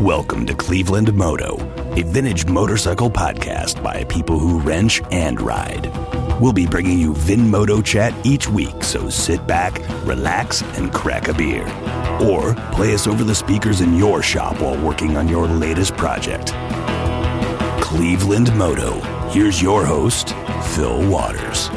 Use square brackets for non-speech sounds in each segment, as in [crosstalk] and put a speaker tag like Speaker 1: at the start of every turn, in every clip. Speaker 1: Welcome to Cleveland Moto, a vintage motorcycle podcast by people who wrench and ride. We'll be bringing you Vin Moto Chat each week, so sit back, relax, and crack a beer. Or play us over the speakers in your shop while working on your latest project. Cleveland Moto. Here's your host, Phil Waters.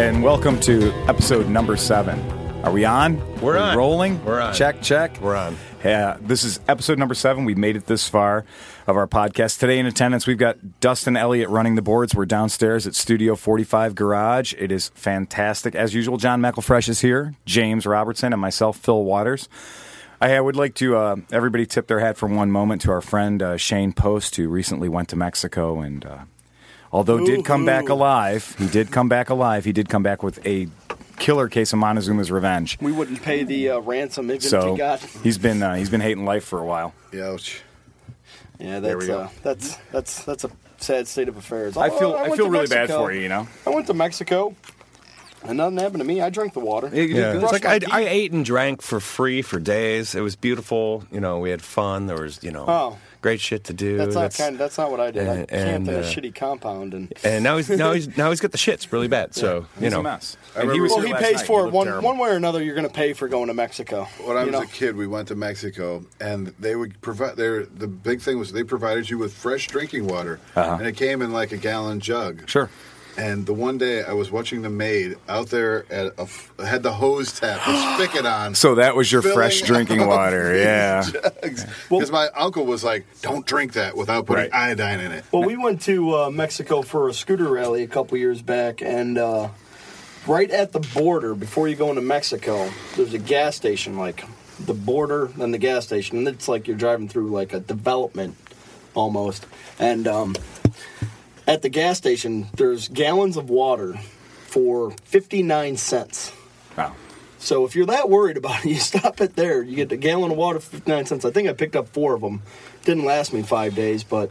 Speaker 2: And welcome to episode number seven. Are we on?
Speaker 3: We're
Speaker 2: Are we
Speaker 3: on.
Speaker 2: Rolling.
Speaker 3: We're on.
Speaker 2: Check, check.
Speaker 3: We're on.
Speaker 2: Yeah, this is episode number seven. We've made it this far of our podcast. Today in attendance, we've got Dustin Elliott running the boards. We're downstairs at Studio 45 Garage. It is fantastic. As usual, John McElfresh is here, James Robertson, and myself, Phil Waters. I would like to uh, everybody tip their hat for one moment to our friend uh, Shane Post, who recently went to Mexico and, uh, although did come back alive, he did come back alive. He did come back with a killer case of Montezuma's revenge.
Speaker 4: We wouldn't pay the uh, ransom even if
Speaker 2: So
Speaker 4: we got.
Speaker 2: he's been uh, he's been hating life for a while.
Speaker 3: Ouch.
Speaker 4: Yeah,
Speaker 3: There
Speaker 4: that's
Speaker 3: we go.
Speaker 4: uh, that's that's that's a sad state of affairs.
Speaker 2: I feel
Speaker 4: Oh,
Speaker 2: I,
Speaker 4: went
Speaker 2: feel
Speaker 4: to
Speaker 2: really bad
Speaker 4: Mexico.
Speaker 2: for you, you know.
Speaker 4: I went to Mexico, and nothing happened to me. I drank the water.
Speaker 3: Yeah. It's
Speaker 4: Brushed
Speaker 3: like
Speaker 4: my
Speaker 3: I,
Speaker 4: teeth.
Speaker 3: I ate and drank for free for days. It was beautiful. You know, we had fun. There was, you know,
Speaker 4: Oh.
Speaker 3: great shit to do.
Speaker 4: that's not kind. That's not what I did. I
Speaker 3: and-
Speaker 4: camped
Speaker 3: and,
Speaker 4: in a
Speaker 3: uh,
Speaker 4: shitty compound, and
Speaker 3: And now he's now he's now he's got the shits really bad. So you
Speaker 2: He's
Speaker 3: know,
Speaker 2: a mess.
Speaker 5: I
Speaker 2: And he
Speaker 5: remember-
Speaker 2: was
Speaker 5: Well,
Speaker 2: here
Speaker 4: well, he
Speaker 2: last
Speaker 4: pays
Speaker 2: night.
Speaker 4: for it
Speaker 5: looked
Speaker 4: one
Speaker 5: terrible.
Speaker 4: one way or another. You're going to pay for going to Mexico.
Speaker 5: When I
Speaker 4: you
Speaker 5: was
Speaker 4: know?
Speaker 5: a kid, we went to Mexico, and they would provide. Their the big thing was they provided you with fresh drinking water, and it came in like a gallon jug.
Speaker 2: Sure.
Speaker 5: And the one day I was watching the maid out there at a f had the hose tap, the spigot on.
Speaker 2: So that was your
Speaker 5: filling
Speaker 2: fresh drinking
Speaker 5: up
Speaker 2: water,
Speaker 5: these
Speaker 2: yeah. [laughs]
Speaker 5: Jugs. Because my uncle was like, "Don't drink that without putting
Speaker 2: Right.
Speaker 5: iodine in it."
Speaker 4: Well, we went to uh, Mexico for a scooter rally a couple years back, and uh, right at the border, before you go into Mexico, there's a gas station, like the border, then the gas station, and it's like you're driving through like a development almost. And um, at the gas station, there's gallons of water for 59 cents.
Speaker 2: Wow.
Speaker 4: So if you're that worried about it, [laughs] you stop it there. You get a gallon of water for 59 cents. I think I picked up four of them. Didn't last me five days, but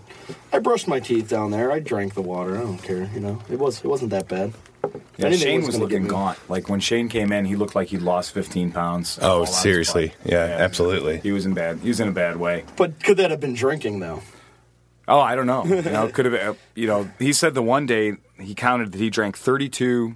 Speaker 4: I brushed my teeth down there. I drank the water. I don't care. You know, it was it wasn't that bad. If
Speaker 2: Yeah,
Speaker 4: anything, it
Speaker 2: Shane was
Speaker 4: gonna get
Speaker 2: looking
Speaker 4: me.
Speaker 2: gaunt. Like when Shane came in, he looked like he'd lost 15 pounds. All
Speaker 3: oh
Speaker 2: on the
Speaker 3: seriously,
Speaker 2: spot.
Speaker 3: yeah, absolutely.
Speaker 2: He was in bad. He was in a bad way.
Speaker 4: But could that have been drinking though?
Speaker 2: Oh, I don't know. You know, it could have been, uh, you know, he said the one day he counted that he drank 32,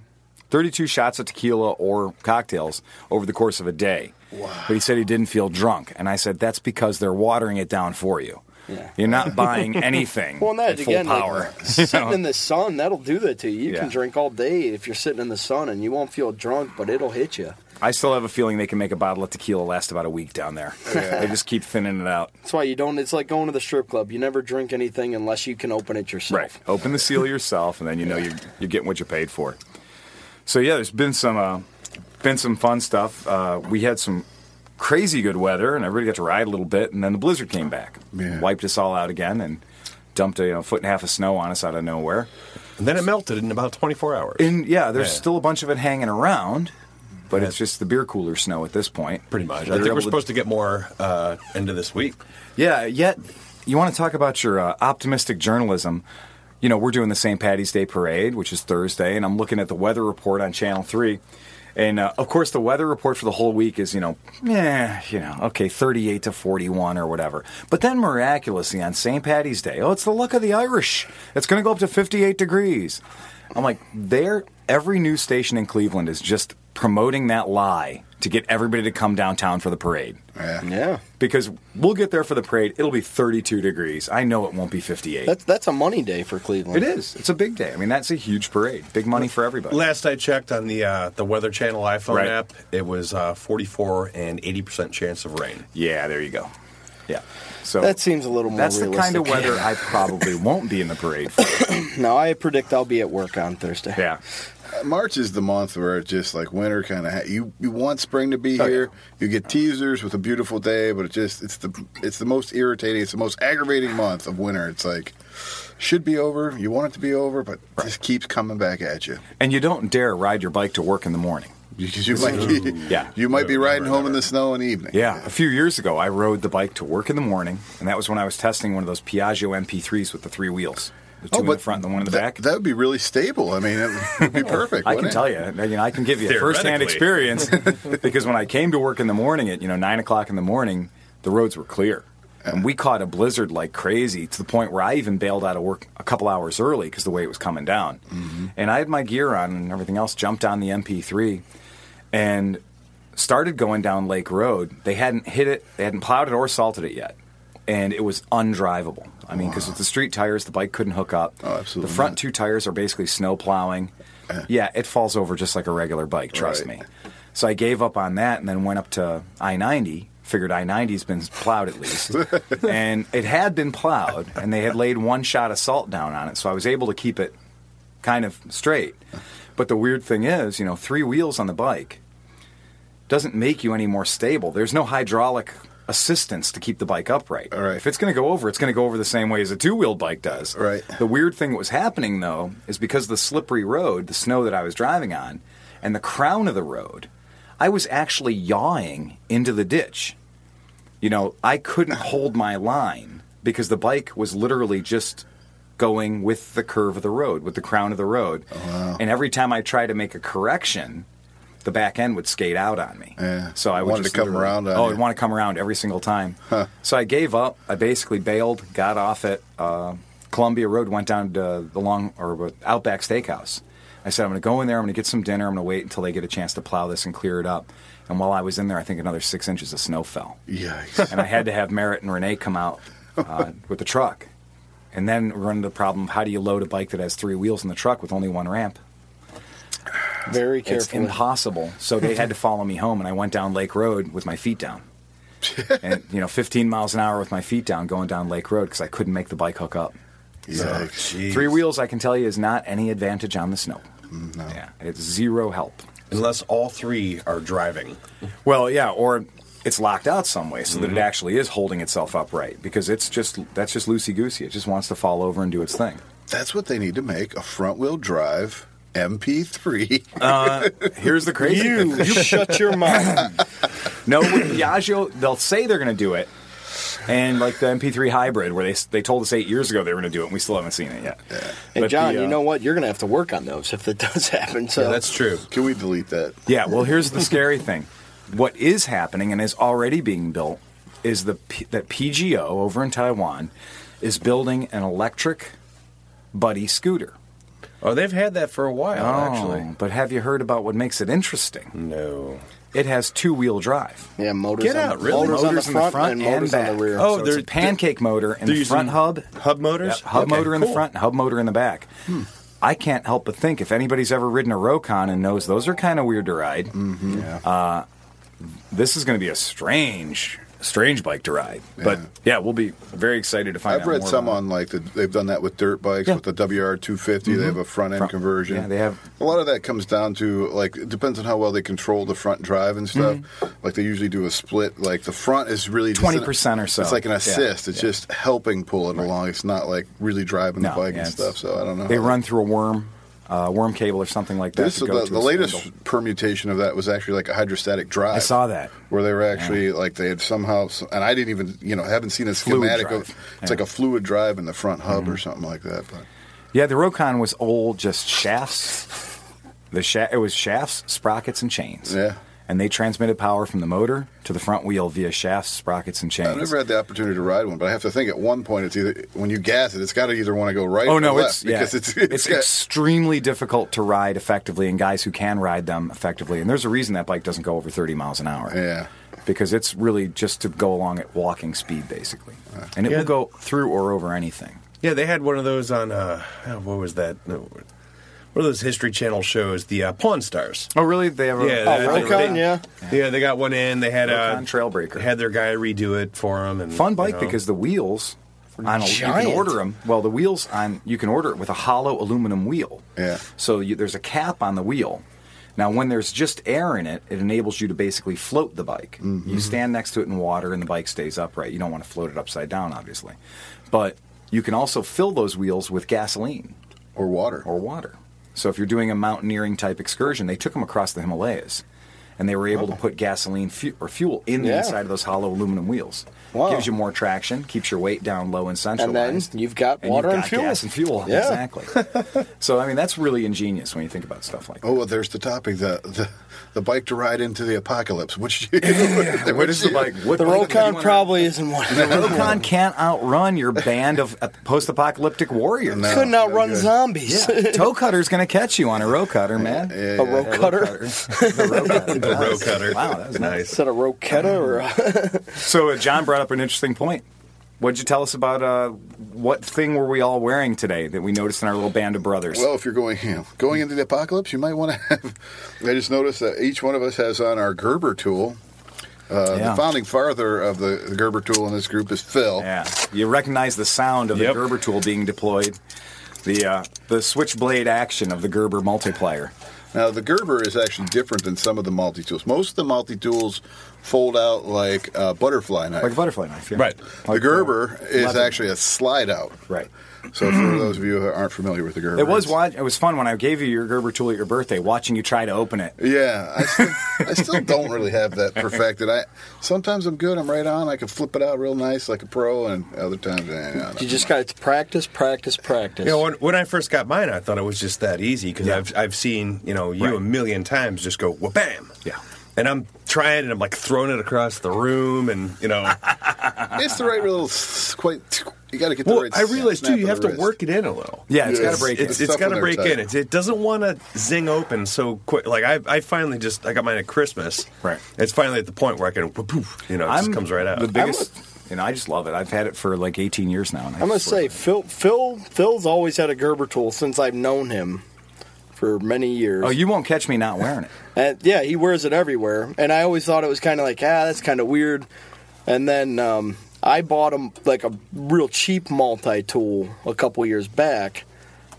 Speaker 2: 32 shots of tequila or cocktails over the course of a day. Wow. But he said he didn't feel drunk. And I said, that's because they're watering it down for you.
Speaker 4: Yeah.
Speaker 2: You're not buying anything
Speaker 4: [laughs] Well, and that
Speaker 2: at full
Speaker 4: again, like, uh,
Speaker 2: power.
Speaker 4: [laughs] sitting in
Speaker 2: [laughs]
Speaker 4: the sun that'll do that to you. You
Speaker 2: Yeah.
Speaker 4: can drink all day if you're sitting in the sun, and you won't feel drunk, but it'll hit you.
Speaker 2: I still have a feeling they can make a bottle of tequila last about a week down there. They just keep thinning it out.
Speaker 4: That's why you don't. It's like going to the strip club. You never drink anything unless you can open it yourself.
Speaker 2: Right. Open the seal yourself, and then you know you're, you're getting what you paid for. So yeah, there's been some uh, been some fun stuff. Uh, we had some crazy good weather, and everybody got to ride a little bit, and then the blizzard came back,
Speaker 5: Yeah.
Speaker 2: wiped us all out again, and dumped a you know, foot and a half of snow on us out of nowhere.
Speaker 3: And then it melted in about 24 hours.
Speaker 2: And yeah, there's
Speaker 3: Yeah.
Speaker 2: still a bunch of it hanging around, but it's just the beer cooler snow at this point.
Speaker 3: Pretty much.
Speaker 2: They
Speaker 3: I think
Speaker 2: able
Speaker 3: we're supposed to get more uh, into this week.
Speaker 2: Yeah, yet you want to talk about your uh, optimistic journalism. You know, we're doing the St. Patty's Day parade, which is Thursday, and I'm looking at the weather report on Channel 3. And uh, of course, the weather report for the whole week is, you know, eh, you know, okay, 38 to 41 or whatever. But then miraculously on St. Patty's Day, oh, it's the luck of the Irish. It's going to go up to 58 degrees. I'm like, there, every news station in Cleveland is just promoting that lie to get everybody to come downtown for the parade
Speaker 4: Yeah.
Speaker 2: because we'll get there for the parade. It'll be 32 degrees. I know it won't be 58.
Speaker 4: That's that's a money day for Cleveland.
Speaker 2: it is. It's a big day. I mean, that's a huge parade. Big money for everybody.
Speaker 3: Last I checked on the uh, the Weather Channel iPhone
Speaker 2: Right.
Speaker 3: app, it was uh, 44 and 80 percent chance of rain.
Speaker 2: Yeah, there you go. Yeah. So
Speaker 4: That seems a little more.
Speaker 2: that's the kind of
Speaker 4: realistic. [laughs]
Speaker 2: weather I probably won't be in the parade for.
Speaker 4: No, I predict I'll be at work on Thursday.
Speaker 2: Yeah.
Speaker 5: March is the month where it's just like winter kind of. Ha- you you want spring to be
Speaker 2: Oh,
Speaker 5: here. You get teasers with a beautiful day, but it just it's the it's the most irritating. It's the most aggravating month of winter. It's like should be over. You want it to be over, but it just keeps coming back at you [laughs]
Speaker 2: And you don't dare ride your bike to work in the morning.
Speaker 5: because you might be,
Speaker 2: Yeah.
Speaker 5: you might be
Speaker 3: Never,
Speaker 5: riding home in
Speaker 3: never.
Speaker 5: the snow in the evening.
Speaker 2: Yeah, a few years ago, I rode the bike to work in the morning, and that was when I was testing one of those Piaggio MP3s with the three wheels. The
Speaker 4: Oh,
Speaker 2: two in the front and the one in the
Speaker 5: that,
Speaker 2: back.
Speaker 5: That would be really stable. I mean, it
Speaker 2: [laughs]
Speaker 5: would be perfect.
Speaker 2: I can
Speaker 5: wouldn't
Speaker 2: tell
Speaker 5: it?
Speaker 2: you, I mean, I can give you a firsthand
Speaker 3: Theoretically.
Speaker 2: [laughs] experience because when I came to work in the morning at you know nine o'clock in the morning, the roads were clear. And we caught a blizzard like crazy to the point where I even bailed out of work a couple hours early because the way it was coming down.
Speaker 5: Mm-hmm.
Speaker 2: And I had my gear on and everything else, jumped on the MP3 and started going down Lake Road. They hadn't hit it, they hadn't plowed it or salted it yet. And it was undrivable. I mean, because with the street tires, the bike couldn't hook up.
Speaker 5: Oh, absolutely
Speaker 2: The front
Speaker 5: not.
Speaker 2: two tires are basically snow plowing. Yeah, it falls over just like a regular bike, trust
Speaker 5: Uh. Right.
Speaker 2: me. So I gave up on that and then went up to I 90. Figured I 90's been plowed at
Speaker 5: [laughs]
Speaker 2: least. and it had been plowed, and they had laid one shot of salt down on it. So I was able to keep it kind of straight. But the weird thing is, you know, three wheels on the bike doesn't make you any more stable. There's no hydraulic assistance to keep the bike upright.
Speaker 5: All right.
Speaker 2: If it's going to go over, it's going to go over the same way as a two-wheeled bike does.
Speaker 5: Right.
Speaker 2: The weird thing that was happening though is because of the slippery road, the snow that I was driving on, and the crown of the road, I was actually yawing into the ditch. You know, I couldn't hold my line because the bike was literally just going with the curve of the road, with the crown of the road.
Speaker 5: Oh,
Speaker 2: And every time I tried to make a correction, the back end would skate out on me.
Speaker 5: Yeah.
Speaker 2: So I would
Speaker 5: Wanted to
Speaker 2: just
Speaker 5: come
Speaker 2: literally-
Speaker 5: around on
Speaker 2: Oh,
Speaker 5: you.
Speaker 2: it'd want to come around every single time. So I gave up. I basically bailed, got off at uh, Columbia Road, went down to the long or Outback Steakhouse. I said, I'm going to go in there. I'm going to get some dinner. I'm going to wait until they get a chance to plow this and clear it up. And while I was in there, I think another six inches of snow fell [laughs]
Speaker 5: Yikes.
Speaker 2: and I had to have Merritt and Renee come out uh, with the truck. And then we run into the problem of how do you load a bike that has three wheels in the truck with only one ramp?
Speaker 4: Very
Speaker 2: It's
Speaker 4: carefully.
Speaker 2: impossible. So they had to follow me home, and I went down Lake Road with my feet [laughs] down. and you know, 15 miles an hour with my feet down going down Lake Road because I couldn't make the bike hook up.
Speaker 5: Yikes.
Speaker 2: Three wheels, I can tell you, is not any advantage on the snow. Mm, No. Yeah, it's zero help.
Speaker 3: Unless all three are driving.
Speaker 2: Well, yeah, or it's locked out some way so that it actually is holding itself upright because it's just that's just loosey goosey. It just wants to fall over and do its thing.
Speaker 5: That's what they need to make a front wheel drive MP3.
Speaker 2: Uh. Here's the crazy thing.
Speaker 4: You shut your mouth.
Speaker 2: No, with Piaggio, they'll say they're going to do it. And like the MP3 hybrid, where they s- they told us eight years ago they were going to do it, and we still haven't seen it yet.
Speaker 4: And
Speaker 2: [laughs] But
Speaker 4: John,
Speaker 2: the,
Speaker 4: you
Speaker 2: uh,
Speaker 4: know what? You're gonna have to work on those if it does happen. So
Speaker 3: Yeah, that's true.
Speaker 5: [laughs] Can we delete that?
Speaker 2: Yeah, well, here's the scary thing. What is happening and is already being built is the P- that PGO over in Taiwan is building an electric buddy scooter.
Speaker 3: Oh, they've had that for a while, Oh, actually.
Speaker 2: but have you heard about what makes it interesting?
Speaker 3: No.
Speaker 2: It has two-wheel drive.
Speaker 4: yeah, motors.
Speaker 3: Get
Speaker 4: on,
Speaker 3: out, really?
Speaker 4: Motors, on the
Speaker 2: Motors in the
Speaker 4: front,
Speaker 2: front
Speaker 4: and
Speaker 2: and
Speaker 4: motors on
Speaker 2: back.
Speaker 4: the rear.
Speaker 3: Oh,
Speaker 2: so
Speaker 3: they're-
Speaker 2: it's a pancake motor in
Speaker 3: they're
Speaker 2: the front
Speaker 3: using
Speaker 2: hub.
Speaker 3: hub motors?
Speaker 2: Yep, hub
Speaker 3: Okay,
Speaker 2: motor in the
Speaker 3: cool.
Speaker 2: front, and hub motor in the back.
Speaker 5: Hmm.
Speaker 2: I can't help but think if anybody's ever ridden a Rokon and knows those are kind of weird to ride,
Speaker 5: Mm-hmm.
Speaker 2: uh, this is going to be a strange, strange bike to ride. But yeah, we'll be very excited to find out.
Speaker 5: I've read
Speaker 2: more
Speaker 5: some
Speaker 2: about it.
Speaker 5: on like the, they've done that with dirt bikes
Speaker 2: Yeah. Mm-hmm.
Speaker 5: with the WR250. They have a front end
Speaker 2: Front-
Speaker 5: conversion.
Speaker 2: yeah, they have-
Speaker 5: a lot of that comes down to like it depends on how well they control the front drive and stuff.
Speaker 2: Mm-hmm.
Speaker 5: Like they usually do a split. Like the front is really just an-
Speaker 2: 20% or so.
Speaker 5: It's like an
Speaker 2: Yeah.
Speaker 5: assist. It's just helping pull it along. It's not like really driving
Speaker 2: No,
Speaker 5: the bike
Speaker 2: yeah,
Speaker 5: and
Speaker 2: it's-
Speaker 5: stuff. So I don't know.
Speaker 2: They run through a worm, uh, worm cable or something like that.
Speaker 5: This
Speaker 2: to
Speaker 5: the,
Speaker 2: go to a
Speaker 5: the latest
Speaker 2: spindle.
Speaker 5: permutation of that was actually like a hydrostatic drive.
Speaker 2: I saw that.
Speaker 5: where they were actually like they had somehow and I didn't even you know haven't seen a
Speaker 2: Fluid
Speaker 5: schematic
Speaker 2: drive. Mm-hmm.
Speaker 5: of it's like a fluid drive in the front hub or something like that. But
Speaker 2: Yeah, the Rokon was old, just shafts. The sha- it was shafts, sprockets, and chains.
Speaker 5: Yeah.
Speaker 2: and they transmitted power from the motor to the front wheel via shafts, sprockets, and chains.
Speaker 5: I've never had the opportunity to ride one, but I have to think at one point it's either when you gas it, it's got to either want to go right.
Speaker 2: Oh
Speaker 5: or
Speaker 2: no,
Speaker 5: left
Speaker 2: it's yeah,
Speaker 5: because it's [laughs] it's, got,
Speaker 2: extremely difficult to ride effectively, and guys who can ride them effectively. And there's a reason that bike doesn't go over 30 miles an hour.
Speaker 5: Yeah.
Speaker 2: because it's really just to go along at walking speed, basically, and it
Speaker 3: Yeah.
Speaker 2: will go through or over anything.
Speaker 3: Yeah, they had one of those on, uh, oh, what was that? No, One of those History Channel shows, the uh, Pawn Stars.
Speaker 2: Oh, really? They have a
Speaker 3: Yeah,
Speaker 4: Oh,
Speaker 3: they-
Speaker 4: Rokon,
Speaker 3: they-
Speaker 4: yeah.
Speaker 3: Yeah, they got one in. They had a
Speaker 2: Rokon Trailbreaker.
Speaker 3: Had their guy redo it for them. And
Speaker 2: fun bike
Speaker 3: you know.
Speaker 2: because the wheels on a, you can
Speaker 4: giant.
Speaker 2: order them. Well, the wheels on you can order it with a hollow aluminum wheel.
Speaker 5: Yeah.
Speaker 2: So you, there's a cap on the wheel. Now, when there's just air in it, it enables you to basically float the bike.
Speaker 3: Mm-hmm.
Speaker 2: You stand next to it in water, and the bike stays upright. You don't want to float it upside down, obviously, but you can also fill those wheels with gasoline
Speaker 5: or water.
Speaker 2: or water. So if you're doing a mountaineering type excursion, they took them across the Himalayas. and they were able to put gasoline fu- or fuel in the
Speaker 4: Yeah.
Speaker 2: inside of those hollow aluminum wheels.
Speaker 4: Wow.
Speaker 2: Gives you more traction, keeps your weight down low and
Speaker 4: And
Speaker 2: centralized.
Speaker 4: then you've got
Speaker 2: And
Speaker 4: water
Speaker 2: you've
Speaker 4: and
Speaker 2: got
Speaker 4: fuel.
Speaker 2: gas and fuel.
Speaker 4: Yeah.
Speaker 2: Exactly. so I mean, that's really ingenious when you think about stuff like that.
Speaker 5: Oh, well, there's the topic the, the the bike to ride into the apocalypse. Which [laughs] yeah,
Speaker 2: What is the bike? What
Speaker 4: The
Speaker 2: bike do you
Speaker 4: Rokon
Speaker 2: wanna-
Speaker 4: probably isn't one.
Speaker 2: The Rokon
Speaker 4: [laughs]
Speaker 2: can't outrun your band of uh, post-apocalyptic warriors.
Speaker 5: No.
Speaker 4: Couldn't outrun
Speaker 5: good.
Speaker 4: zombies.
Speaker 2: Yeah, toe cutter's gonna catch you on a row cutter, man.
Speaker 5: yeah,
Speaker 4: [laughs] A row
Speaker 5: yeah.
Speaker 4: cutter.
Speaker 2: [laughs] the row cutter.
Speaker 3: The row cutter.
Speaker 2: Wow,
Speaker 3: [laughs]
Speaker 2: that was nice.
Speaker 4: Is that a roquetta or a [laughs]
Speaker 2: So uh, John brought up an interesting point. What'd you tell us about uh, what thing were we all wearing today that we noticed in our little band of brothers?
Speaker 5: Well, if you're going you know, going into the apocalypse, you might want to have. [laughs] I just noticed that each one of us has on our Gerber tool. Uh,
Speaker 2: Yeah.
Speaker 5: The founding father of the, the Gerber tool in this group is Phil.
Speaker 2: yeah, you recognize the sound of
Speaker 3: Yep.
Speaker 2: the Gerber tool being deployed, the uh, the switchblade action of the Gerber multiplier.
Speaker 5: Now, the Gerber is actually different than some of the multi tools. Most of the multi tools fold out like a butterfly knife.
Speaker 2: Like a butterfly knife, yeah.
Speaker 3: Right.
Speaker 5: the
Speaker 2: Like,
Speaker 5: Gerber
Speaker 2: uh,
Speaker 5: is
Speaker 2: leather.
Speaker 5: actually a slide out.
Speaker 2: Right.
Speaker 5: So, for those of you who aren't familiar with the Gerber,
Speaker 2: It was
Speaker 5: it's-
Speaker 2: watch- it was fun when I gave you your Gerber tool at your birthday, watching you try to open it.
Speaker 5: Yeah, I still, I still don't really have that perfected. I sometimes I'm good. I'm right on. I can flip it out real nice like a pro, and other times, eh, no, no.
Speaker 4: You just got to practice, practice, practice.
Speaker 3: You know, when, when I first got mine, I thought it was just that easy because
Speaker 2: Yeah.
Speaker 3: I've I've seen you know you
Speaker 2: Right.
Speaker 3: a million times just go wha bam.
Speaker 2: Yeah.
Speaker 3: And I'm trying, and I'm like throwing it across the room, and
Speaker 2: [laughs]
Speaker 3: you know.
Speaker 5: it's the right little s- quite. You got to get the
Speaker 3: well,
Speaker 5: right.
Speaker 3: I realize
Speaker 5: snap
Speaker 3: too,
Speaker 5: of
Speaker 3: you
Speaker 5: the
Speaker 3: have to
Speaker 5: wrist.
Speaker 3: work it in a little.
Speaker 2: Yeah, it's
Speaker 5: Yeah,
Speaker 2: got to break.
Speaker 3: It's,
Speaker 2: it.
Speaker 5: Stuff
Speaker 3: it's got
Speaker 5: in
Speaker 3: to
Speaker 5: there
Speaker 3: break
Speaker 5: tight.
Speaker 3: in. It, it doesn't want to zing open so quick. Like I, I finally just I got mine at Christmas.
Speaker 2: Right.
Speaker 3: It's finally at the point where I can poof, you know, it just comes right out.
Speaker 2: The biggest, you know, I just love it. I've had it for like 18 years now. And I
Speaker 4: I must
Speaker 2: just love
Speaker 4: say,
Speaker 2: it.
Speaker 4: Phil, Phil, Phil's always had a Gerber tool since I've known him for many years.
Speaker 2: oh, you won't catch me not wearing it.
Speaker 4: And, yeah, he wears it everywhere, and I always thought it was kind of like, ah, that's kind of weird. And then um, I bought him like a real cheap multi tool a couple years back,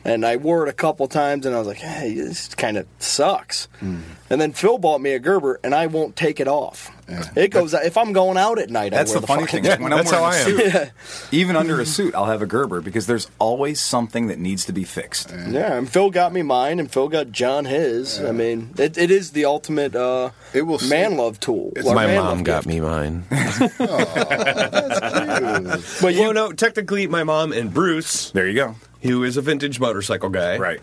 Speaker 4: and I wore it a couple times, and I was like, hey, this kind of sucks.
Speaker 5: Hmm.
Speaker 4: And then Phil bought me a Gerber, and I won't take it off. It goes if I'm going out at night.
Speaker 2: That's
Speaker 4: I wear
Speaker 2: the, funny
Speaker 4: fucking
Speaker 2: thing.
Speaker 4: thing. [laughs]
Speaker 2: When I'm
Speaker 3: that's how
Speaker 2: wearing a
Speaker 3: I am.
Speaker 2: Suit, Even under a suit, I'll have a Gerber because there's always something that needs to be fixed.
Speaker 4: Yeah, and Phil got me mine, and Phil got John his. I mean, it, it is the ultimate uh,
Speaker 5: It will
Speaker 4: man
Speaker 5: save-
Speaker 4: love tool.
Speaker 5: It's
Speaker 4: Or
Speaker 5: my
Speaker 4: man love gift.
Speaker 6: me mine.
Speaker 5: That's cute.
Speaker 4: But you,
Speaker 3: well, no, technically, my mom and Bruce,
Speaker 2: There you go.
Speaker 3: who is a vintage motorcycle guy,
Speaker 4: but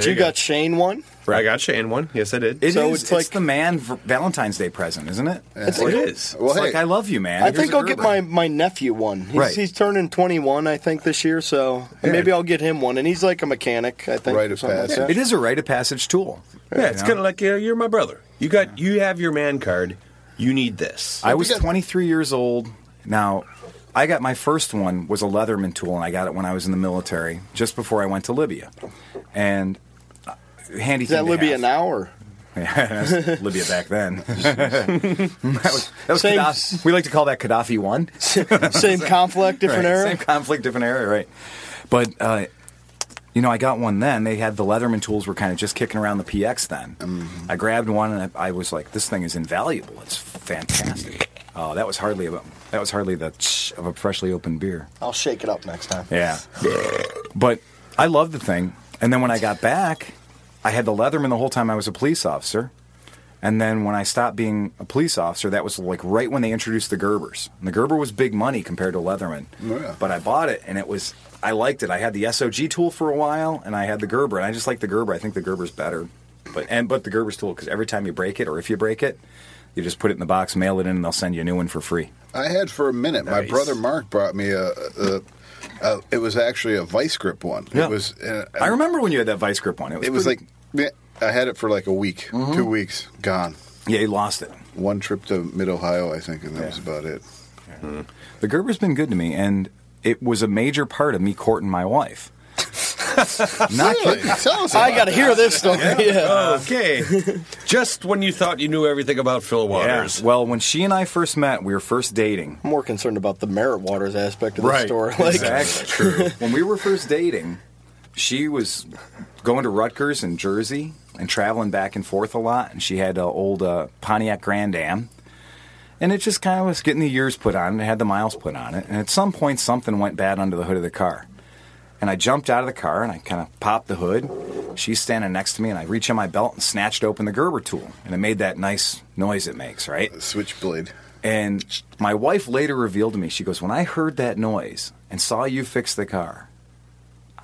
Speaker 3: there
Speaker 4: you
Speaker 3: you go.
Speaker 4: got Shane one.
Speaker 3: I got Shane one. Yes, I did.
Speaker 2: It is.
Speaker 4: So
Speaker 2: It's,
Speaker 4: it's like-
Speaker 2: the man v- Valentine's Day present, isn't it?
Speaker 3: It's- it is.
Speaker 5: Well,
Speaker 2: it's
Speaker 5: hey,
Speaker 2: like I love you, man.
Speaker 4: I
Speaker 2: Here's
Speaker 4: think
Speaker 2: a
Speaker 4: I'll get
Speaker 2: Gerber.
Speaker 4: my, my nephew one. He's,
Speaker 2: Right.
Speaker 4: he's turning 21, I think, this year, so maybe I'll get him one. And he's like a mechanic, I think.
Speaker 5: Rite
Speaker 4: or
Speaker 5: of
Speaker 4: something
Speaker 5: passage.
Speaker 4: Like that.
Speaker 2: It is a rite of passage tool.
Speaker 3: Yeah, it's kind of like you know, you're my brother. You got you have your man card. You need this.
Speaker 2: I was
Speaker 5: got-
Speaker 2: 23 years old. Now, I got my first one was a Leatherman tool, and I got it when I was in the military, just before I went to Libya. And uh, handy
Speaker 4: Is that Libya now, or? [laughs]
Speaker 2: Libya back then. that was, that was
Speaker 4: Same-
Speaker 2: Gaddafi. We like to call that Gaddafi one.
Speaker 4: [laughs] Same conflict, different
Speaker 2: Right,
Speaker 4: era?
Speaker 2: Same conflict, different era, right? But uh, you know, I got one then. They had the Leatherman tools were kind of just kicking around the PX then.
Speaker 4: Mm-hmm.
Speaker 2: I grabbed one and I, I was like, "This thing is invaluable. It's
Speaker 4: [laughs]
Speaker 2: fantastic." Oh, that was hardly about that was hardly the tsh of a freshly opened beer.
Speaker 4: I'll shake it up next time.
Speaker 2: Yeah, but I loved the thing. And then when I got back, I had the Leatherman the whole time I was a police officer. And then when I stopped being a police officer, that was like right when they introduced the Gerbers. And the Gerber was big money compared to Leatherman.
Speaker 5: Oh, Yeah.
Speaker 2: But I bought it and it was I liked it. I had the SOG tool for a while and I had the Gerber and I just like the Gerber. I think the Gerber's better. But and but the Gerber's tool cuz every time you break it or if you break it, you just put it in the box, mail it in and they'll send you a new one for free.
Speaker 5: I had for a minute. My
Speaker 3: Nice.
Speaker 5: brother Mark brought me a. a, a it was actually a vice grip one.
Speaker 2: Yeah.
Speaker 5: It was. Uh,
Speaker 2: I remember when you had that vice grip on. It was,
Speaker 5: It was
Speaker 2: pretty-
Speaker 5: like meh, I had it for like a week,
Speaker 3: Mm-hmm.
Speaker 5: two weeks, gone.
Speaker 2: yeah, you lost it.
Speaker 5: One trip to Mid Ohio, I think, and that was about it.
Speaker 2: The Gerber's been good to me, and it was a major part of me courting my wife. Not
Speaker 5: Really? [laughs]
Speaker 2: kidding.
Speaker 5: Tell us
Speaker 4: I
Speaker 5: about
Speaker 4: got to
Speaker 5: it.
Speaker 4: hear this story. yeah.
Speaker 3: okay. Just when you thought you knew everything about Phil Waters.
Speaker 2: Well, when she and I first met, we were first dating.
Speaker 4: [laughs] I'm more concerned about the merit waters aspect of the
Speaker 3: Right.
Speaker 4: story. [laughs] Like,
Speaker 2: exactly. True. When we were first dating, she was going to Rutgers in Jersey and traveling back and forth a lot, and she had an old uh, Pontiac Grand Am. And it just kind of was getting the years put on it, had the miles put on it. And at some point, something went bad under the hood of the car. And I jumped out of the car and I kind of popped the hood. She's standing next to me, and I reach in my belt and snatched open the Gerber tool, and it made that nice noise it makes, right?
Speaker 4: [laughs]
Speaker 5: Switchblade.
Speaker 2: And my wife later revealed to me, she goes, When I heard that noise and saw you fix the car,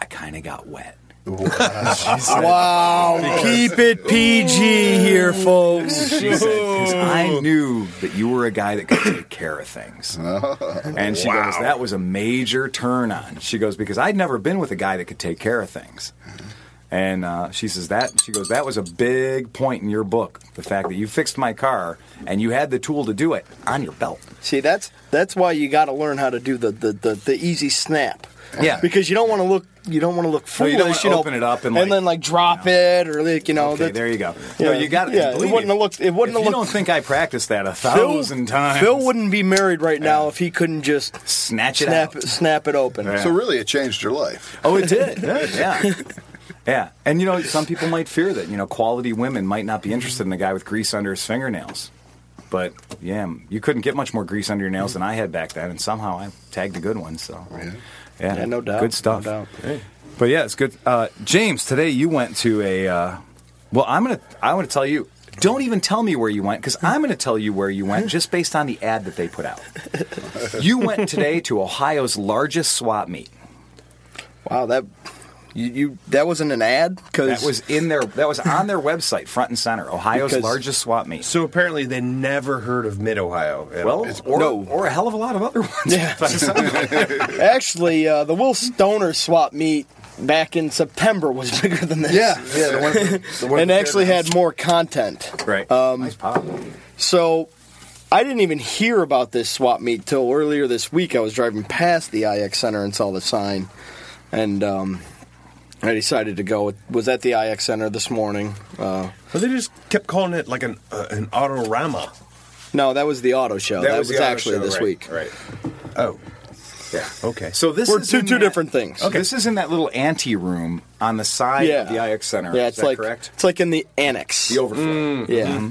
Speaker 2: I kind of
Speaker 6: [laughs]
Speaker 2: got wet.
Speaker 6: Wow. Keep it PG here, folks.
Speaker 2: She said, Because I knew that you were a guy that could take care of things. and she goes, That was a major turn on. She goes, Because I'd never been with a guy that could take care of things. And uh, she says that she goes, that was a big point in your book, the fact that you fixed my car and you had the tool to do it on your belt.
Speaker 4: See, that's that's why you got to learn how to do the the, the, the easy snap.
Speaker 2: Yeah.
Speaker 4: because you don't want to look you don't want to look
Speaker 2: No,
Speaker 4: foolish.
Speaker 2: you don't wanna
Speaker 4: know,
Speaker 2: open it up and, like,
Speaker 4: then like drop it or like you know.
Speaker 2: Okay,
Speaker 4: that's-
Speaker 2: there you go.
Speaker 4: Yeah.
Speaker 2: No, you got it.
Speaker 4: Yeah, it
Speaker 2: Believe
Speaker 4: wouldn't
Speaker 2: me.
Speaker 4: have looked- it wouldn't
Speaker 2: if
Speaker 4: have
Speaker 2: You
Speaker 4: looked-
Speaker 2: don't think I practiced that a
Speaker 4: Phil-
Speaker 2: thousand times?
Speaker 4: Phil wouldn't be married right now if he couldn't just
Speaker 2: snatch it
Speaker 4: snap
Speaker 2: out.
Speaker 4: snap it open.
Speaker 5: So really, it changed your life.
Speaker 2: [laughs] Oh, it did. yeah. Yeah, and you know, some people might fear that you know quality women might not be interested in a guy with grease under his fingernails, but yeah, you couldn't get much more grease under your nails than I had back then, and somehow I tagged a good one. So yeah,
Speaker 4: Yeah, no doubt.
Speaker 2: good stuff.
Speaker 4: No doubt.
Speaker 2: But yeah, it's good. Uh, James, today you went to a. Uh, well, I'm gonna. I want to tell you. Don't even tell me where you went because I'm going to tell you where you went just based on the ad that they put out. you went today to Ohio's largest swap meet.
Speaker 4: Wow, that you, you that wasn't an ad because
Speaker 2: That was in their. That was on their website, front and center. Ohio's
Speaker 4: Because-
Speaker 2: largest swap meet.
Speaker 3: So apparently they never heard of Mid Ohio.
Speaker 2: well, or,
Speaker 4: no.
Speaker 2: or a hell of a lot of other [laughs] ones.
Speaker 4: Yeah. [laughs] actually uh, the Will Stoner swap meet back in September was [laughs] bigger than this.
Speaker 5: Yeah, yeah. The one, the
Speaker 4: [laughs]
Speaker 5: one
Speaker 4: and actually had more content.
Speaker 2: right. Um, nice pop.
Speaker 4: So I didn't even hear about this swap meet till earlier this week. I was driving past the IX Center and saw the sign, and um, I decided to go. It was at the IX Center this morning. Uh,
Speaker 3: But they just kept calling it like an uh, an autorama.
Speaker 4: no, that was the auto show. Oh, That, was,
Speaker 2: the auto
Speaker 4: actually
Speaker 2: show,
Speaker 4: this
Speaker 2: right,
Speaker 4: week.
Speaker 2: Right.
Speaker 3: Oh,
Speaker 2: Yeah.
Speaker 3: okay.
Speaker 2: So this
Speaker 4: We're
Speaker 2: is
Speaker 4: two
Speaker 2: in
Speaker 4: two
Speaker 2: that-
Speaker 4: different things.
Speaker 2: Okay. This is in that little ante room on the side
Speaker 4: Yeah.
Speaker 2: of the IX Center.
Speaker 4: Yeah,
Speaker 2: Is
Speaker 4: it's
Speaker 2: that
Speaker 4: like
Speaker 2: correct.
Speaker 4: it's like in the annex.
Speaker 2: The overflow.
Speaker 4: yeah.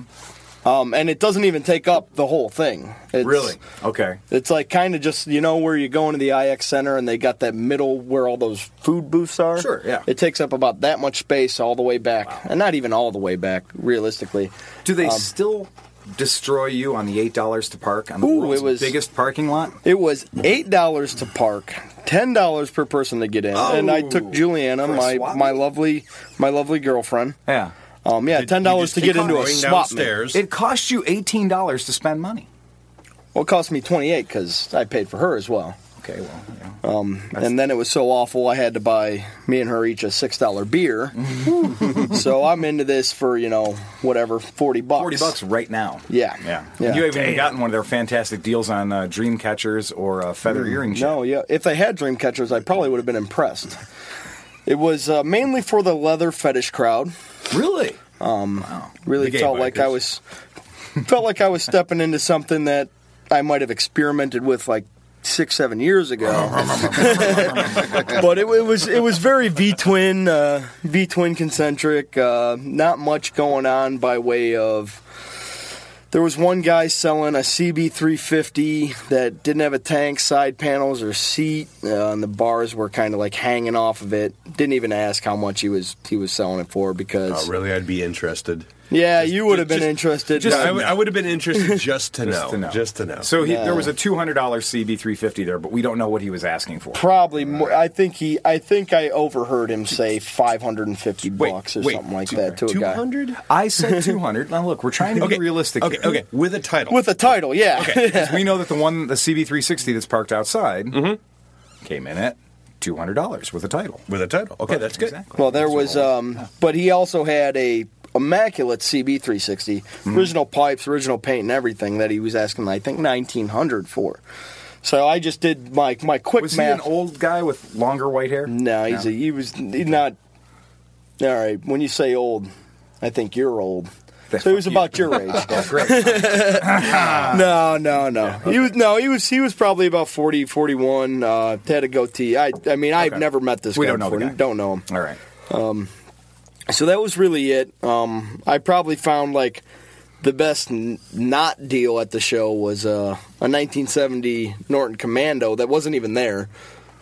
Speaker 4: Um, and it doesn't even take up the whole thing. It's,
Speaker 2: Mm-hmm. Really? Okay.
Speaker 4: It's like kind of just you know where you go into the IX Center and they got that middle where all those food booths are.
Speaker 2: Sure, yeah.
Speaker 4: It takes up about that much space all the way back, and not even all the way back, realistically.
Speaker 2: Do
Speaker 4: Um,
Speaker 2: they still destroy you on the eight dollars to park on the
Speaker 4: Ooh,
Speaker 2: world's
Speaker 4: it was-
Speaker 2: biggest parking lot?
Speaker 4: It was eight dollars to park, ten dollars per person to get in, and I took
Speaker 2: Oh,
Speaker 4: Juliana,
Speaker 2: for a
Speaker 4: my
Speaker 2: swap
Speaker 4: my
Speaker 2: meet?
Speaker 4: lovely my lovely girlfriend.
Speaker 2: Yeah.
Speaker 4: Um, yeah, ten dollars to get into a
Speaker 3: going
Speaker 4: swap meet.
Speaker 3: downstairs.
Speaker 2: It cost you eighteen dollars to spend money.
Speaker 4: Well, it cost me twenty eight because I paid for her as well.
Speaker 2: Okay. Well. Yeah.
Speaker 4: and then it was so awful I had to buy me and her each a six dollar beer.
Speaker 2: [laughs]
Speaker 4: so I'm into this for you know whatever forty bucks.
Speaker 2: Forty bucks right now.
Speaker 4: Yeah.
Speaker 2: Yeah.
Speaker 4: Yeah.
Speaker 2: You haven't even gotten one of their fantastic deals on uh, dream catchers or uh, feather earring. shit.
Speaker 4: Mm-hmm. No, yeah. If they had dream catchers, I probably would have been impressed. It was uh, mainly for the leather fetish crowd.
Speaker 2: Really?
Speaker 4: Really
Speaker 3: The gay
Speaker 4: felt like I
Speaker 3: bikers.
Speaker 4: was felt like I was stepping into something that I might have experimented with like six, seven years
Speaker 3: [laughs]
Speaker 4: ago. but it, it was it was very V twin, uh, V twin concentric. Uh, not much going on by way of. There was one guy selling a CB350 that didn't have a tank, side panels, or seat, uh, and the bars were kind of like hanging off of it. Didn't even ask how much he was he was selling it for because
Speaker 3: oh, really? I'd be interested.
Speaker 4: yeah, you would have been
Speaker 3: Just-
Speaker 4: interested.
Speaker 3: Just,
Speaker 4: but-
Speaker 3: I, would- I would have
Speaker 4: [laughs]
Speaker 3: been interested just to know.
Speaker 2: Just to know.
Speaker 3: Just to know.
Speaker 2: So he, there was a two hundred dollars CB three fifty there, but we don't know what he was asking for.
Speaker 4: Probably more.
Speaker 3: Uh,
Speaker 4: I think he. I think I overheard him say 550
Speaker 3: Wait,
Speaker 4: bucks or
Speaker 3: wait,
Speaker 4: something like
Speaker 3: two-
Speaker 4: that to a guy
Speaker 3: 200?
Speaker 2: I said two
Speaker 4: [laughs]
Speaker 2: hundred. now look, we're trying to
Speaker 3: Okay.
Speaker 2: be realistic.
Speaker 3: Okay,
Speaker 2: here.
Speaker 3: okay. With a title.
Speaker 4: with a title. [laughs] Yeah.
Speaker 2: Because we know that the one, the CB360 that's parked outside, came in at two hundred dollars with a title.
Speaker 3: with a title. Okay, that's good.
Speaker 2: Exactly.
Speaker 4: well, there
Speaker 2: That's
Speaker 4: was.
Speaker 2: what it
Speaker 4: Um, but he also had a immaculate CB360,
Speaker 3: Mm-hmm.
Speaker 4: original pipes, original paint, and everything that he was asking. I think 1900 for. So I just did my my quick
Speaker 2: Was he
Speaker 4: math.
Speaker 2: an old guy with longer white hair?
Speaker 4: no, he's A, he was he's not. All right. When you say old, I think you're old. So he was about
Speaker 3: [laughs]
Speaker 4: your age. [laughs]
Speaker 2: Great. Uh,
Speaker 4: No, no, no. He was no, he was he was probably about 40, 41, uh had a goatee. I I mean, I've
Speaker 2: Okay.
Speaker 4: never met this
Speaker 2: We
Speaker 4: guy
Speaker 2: don't know the
Speaker 4: before.
Speaker 2: guy.
Speaker 4: Don't know him.
Speaker 2: All right.
Speaker 4: So that was really it. Um I probably found like the best n- not deal at the show was uh, a 1970 Norton Commando that wasn't even there.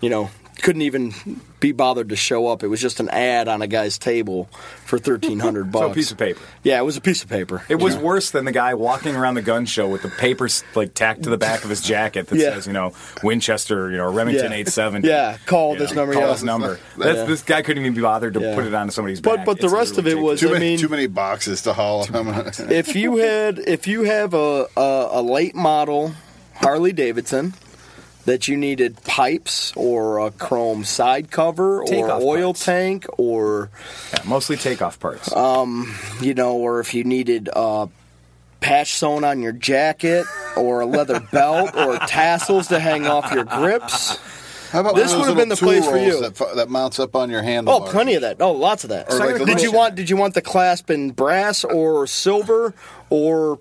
Speaker 4: You know, couldn't even be bothered to show up. It was just an ad on a guy's table for thirteen hundred
Speaker 2: [laughs]
Speaker 4: bucks.
Speaker 2: So a piece of paper.
Speaker 4: Yeah, it was a piece of paper.
Speaker 2: It was
Speaker 4: Yeah.
Speaker 2: worse than the guy walking around the gun show with the papers like tacked to the back of his jacket that
Speaker 4: Yeah.
Speaker 2: says, you know, Winchester, you know, Remington
Speaker 4: Yeah.
Speaker 2: 870.
Speaker 4: Yeah, call
Speaker 2: You
Speaker 4: this number,
Speaker 2: Call
Speaker 4: yeah.
Speaker 2: this number.
Speaker 5: Yeah.
Speaker 2: That's, This guy couldn't even be bothered to
Speaker 4: Yeah.
Speaker 2: put it on somebody's
Speaker 4: But-
Speaker 2: back.
Speaker 4: but the
Speaker 2: It's
Speaker 4: rest of it
Speaker 2: ridiculous.
Speaker 4: was-
Speaker 5: Too
Speaker 4: I
Speaker 5: many,
Speaker 4: mean-
Speaker 5: too many boxes to haul. I'm [laughs] gonna-
Speaker 4: if you had if you have a, a, a late model Harley Davidson that you needed pipes or a chrome side cover or
Speaker 2: Takeoff
Speaker 4: oil
Speaker 2: pipes.
Speaker 4: tank or
Speaker 2: Yeah, mostly takeoff parts.
Speaker 4: you know or if you needed uh patch sewn on your jacket or a leather [laughs] belt or tassels to hang off your grips
Speaker 5: How about
Speaker 4: This
Speaker 5: one of
Speaker 4: would've been the
Speaker 5: those
Speaker 4: place
Speaker 5: little tool
Speaker 4: for
Speaker 5: rolls
Speaker 4: you.
Speaker 5: That, fu- that mounts up on your handle.
Speaker 4: oh plenty of that oh lots of that
Speaker 5: Or like the
Speaker 4: did you
Speaker 5: little-
Speaker 4: want did you want the clasp in brass or silver or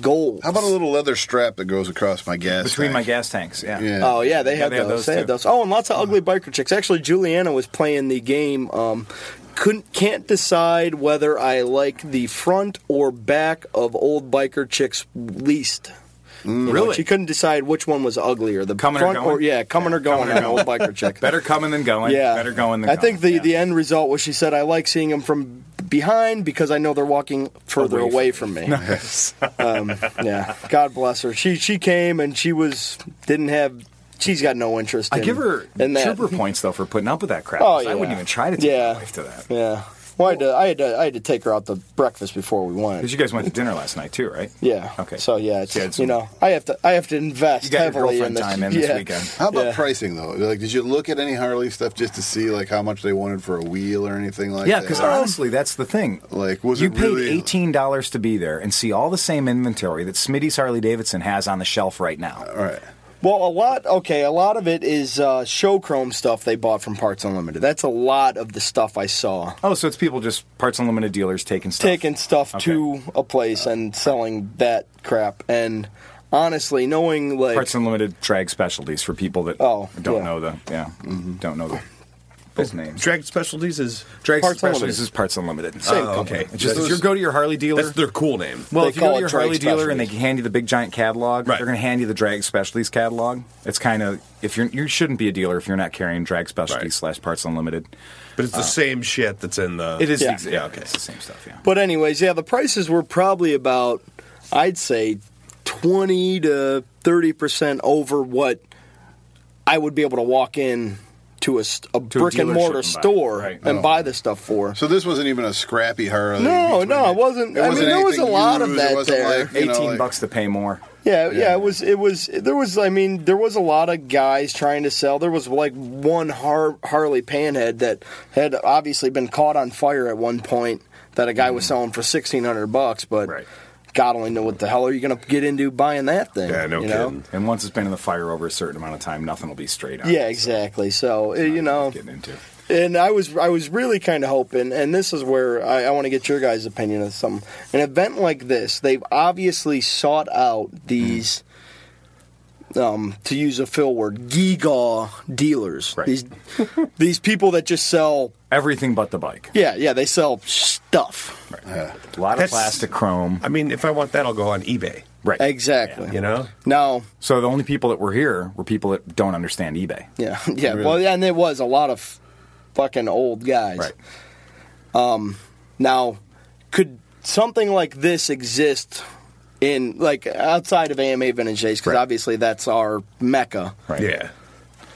Speaker 4: gold
Speaker 5: How about a little leather strap that goes across my gas?
Speaker 2: between
Speaker 5: tank?
Speaker 2: my gas tanks. Yeah.
Speaker 5: Yeah.
Speaker 4: Oh yeah, they
Speaker 2: Yeah,
Speaker 4: had
Speaker 2: they had
Speaker 4: those.
Speaker 2: those
Speaker 4: They
Speaker 2: too.
Speaker 4: had those. Oh, and lots of ugly biker chicks. Actually, Juliana was playing the game. Um, couldn't can't decide whether I like the front or back of old biker chicks least. You know,
Speaker 2: Really?
Speaker 4: she couldn't decide which one was uglier. The
Speaker 2: Coming or
Speaker 4: front
Speaker 2: going?
Speaker 4: yeah, coming or going on an old biker chick.
Speaker 2: Better coming than going.
Speaker 4: Yeah,
Speaker 2: Better going than
Speaker 4: I
Speaker 2: coming.
Speaker 4: think the
Speaker 2: Yeah.
Speaker 4: the end result was she said I like seeing them from behind because I know they're walking further
Speaker 2: Away
Speaker 4: away,
Speaker 2: [laughs]
Speaker 4: from me. um, yeah, God bless her. She she came and she was didn't have. She's got no interest.
Speaker 2: I
Speaker 4: in,
Speaker 2: give her
Speaker 4: in that.
Speaker 2: trooper points though for putting up with that crap.
Speaker 4: Oh,
Speaker 2: 'cause I wouldn't
Speaker 4: yeah.
Speaker 2: even try to take
Speaker 4: Yeah.
Speaker 2: my wife to that.
Speaker 4: Yeah. Well, I had, to, I had to I had to take her out to breakfast before we went.
Speaker 2: Because you guys went to dinner last night too, right?
Speaker 4: yeah.
Speaker 2: Okay.
Speaker 4: So yeah, it's,
Speaker 2: So you had
Speaker 4: you
Speaker 2: some-
Speaker 4: know I have to I have to invest
Speaker 2: you got your
Speaker 4: heavily
Speaker 2: girlfriend
Speaker 4: in this.
Speaker 2: time
Speaker 4: [laughs]
Speaker 2: in this
Speaker 4: yeah.
Speaker 2: weekend.
Speaker 5: How about
Speaker 4: Yeah.
Speaker 5: pricing though? Like, did you look at any Harley stuff just to see like how much they wanted for a wheel or anything like
Speaker 2: Yeah,
Speaker 5: that?
Speaker 2: because honestly, that's the thing.
Speaker 5: Like, was
Speaker 2: you
Speaker 5: it
Speaker 2: paid
Speaker 5: really-
Speaker 2: eighteen dollars to be there and see all the same inventory that Smitty's Harley Davidson has on the shelf right now?
Speaker 5: all right.
Speaker 4: Well, a lot. Okay, a lot of it is uh, show chrome stuff they bought from Parts Unlimited. That's a lot of the stuff I saw.
Speaker 2: Oh, so it's people just Parts Unlimited dealers taking stuff.
Speaker 4: taking stuff to a
Speaker 2: Uh.
Speaker 4: place and selling that crap. And honestly, knowing like
Speaker 2: Parts Unlimited drag specialties for people that
Speaker 4: Oh,
Speaker 2: don't
Speaker 4: yeah.
Speaker 2: know the yeah
Speaker 5: Mm-hmm.
Speaker 2: don't know the his name.
Speaker 3: Drag specialties is
Speaker 2: Drag
Speaker 4: Parts
Speaker 2: specialties
Speaker 4: Unlimited.
Speaker 2: is Parts Unlimited.
Speaker 4: Same
Speaker 2: Oh,
Speaker 4: company.
Speaker 2: okay. Just
Speaker 3: That's-
Speaker 2: if you go to your Harley dealer.
Speaker 3: that's their cool name.
Speaker 2: well,
Speaker 4: They
Speaker 2: if you go
Speaker 4: call
Speaker 2: to
Speaker 4: it
Speaker 2: your
Speaker 4: drag
Speaker 2: Harley dealer and they
Speaker 4: specialties.
Speaker 2: hand you the big giant catalog,
Speaker 3: Right.
Speaker 2: they're going to hand you the drag specialties catalog. It's kind of if you're you shouldn't be a dealer if you're not carrying drag specialties
Speaker 3: Right.
Speaker 2: slash Parts Unlimited.
Speaker 3: But
Speaker 4: uh,
Speaker 3: it's the same shit that's in the.
Speaker 2: It is
Speaker 4: Yeah.
Speaker 2: the exa- yeah,
Speaker 3: okay.
Speaker 2: it's the same stuff. Yeah.
Speaker 4: But anyways, yeah, the prices were probably about I'd say twenty to thirty percent over what I would be able to walk in to a, s- a brick and
Speaker 2: dealership
Speaker 4: mortar
Speaker 2: and buy it.
Speaker 4: store
Speaker 2: Right. Oh,
Speaker 4: and buy the stuff for.
Speaker 5: So this wasn't even a scrappy Harley.
Speaker 4: No,
Speaker 5: It's
Speaker 4: no,
Speaker 5: really-
Speaker 4: it wasn't- I mean, there was
Speaker 5: anything
Speaker 4: a lot of
Speaker 5: used, it
Speaker 4: that
Speaker 5: wasn't
Speaker 4: there.
Speaker 5: like, you
Speaker 2: Eighteen
Speaker 5: know, like-
Speaker 2: bucks to pay more.
Speaker 4: Yeah, yeah, it was it was there was I mean there was a lot of guys trying to sell. There was like one Har- Harley Panhead that had obviously been caught on fire at one point that a guy was selling for sixteen hundred bucks, but
Speaker 2: Right.
Speaker 4: God only know what the hell are you going to get into buying that thing?
Speaker 3: Yeah, no
Speaker 4: you know?
Speaker 3: kidding.
Speaker 2: And once it's been in the fire over a certain amount of time, nothing will be straight on.
Speaker 4: Yeah,
Speaker 2: So
Speaker 4: exactly. So uh,
Speaker 2: it's
Speaker 4: you
Speaker 2: not
Speaker 4: know,
Speaker 2: worth getting into.
Speaker 4: and I was I was really kind of hoping, and this is where I, I want to get your guys' opinion of some an event like this. They've obviously sought out these, um, to use a Phil word, gigaw dealers.
Speaker 2: Right.
Speaker 4: These these people that just sell.
Speaker 2: Everything but the bike.
Speaker 4: Yeah, yeah, they sell stuff.
Speaker 2: A lot of
Speaker 3: That's-
Speaker 2: plastic chrome.
Speaker 3: I mean, if I want that, I'll go on eBay.
Speaker 2: Right.
Speaker 4: Exactly.
Speaker 3: You know,
Speaker 4: Now,
Speaker 2: So the only people that were here were people that don't understand eBay.
Speaker 4: yeah, [laughs] yeah. Well, yeah, and there was a lot of fucking old guys.
Speaker 2: Right.
Speaker 4: Now, could something like this exist in like outside of AMA Vintage Days? Because
Speaker 2: Right.
Speaker 4: obviously that's our mecca.
Speaker 2: Right.
Speaker 3: yeah.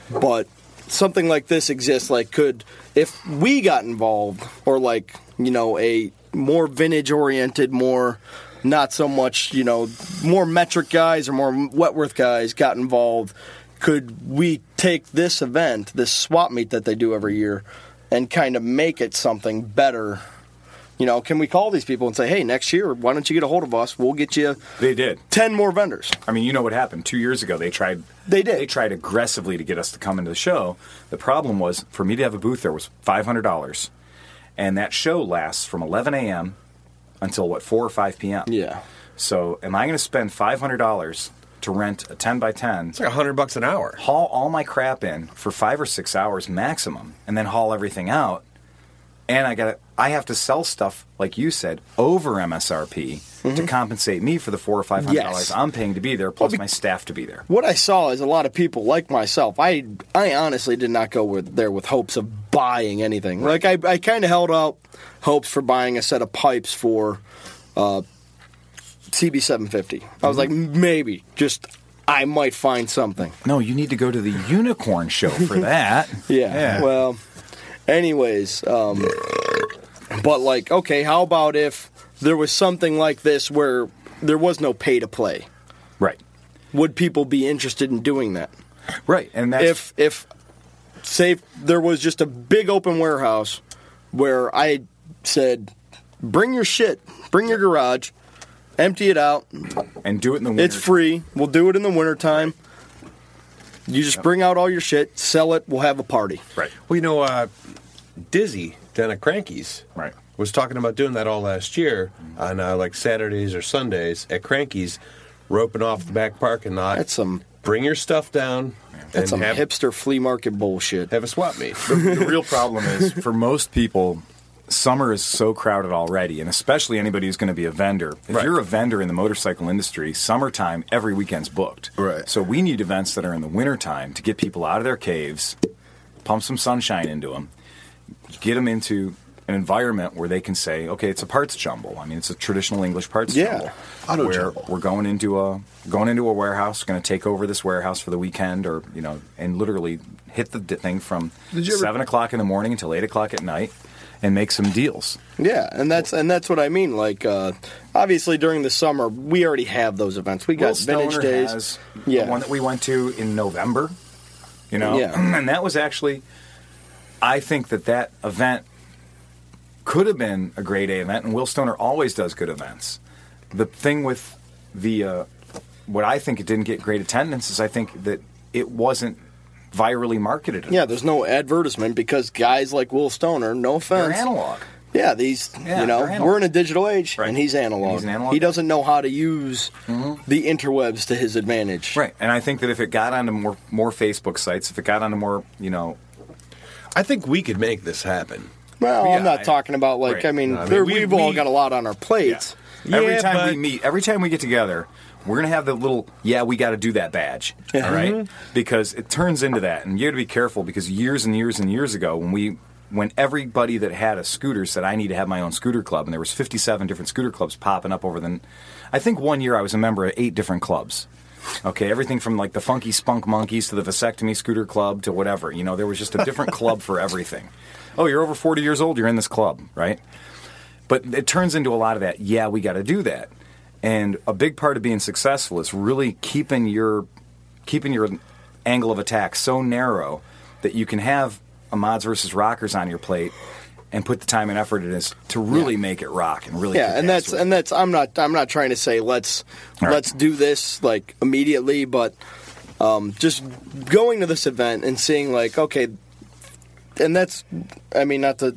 Speaker 4: But something like this exists. Like, could if we got involved, or like you know a more vintage oriented, more not so much you know more metric guys or more Wetworth guys got involved. Could we take this event, this swap meet that they do every year, and kind of make it something better? You know, can we call these people and say, "Hey, next year, why don't you get a hold of us? We'll get you
Speaker 2: They did.
Speaker 4: ten more vendors."
Speaker 2: I mean, you know what happened two years ago? They tried.
Speaker 4: They did.
Speaker 2: They tried aggressively to get us to come into the show. The problem was for me to have a booth there was five hundred dollars, and that show lasts from eleven a.m. until what four or five p.m.
Speaker 4: Yeah.
Speaker 2: So am I going to spend five hundred dollars to rent a ten by ten?
Speaker 3: It's like a hundred bucks an hour.
Speaker 2: haul all my crap in for five or six hours maximum and then haul everything out and I got I have to sell stuff like you said over MSRP to compensate me for the four or five hundred dollars
Speaker 4: Mm-hmm. Yes.
Speaker 2: I'm paying to be there, plus my staff to be there.
Speaker 4: What I saw is a lot of people like myself. I I honestly did not go with, there with hopes of buying anything. Like I, I kind of held out hopes for buying a set of pipes for uh, CB750. I was like maybe just I might find something.
Speaker 2: No, you need to go to the unicorn show
Speaker 4: [laughs]
Speaker 2: for that.
Speaker 4: Yeah. Well, anyways, um, but like, okay, how about if there was something like this where there was no pay to play?
Speaker 2: right,
Speaker 4: Would people be interested in doing that?
Speaker 2: right, and that's
Speaker 4: if if say if there was just a big open warehouse where I said, bring your shit, bring your garage, empty it out.
Speaker 2: and do it in the winter.
Speaker 4: It's free. We'll do it in the wintertime. You just bring out all your shit, sell it. We'll have a party.
Speaker 2: Right,
Speaker 3: Well, you know, uh, Dizzy down at Cranky's
Speaker 2: Right.
Speaker 3: was talking about doing that all last year on uh, like Saturdays or Sundays at Cranky's, roping off the back parking lot.
Speaker 4: That's some-
Speaker 3: Bring your stuff down and
Speaker 4: That's some
Speaker 3: have,
Speaker 4: hipster flea market bullshit.
Speaker 3: have a swap meet.
Speaker 2: the real problem is for most people summer is so crowded already and especially anybody who's going to be a vendor if
Speaker 3: Right.
Speaker 2: you're a vendor in the motorcycle industry summertime every weekend's booked
Speaker 5: Right.
Speaker 2: so we need events that are in the wintertime to get people out of their caves pump some sunshine into them get them into an environment where they can say okay it's a parts jumble i mean it's a traditional english parts
Speaker 4: Yeah.
Speaker 2: jumble
Speaker 5: Auto
Speaker 2: where
Speaker 5: jumble.
Speaker 2: we're going into a going into a warehouse going to take over this warehouse for the weekend or you know and literally hit the d- thing from
Speaker 5: Did you ever-
Speaker 2: seven o'clock in the morning until eight o'clock at night and make some deals.
Speaker 4: Yeah, and that's and that's what I mean. Like, uh, obviously during the summer, we already have those events. We got
Speaker 2: Will Stoner
Speaker 4: vintage days.
Speaker 2: has
Speaker 4: yeah,
Speaker 2: the one that we went to in November. You know,
Speaker 4: Yeah.
Speaker 2: [clears throat] and that was actually, I think that that event could have been a grade A event, and Will Stoner always does good events. The thing with the uh, what I think it didn't get great attendance is I think that it wasn't virally marketed. enough.
Speaker 4: yeah. There's no advertisement because guys like Will Stoner, no
Speaker 2: they're
Speaker 4: offense,
Speaker 2: analog.
Speaker 4: Yeah, these
Speaker 2: Yeah,
Speaker 4: you know
Speaker 2: they're analog.
Speaker 4: we're in a digital age,
Speaker 2: Right.
Speaker 4: and he's analog.
Speaker 2: And he's an analog
Speaker 4: He
Speaker 2: guy.
Speaker 4: doesn't know how to use the interwebs to his advantage.
Speaker 2: Right, and I think that if it got onto more more Facebook sites, if it got onto more, you know,
Speaker 3: I think we could make this happen.
Speaker 4: Well,
Speaker 2: Yeah,
Speaker 4: I'm not
Speaker 2: I-
Speaker 4: talking about like
Speaker 2: right.
Speaker 4: I mean,
Speaker 3: No, I mean,
Speaker 4: there,
Speaker 3: we-
Speaker 4: we've, all
Speaker 3: we-
Speaker 4: got a lot on our plates.
Speaker 2: every
Speaker 3: Yeah,
Speaker 2: time we
Speaker 3: but-
Speaker 2: meet, every time we get together, we're gonna have the little yeah, we got to do that badge, all right?
Speaker 3: Mm-hmm.
Speaker 2: Because it turns into that, and you got to be careful because years and years and years ago, when we when everybody that had a scooter said I need to have my own scooter club, and there was 57 different scooter clubs popping up over the, I think one year I was a member of eight different clubs. Okay, everything from like the funky spunk monkeys to the vasectomy scooter club to whatever. You know, there was just a
Speaker 3: [laughs]
Speaker 2: different club for everything. Oh, you're over 40 years old, you're in this club, right? But it turns into a lot of that. Yeah, we got to do that. And a big part of being successful is really keeping your keeping your angle of attack so narrow that you can have a mods versus rockers on your plate and put the time and effort it is to really make it rock and really
Speaker 4: Yeah,
Speaker 2: kick
Speaker 4: and
Speaker 2: ass
Speaker 4: that's
Speaker 2: with it.
Speaker 4: and that's I'm not I'm not trying to say let's
Speaker 2: right.
Speaker 4: let's do this like immediately, but um, just going to this event and seeing like okay, and that's I mean not to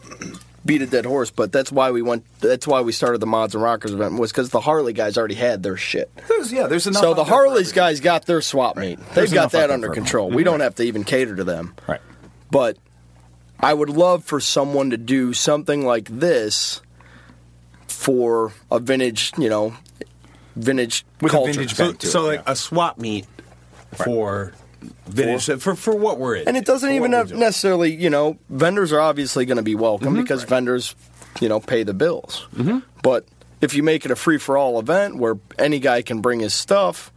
Speaker 4: beat a dead horse, but that's why we went. That's why we started the Mods and Rockers event was because the Harley guys already had their shit.
Speaker 2: There's- yeah, there's enough
Speaker 4: So
Speaker 2: out
Speaker 4: the
Speaker 2: there for
Speaker 4: Harley's
Speaker 2: everybody.
Speaker 4: guys got their swap meet.
Speaker 2: There's
Speaker 4: They've
Speaker 2: enough
Speaker 4: got
Speaker 2: out
Speaker 4: that
Speaker 2: there
Speaker 4: under
Speaker 2: for everyone.
Speaker 4: control. We don't have to even cater to them.
Speaker 2: Right.
Speaker 4: But I would love for someone to do something like this for a vintage, you know, vintage
Speaker 2: With a
Speaker 4: culture.
Speaker 2: vintage
Speaker 3: So,
Speaker 2: Back to
Speaker 3: so
Speaker 2: it,
Speaker 3: like
Speaker 2: yeah.
Speaker 3: a swap meet for vintage for, for what we're in,
Speaker 4: and it doesn't
Speaker 3: For
Speaker 4: even
Speaker 3: what
Speaker 4: have
Speaker 3: we're doing.
Speaker 4: necessarily, you know, vendors are obviously going to be welcome
Speaker 2: Mm-hmm.
Speaker 4: because vendors, you know, pay the bills. Mm-hmm. But if you make it a free for all event where any guy can bring his stuff,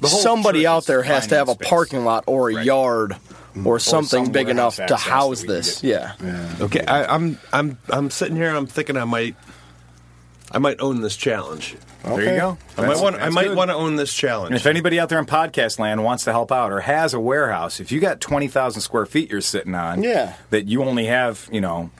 Speaker 2: whole
Speaker 4: somebody
Speaker 2: trick
Speaker 4: out
Speaker 2: is
Speaker 4: there has to
Speaker 2: finding
Speaker 4: have a
Speaker 2: space.
Speaker 4: parking lot or a yard or something
Speaker 2: some
Speaker 4: big enough
Speaker 2: warehouse
Speaker 4: to
Speaker 2: access
Speaker 4: house
Speaker 2: that we can
Speaker 4: this.
Speaker 2: get-
Speaker 4: Yeah.
Speaker 3: Okay, I, I'm I'm I'm sitting here and I'm thinking I might I might own this challenge.
Speaker 2: There you go.
Speaker 3: I might want I might want to own this challenge.
Speaker 2: And if anybody out there in podcast land wants to help out or has a warehouse, if you got twenty thousand square feet you're sitting on,
Speaker 4: Yeah.
Speaker 2: that you only have, you know,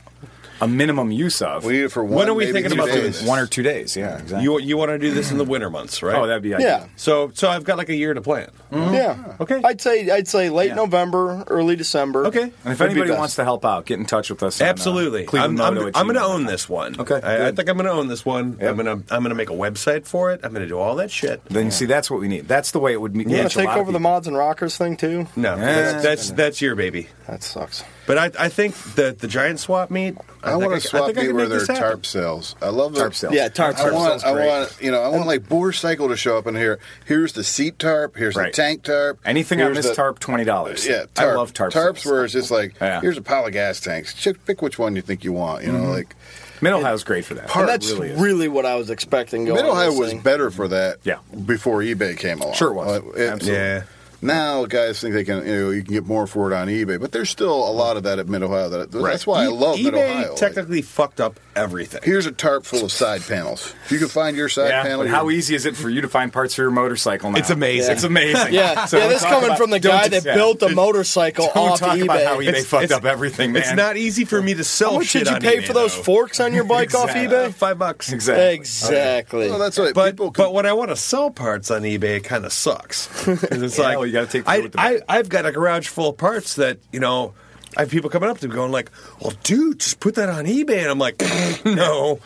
Speaker 2: a minimum use of,
Speaker 5: We need it for one.
Speaker 3: When are we
Speaker 5: maybe
Speaker 3: thinking
Speaker 5: two
Speaker 3: about doing
Speaker 5: days.
Speaker 3: this?
Speaker 2: one or two days. Yeah, exactly.
Speaker 3: you you want to do this in the winter months, right?
Speaker 2: oh, that'd be Hmm. ideal.
Speaker 4: Yeah.
Speaker 3: So so I've got like a year to plan.
Speaker 4: Yeah.
Speaker 3: Okay.
Speaker 4: I'd say I'd say late
Speaker 2: Yeah.
Speaker 4: November, early December.
Speaker 3: Okay.
Speaker 2: And if
Speaker 4: would be
Speaker 2: anybody
Speaker 4: best.
Speaker 2: wants to help out, get in touch with us. on, uh,
Speaker 3: Absolutely. I'm,
Speaker 2: Cleveland
Speaker 3: I'm,
Speaker 2: Moto at
Speaker 3: I'm going to
Speaker 2: gmail.com.
Speaker 3: own this one.
Speaker 2: Okay,
Speaker 3: I, I
Speaker 2: good.
Speaker 3: think I'm going to own this one. I'm going to I'm going to make a website for it. I'm going to do all that shit.
Speaker 2: Then you see that's what we need. That's the way it would be.
Speaker 4: You want to take over the mods and rockers thing too?
Speaker 3: No,
Speaker 2: Yeah.
Speaker 3: that's, that's that's your baby.
Speaker 4: That sucks.
Speaker 3: But I I think that the giant swap meet. I
Speaker 5: I,
Speaker 2: think
Speaker 5: want
Speaker 2: I
Speaker 5: to
Speaker 2: c- I
Speaker 5: swap
Speaker 2: think I
Speaker 5: meat
Speaker 2: can
Speaker 5: where
Speaker 2: make
Speaker 5: there are
Speaker 2: this happen.
Speaker 5: tarp sales. I love the-
Speaker 2: Tarp sales.
Speaker 6: Yeah, tarp
Speaker 5: I
Speaker 6: sales.
Speaker 5: want, I
Speaker 2: Tarp sales,
Speaker 5: want, you know, I want like Boar Cycle to show up in here. Here's the seat tarp. Here's
Speaker 2: Right.
Speaker 5: the tank tarp.
Speaker 2: Anything on
Speaker 5: here's
Speaker 2: this
Speaker 5: the-
Speaker 2: tarp, twenty dollars.
Speaker 5: Yeah,
Speaker 2: I
Speaker 5: tarp.
Speaker 2: love tarp
Speaker 5: Tarps
Speaker 2: sales.
Speaker 5: where it's just like,
Speaker 2: Yeah. Mm-hmm.
Speaker 5: here's a pile of gas tanks. Ch- Pick which one you think you want. You know, like
Speaker 2: Middle Ohio's great for that.
Speaker 5: Part-
Speaker 4: And that's
Speaker 2: really
Speaker 4: really,
Speaker 2: is.
Speaker 4: what I was expecting going.
Speaker 5: Mid Ohio
Speaker 4: into this
Speaker 5: was
Speaker 4: thing.
Speaker 5: better for that.
Speaker 2: Yeah.
Speaker 5: Before eBay came along,
Speaker 2: Sure was.
Speaker 5: Like, it-
Speaker 2: Absolutely.
Speaker 3: Yeah.
Speaker 5: Now guys think they can, you know, you can get more for it on eBay, but there's still a lot of that at Mid Ohio. That that's why I love
Speaker 3: E-, eBay
Speaker 5: Mid Ohio.
Speaker 3: technically fucked up everything.
Speaker 5: here's a tarp full of side panels. If you can find your side
Speaker 2: yeah,
Speaker 5: panel,
Speaker 2: but how
Speaker 5: you're-
Speaker 2: easy is it for you to find parts for your motorcycle now?
Speaker 6: It's amazing.
Speaker 2: It's amazing.
Speaker 4: [laughs]
Speaker 2: [laughs]
Speaker 4: Yeah,
Speaker 2: So
Speaker 4: yeah.
Speaker 2: don't
Speaker 4: This
Speaker 2: talk
Speaker 4: coming
Speaker 2: about-
Speaker 4: from
Speaker 2: [laughs]
Speaker 4: the
Speaker 2: don't
Speaker 4: guy
Speaker 2: just-
Speaker 4: that
Speaker 2: yeah.
Speaker 4: built a motorcycle
Speaker 2: Don't
Speaker 4: off
Speaker 2: talk
Speaker 4: eBay.
Speaker 2: about how eBay fucked up everything, man.
Speaker 3: It's not easy for me to sell
Speaker 4: how much
Speaker 3: shit
Speaker 4: did you
Speaker 3: on
Speaker 4: pay
Speaker 3: eBay,
Speaker 4: for those
Speaker 3: though.
Speaker 4: forks on your bike off
Speaker 2: Exactly.
Speaker 3: Uh,
Speaker 4: eBay?
Speaker 3: five bucks.
Speaker 2: exactly.
Speaker 4: Exactly.
Speaker 5: Well, that's what
Speaker 3: But
Speaker 5: people.
Speaker 3: but when I want to sell parts on eBay, it kind
Speaker 2: [laughs]
Speaker 3: of sucks. 'Cause It's
Speaker 2: Yeah,
Speaker 3: like
Speaker 2: well, you gotta take the
Speaker 3: I,
Speaker 2: food with the
Speaker 3: I I've got a garage full of parts that you know. I have people coming up to me going like, "Well, dude, just put that on eBay," and I'm like, [laughs]
Speaker 2: [laughs]
Speaker 3: "No,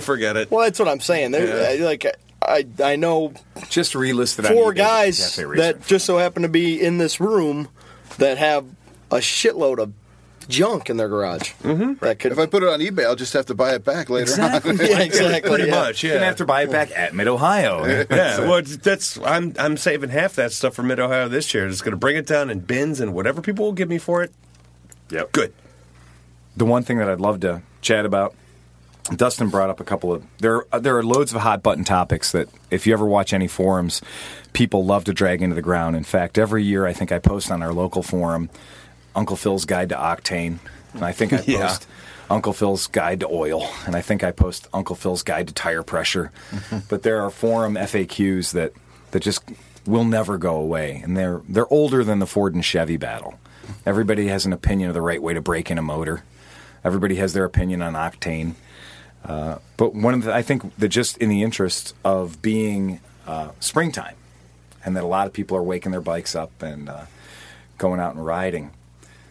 Speaker 3: forget it."
Speaker 4: Well, that's what I'm saying. There, like, I I know
Speaker 2: Just relist it. on
Speaker 4: four
Speaker 2: eBay.
Speaker 4: guys
Speaker 2: Cafe Racer.
Speaker 4: that just so happen to be in this room that have a shitload of junk in their garage. Mm-hmm. That could.
Speaker 5: if I put it on eBay, I'll just have to buy it back later on.
Speaker 4: [laughs] yeah, exactly.
Speaker 3: Pretty
Speaker 4: yeah.
Speaker 3: much,
Speaker 2: You're gonna
Speaker 3: yeah.
Speaker 2: have to buy it back at Mid Ohio.
Speaker 3: yeah, well, it's- that's I'm I'm saving half that stuff for Mid Ohio this year. Just gonna bring it down in bins and whatever people will give me for it.
Speaker 2: yep.
Speaker 3: Good.
Speaker 2: the one thing that I'd love to chat about. Dustin brought up a couple of there. uh, There are loads of hot button topics that, if you ever watch any forums, people love to drag into the ground. In fact, every year I think I post on our local forum, Uncle Phil's Guide to Octane, and I think I post
Speaker 3: Yeah.
Speaker 2: Uncle Phil's Guide to Oil, and I think I post Uncle Phil's Guide to Tire Pressure. but there are forum FAQs that that just will never go away, and they're they're older than the Ford and Chevy battle. Everybody has an opinion of the right way to brake in a motor. Everybody has their opinion on octane. Uh, but one of the, I think that just in the interest of being uh, springtime, and that a lot of people are waking their bikes up and uh, going out and riding,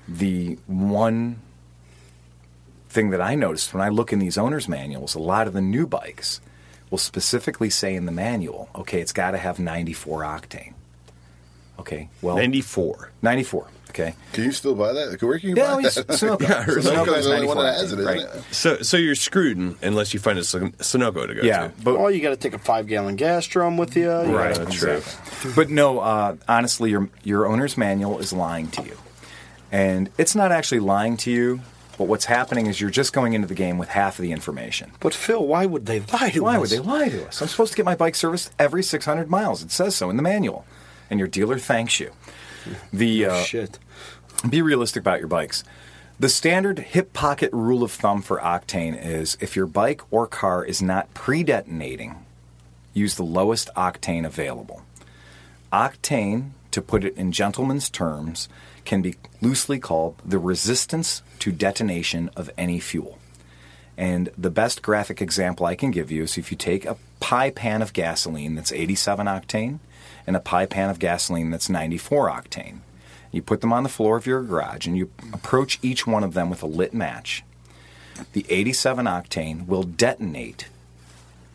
Speaker 2: the one thing that I noticed when I look in these owners' manuals, a lot of the new bikes will specifically say in the manual, okay, it's got to have 94 octane. Okay, well,
Speaker 3: Ninety four.
Speaker 2: 94. Okay.
Speaker 5: [laughs] can you still buy that? Where can you
Speaker 2: Yeah,
Speaker 5: buy
Speaker 2: we
Speaker 5: that? [laughs]
Speaker 2: Sunoco.
Speaker 3: Yeah,
Speaker 2: Sunoco
Speaker 5: Sunoco's
Speaker 2: is
Speaker 5: the only one
Speaker 2: 94,
Speaker 5: that has it, isn't
Speaker 2: right?
Speaker 5: it?
Speaker 3: So so you're screwed unless you find a Sun- Sunoco to go
Speaker 2: Yeah,
Speaker 3: to.
Speaker 2: but
Speaker 4: Well, you got to take a five gallon gas drum with you. you
Speaker 3: Right,
Speaker 4: gotta-
Speaker 3: true.
Speaker 2: But no, uh, honestly, your your owner's manual is lying to you, and it's not actually lying to you. But what's happening is you're just going into the game with half of the information.
Speaker 4: But Phil, why would they lie to
Speaker 2: Why
Speaker 4: us?
Speaker 2: would they lie to us? I'm supposed to get my bike serviced every 600 miles. It says so in the manual, and your dealer thanks you. The uh,
Speaker 4: Shit.
Speaker 2: be realistic about your bikes. The standard hip pocket rule of thumb for octane is if your bike or car is not pre detonating, use the lowest octane available. Octane, to put it in gentleman's terms, can be loosely called the resistance to detonation of any fuel. And the best graphic example I can give you is if you take a pie pan of gasoline that's 87 octane and a pie pan of gasoline that's 94 octane. You put them on the floor of your garage and you approach each one of them with a lit match. The 87 octane will detonate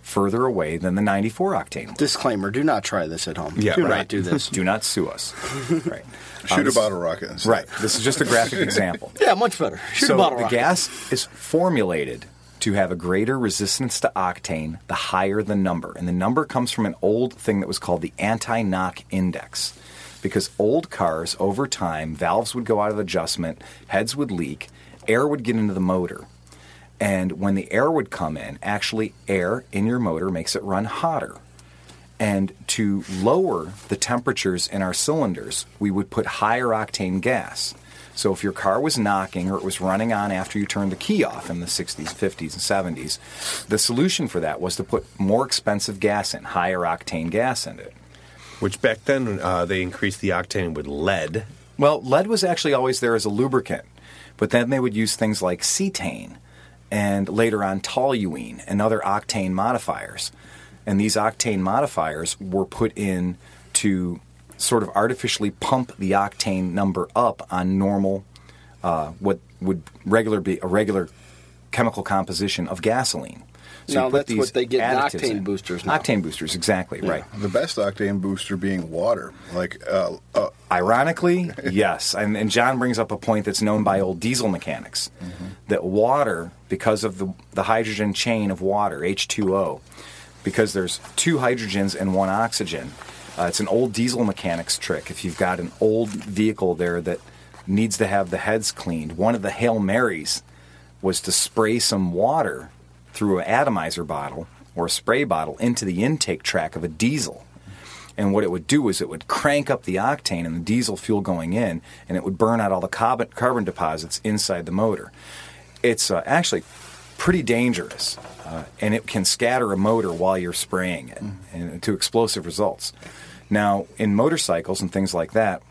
Speaker 2: further away than the 94 octane. will.
Speaker 4: Disclaimer: Do not try this at home.
Speaker 3: Yeah,
Speaker 4: do
Speaker 3: right.
Speaker 4: not do this.
Speaker 2: Do not sue
Speaker 4: [laughs]
Speaker 2: us. Right.
Speaker 5: Shoot a
Speaker 2: this-
Speaker 5: bottle rocket. instead.
Speaker 2: Right. This is just a graphic example
Speaker 4: [laughs] yeah, much better. Shoot
Speaker 2: so
Speaker 4: a bottle
Speaker 2: the
Speaker 4: rocket.
Speaker 2: gas is formulated to have a greater resistance to octane the higher the number and the number comes from an old thing that was called the anti-knock index because old cars over time valves would go out of adjustment heads would leak air would get into the motor and when the air would come in actually air in your motor makes it run hotter and to lower the temperatures in our cylinders, we would put higher octane gas. So if your car was knocking or it was running on after you turned the key off in the 60s, 50s, and 70s, the solution for that was to put more expensive gas in, higher octane gas in it.
Speaker 3: Which back then uh, they increased the octane with lead.
Speaker 2: Well, lead was actually always there as a lubricant, but then they would use things like cetane and later on toluene and other octane modifiers. And these octane modifiers were put in to sort of artificially pump the octane number up on normal, uh, what would regular be a regular chemical composition of gasoline. So
Speaker 4: Now
Speaker 2: you put
Speaker 4: that's
Speaker 2: these
Speaker 4: what they get in
Speaker 2: additives
Speaker 4: octane boosters now.
Speaker 2: Octane boosters, exactly right.
Speaker 5: The best octane booster being water. Like, uh, uh,
Speaker 2: Ironically, yes. And, and John brings up a point that's known by old diesel mechanics that water, because of the, the hydrogen chain of water, H2O, because there's two hydrogens and one oxygen, uh, it's an old diesel mechanics trick. If you've got an old vehicle there that needs to have the heads cleaned, one of the Hail Marys was to spray some water through an atomizer bottle or a spray bottle into the intake track of a diesel. And what it would do is it would crank up the octane and the diesel fuel going in, and it would burn out all the carbon, carbon deposits inside the motor. It's uh, actually pretty dangerous, uh, and it can scatter a motor while you're spraying it and to explosive results. Now, in motorcycles and things like that,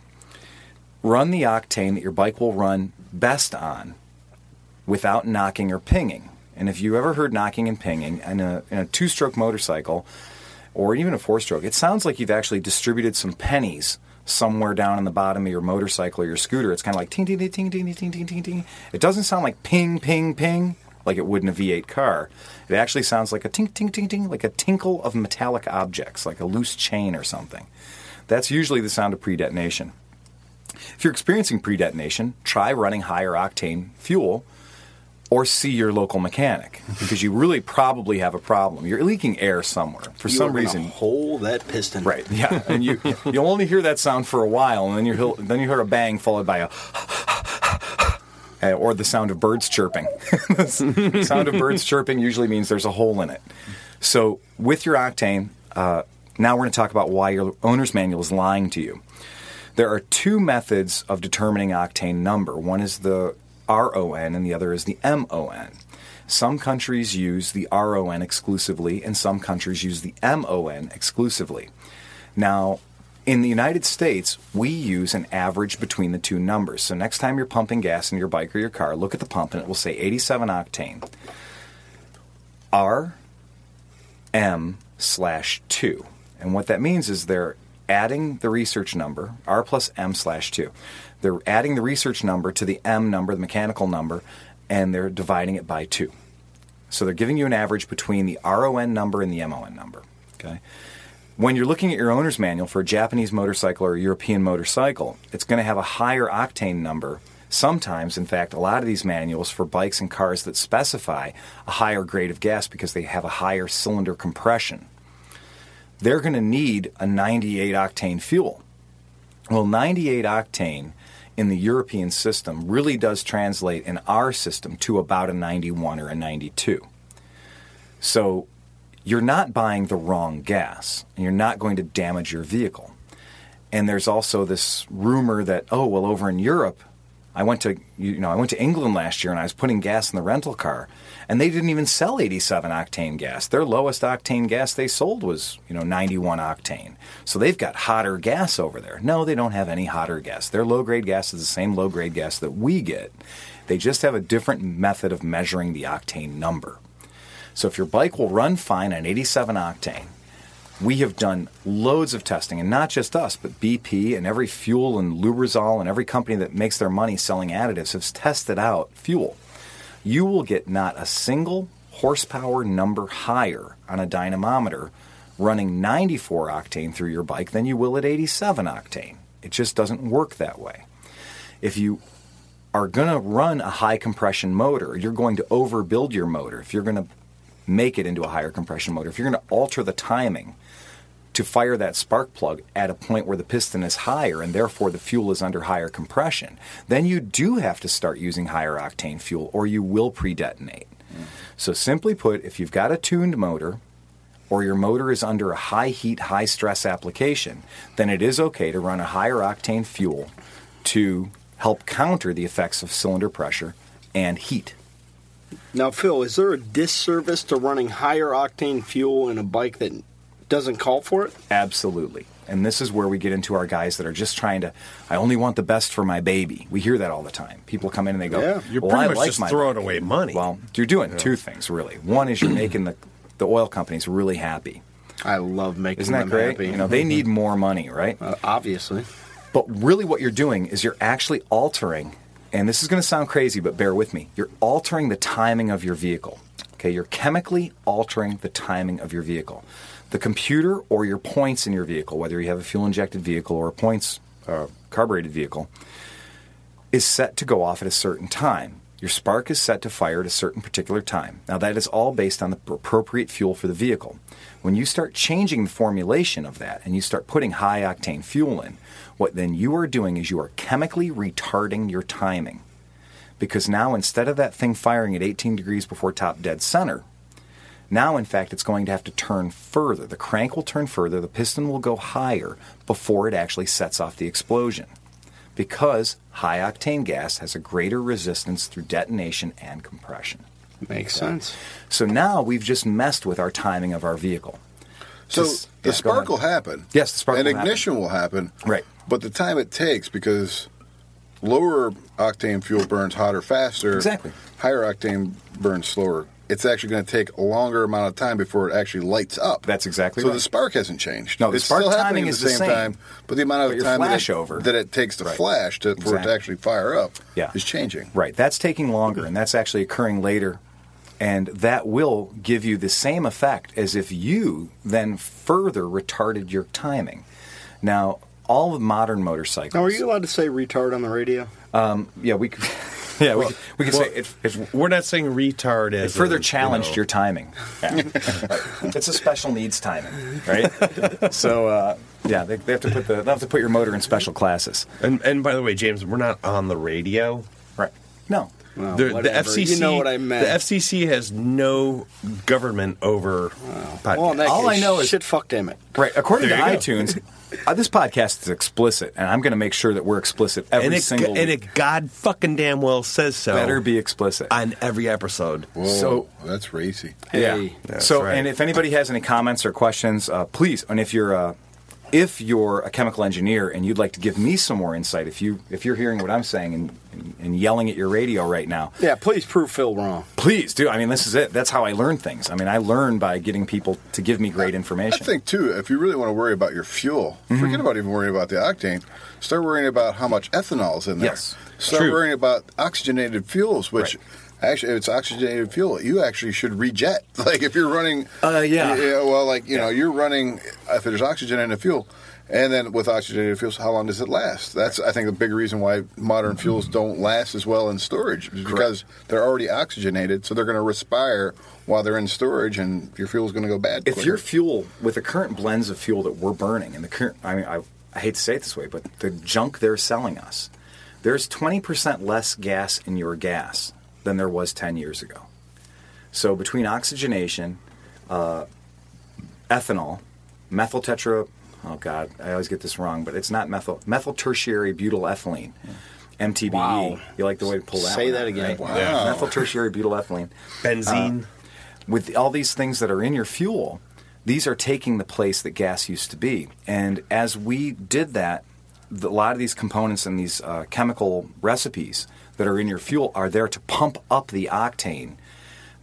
Speaker 2: run the octane that your bike will run best on without knocking or pinging. And if you ever heard knocking and pinging in a, in a two stroke motorcycle or even a four stroke, it sounds like you've actually distributed some pennies somewhere down in the bottom of your motorcycle or your scooter. It's kind of like ting, ting, ting, ting, ting, ting, ting, ting, ting. It doesn't sound like ping, ping, ping like it would in a V8 car. It actually sounds like a tink, tink, ting, ting, like a tinkle of metallic objects, like a loose chain or something. That's usually the sound of pre detonation. If you're experiencing pre detonation, try running higher octane fuel or see your local mechanic because you really probably have a problem. You're leaking air somewhere for some reason.
Speaker 4: hold that piston.
Speaker 2: Right. Yeah, and you you'll only hear that sound for a while, and then you hear then you hear a bang followed by a. [laughs] uh, Or the sound of birds chirping. [laughs] the sound of birds chirping usually means there's a hole in it. So, with your octane, uh, now we're going to talk about why your owner's manual is lying to you. There are two methods of determining octane number. One is the RON and the other is the MON. Some countries use the RON exclusively and some countries use the MON exclusively. Now, in the United States, we use an average between the two numbers. So next time you're pumping gas in your bike or your car, look at the pump and it will say 87 octane. R M slash 2. And what that means is they're adding the research number, R plus M slash 2. They're adding the research number to the M number, the mechanical number, and they're dividing it by 2. So they're giving you an average between the RON number and the MON number. Okay. When you're looking at your owner's manual for a Japanese motorcycle or a European motorcycle, it's going to have a higher octane number. Sometimes, in fact, a lot of these manuals for bikes and cars that specify a higher grade of gas because they have a higher cylinder compression, they're going to need a 98 octane fuel. Well, 98 octane in the European system really does translate in our system to about a 91 or a 92. So you're not buying the wrong gas and you're not going to damage your vehicle. And there's also this rumor that, oh, well, over in Europe, I went to you know I went to England last year and I was putting gas in the rental car and they didn't even sell 87 octane gas. Their lowest octane gas they sold was, you know, 91 octane. So they've got hotter gas over there. No, they don't have any hotter gas. Their low-grade gas is the same low-grade gas that we get. They just have a different method of measuring the octane number. So if your bike will run fine on 87 octane, we have done loads of testing, and not just us, but BP and every fuel and Lubrizol and every company that makes their money selling additives has tested out fuel. You will get not a single horsepower number higher on a dynamometer running 94 octane through your bike than you will at 87 octane. It just doesn't work that way. If you are going to run a high compression motor, you're going to overbuild your motor. If you're going to make it into a higher compression motor, if you're going to alter the timing to fire that spark plug at a point where the piston is higher and therefore the fuel is under higher compression, then you do have to start using higher octane fuel or you will pre detonate. So, simply put, if you've got a tuned motor, or your motor is under a high heat, high stress application, then it is okay to run a higher octane fuel to help counter the effects of cylinder pressure and heat.
Speaker 4: Now, Phil, is there a disservice to running higher octane fuel in a bike that doesn't call for it?
Speaker 2: Absolutely. And this is where we get into our guys that are just trying to, I only want the best for my baby. We hear that all the time. People come in and they go,
Speaker 5: Yeah,
Speaker 3: you're
Speaker 2: well,
Speaker 3: pretty
Speaker 2: I
Speaker 3: much
Speaker 2: like
Speaker 3: just
Speaker 2: my
Speaker 3: throwing
Speaker 2: bike."
Speaker 3: away money.
Speaker 2: Well, you're doing two things, really. One is you're making the, the oil companies really happy.
Speaker 4: I love making
Speaker 2: Isn't that
Speaker 4: them
Speaker 2: great?
Speaker 4: happy.
Speaker 2: You know, they
Speaker 3: Mm-hmm.
Speaker 2: need more money, right?
Speaker 4: Uh, obviously.
Speaker 2: But really, what you're doing is you're actually altering, and this is going to sound crazy, but bear with me. You're altering the timing of your vehicle. Okay, you're chemically altering the timing of your vehicle. The computer or your points in your vehicle, whether you have a fuel injected vehicle or a points uh, carbureted vehicle, is set to go off at a certain time. Your spark is set to fire at a certain particular time. Now, that is all based on the pr- appropriate fuel for the vehicle. When you start changing the formulation of that and you start putting high octane fuel in, what then you are doing is you are chemically retarding your timing. Because now, instead of that thing firing at 18 degrees before top dead center, now, in fact, it's going to have to turn further. The crank will turn further, the piston will go higher before it actually sets off the explosion because high octane gas has a greater resistance through detonation and compression.
Speaker 4: Makes sense.
Speaker 2: So now we've just messed with our timing of our vehicle.
Speaker 5: So
Speaker 2: Just-
Speaker 5: the
Speaker 2: yeah, go
Speaker 5: spark
Speaker 2: ahead.
Speaker 5: will happen.
Speaker 2: Yes, the spark
Speaker 5: And
Speaker 2: will happen.
Speaker 5: ignition will happen.
Speaker 2: Right.
Speaker 5: But the time it takes because lower octane fuel burns hotter faster.
Speaker 2: Exactly.
Speaker 5: Higher octane burns slower. It's actually going to take a longer amount of time before it actually lights up.
Speaker 2: That's exactly
Speaker 5: so
Speaker 2: right.
Speaker 5: the spark hasn't changed.
Speaker 2: No, the
Speaker 5: it's
Speaker 2: spark
Speaker 5: still
Speaker 2: timing
Speaker 5: happening at
Speaker 2: is
Speaker 5: the
Speaker 2: the
Speaker 5: same,
Speaker 2: same,
Speaker 5: time, but the amount
Speaker 2: but
Speaker 5: of
Speaker 2: your
Speaker 5: time that
Speaker 2: flashover-
Speaker 5: it, that it takes to
Speaker 2: Right.
Speaker 5: flash to, for it
Speaker 2: Exactly.
Speaker 5: to actually fire up
Speaker 2: Yeah.
Speaker 5: is changing.
Speaker 2: Right. That's taking longer, and that's actually occurring later. And that will give you the same effect as if you then further retarded your timing. Now, all of modern motorcycles. um,
Speaker 4: Now, are you allowed to say retard on the radio?
Speaker 2: Yeah, we. could- [laughs] Yeah, we, could- we could say it, it
Speaker 3: We're not saying retard as
Speaker 2: It further
Speaker 3: in,
Speaker 2: challenged
Speaker 3: you know,
Speaker 2: your [laughs] timing. Yeah. it's a special needs timing, [laughs] right? so uh, yeah, they, they have to put the they have to put your motor in special classes,
Speaker 3: And, and by the way, James, we're not on the radio.
Speaker 2: right? No,
Speaker 4: Well,
Speaker 3: The, the
Speaker 4: Oh, whatever.
Speaker 3: FCC,
Speaker 4: You know what I meant.
Speaker 3: The FCC has no government over podcasts.
Speaker 4: Well, in that
Speaker 2: All
Speaker 4: case,
Speaker 2: I know is-
Speaker 4: shit. Fuck, damn it.
Speaker 2: right. According
Speaker 3: There
Speaker 2: to
Speaker 3: you go.
Speaker 2: iTunes, uh, this podcast is explicit, and I'm going to make sure that we're explicit every
Speaker 3: and it,
Speaker 2: single.
Speaker 3: and
Speaker 2: week.
Speaker 3: it god fucking damn well says so.
Speaker 2: better be explicit.
Speaker 3: on every episode.
Speaker 5: Whoa,
Speaker 2: So-
Speaker 5: that's racy.
Speaker 2: Yeah.
Speaker 4: Hey.
Speaker 3: That's
Speaker 2: So,
Speaker 3: right.
Speaker 2: and if anybody has any comments or questions, uh, please. And if you're uh, if you're a chemical engineer and you'd like to give me some more insight, if you if you're hearing what I'm saying and and, and yelling at your radio right now,
Speaker 4: Yeah, please prove Phil wrong.
Speaker 2: please do. I mean, this is it. That's how I learn things. I mean, I learn by getting people to give me great
Speaker 5: I
Speaker 2: information. Mm-hmm.
Speaker 5: think too, if you really want to worry about your fuel, forget about even worrying about the octane. Start worrying about how much ethanol's in there.
Speaker 2: Yes.
Speaker 5: Start
Speaker 3: True.
Speaker 5: worrying about oxygenated fuels, which
Speaker 2: Right.
Speaker 5: actually, if it's oxygenated fuel, you actually should rejet. [laughs] Like if you're running,
Speaker 2: Uh, yeah.
Speaker 5: well, like you know, you're running. If there's oxygen in the fuel. And then with oxygenated fuels, how long does it last? That's I think the big reason why modern fuels don't last as well in storage is because they're already oxygenated, so they're going to respire while they're in storage, and your fuel's going to go bad.
Speaker 2: if
Speaker 5: quicker.
Speaker 2: your fuel with the current blends of fuel that we're burning and the current i mean I, I hate to say it this way but the junk they're selling us there's 20% less gas in your gas than there was 10 years ago so between oxygenation uh, ethanol methyl tetra oh god i always get this wrong but it's not methyl methyl tertiary butyl ethylene MTBE.
Speaker 4: Wow.
Speaker 2: E. You like the way to pull that?
Speaker 4: Say
Speaker 2: one
Speaker 4: that
Speaker 2: out,
Speaker 4: again.
Speaker 2: right?
Speaker 5: Wow. Yeah.
Speaker 2: Methyl tertiary butyl ethylene
Speaker 3: Benzene.
Speaker 2: with all these things that are in your fuel, these are taking the place that gas used to be. And as we did that, the, a lot of these components and these uh, chemical recipes that are in your fuel are there to pump up the octane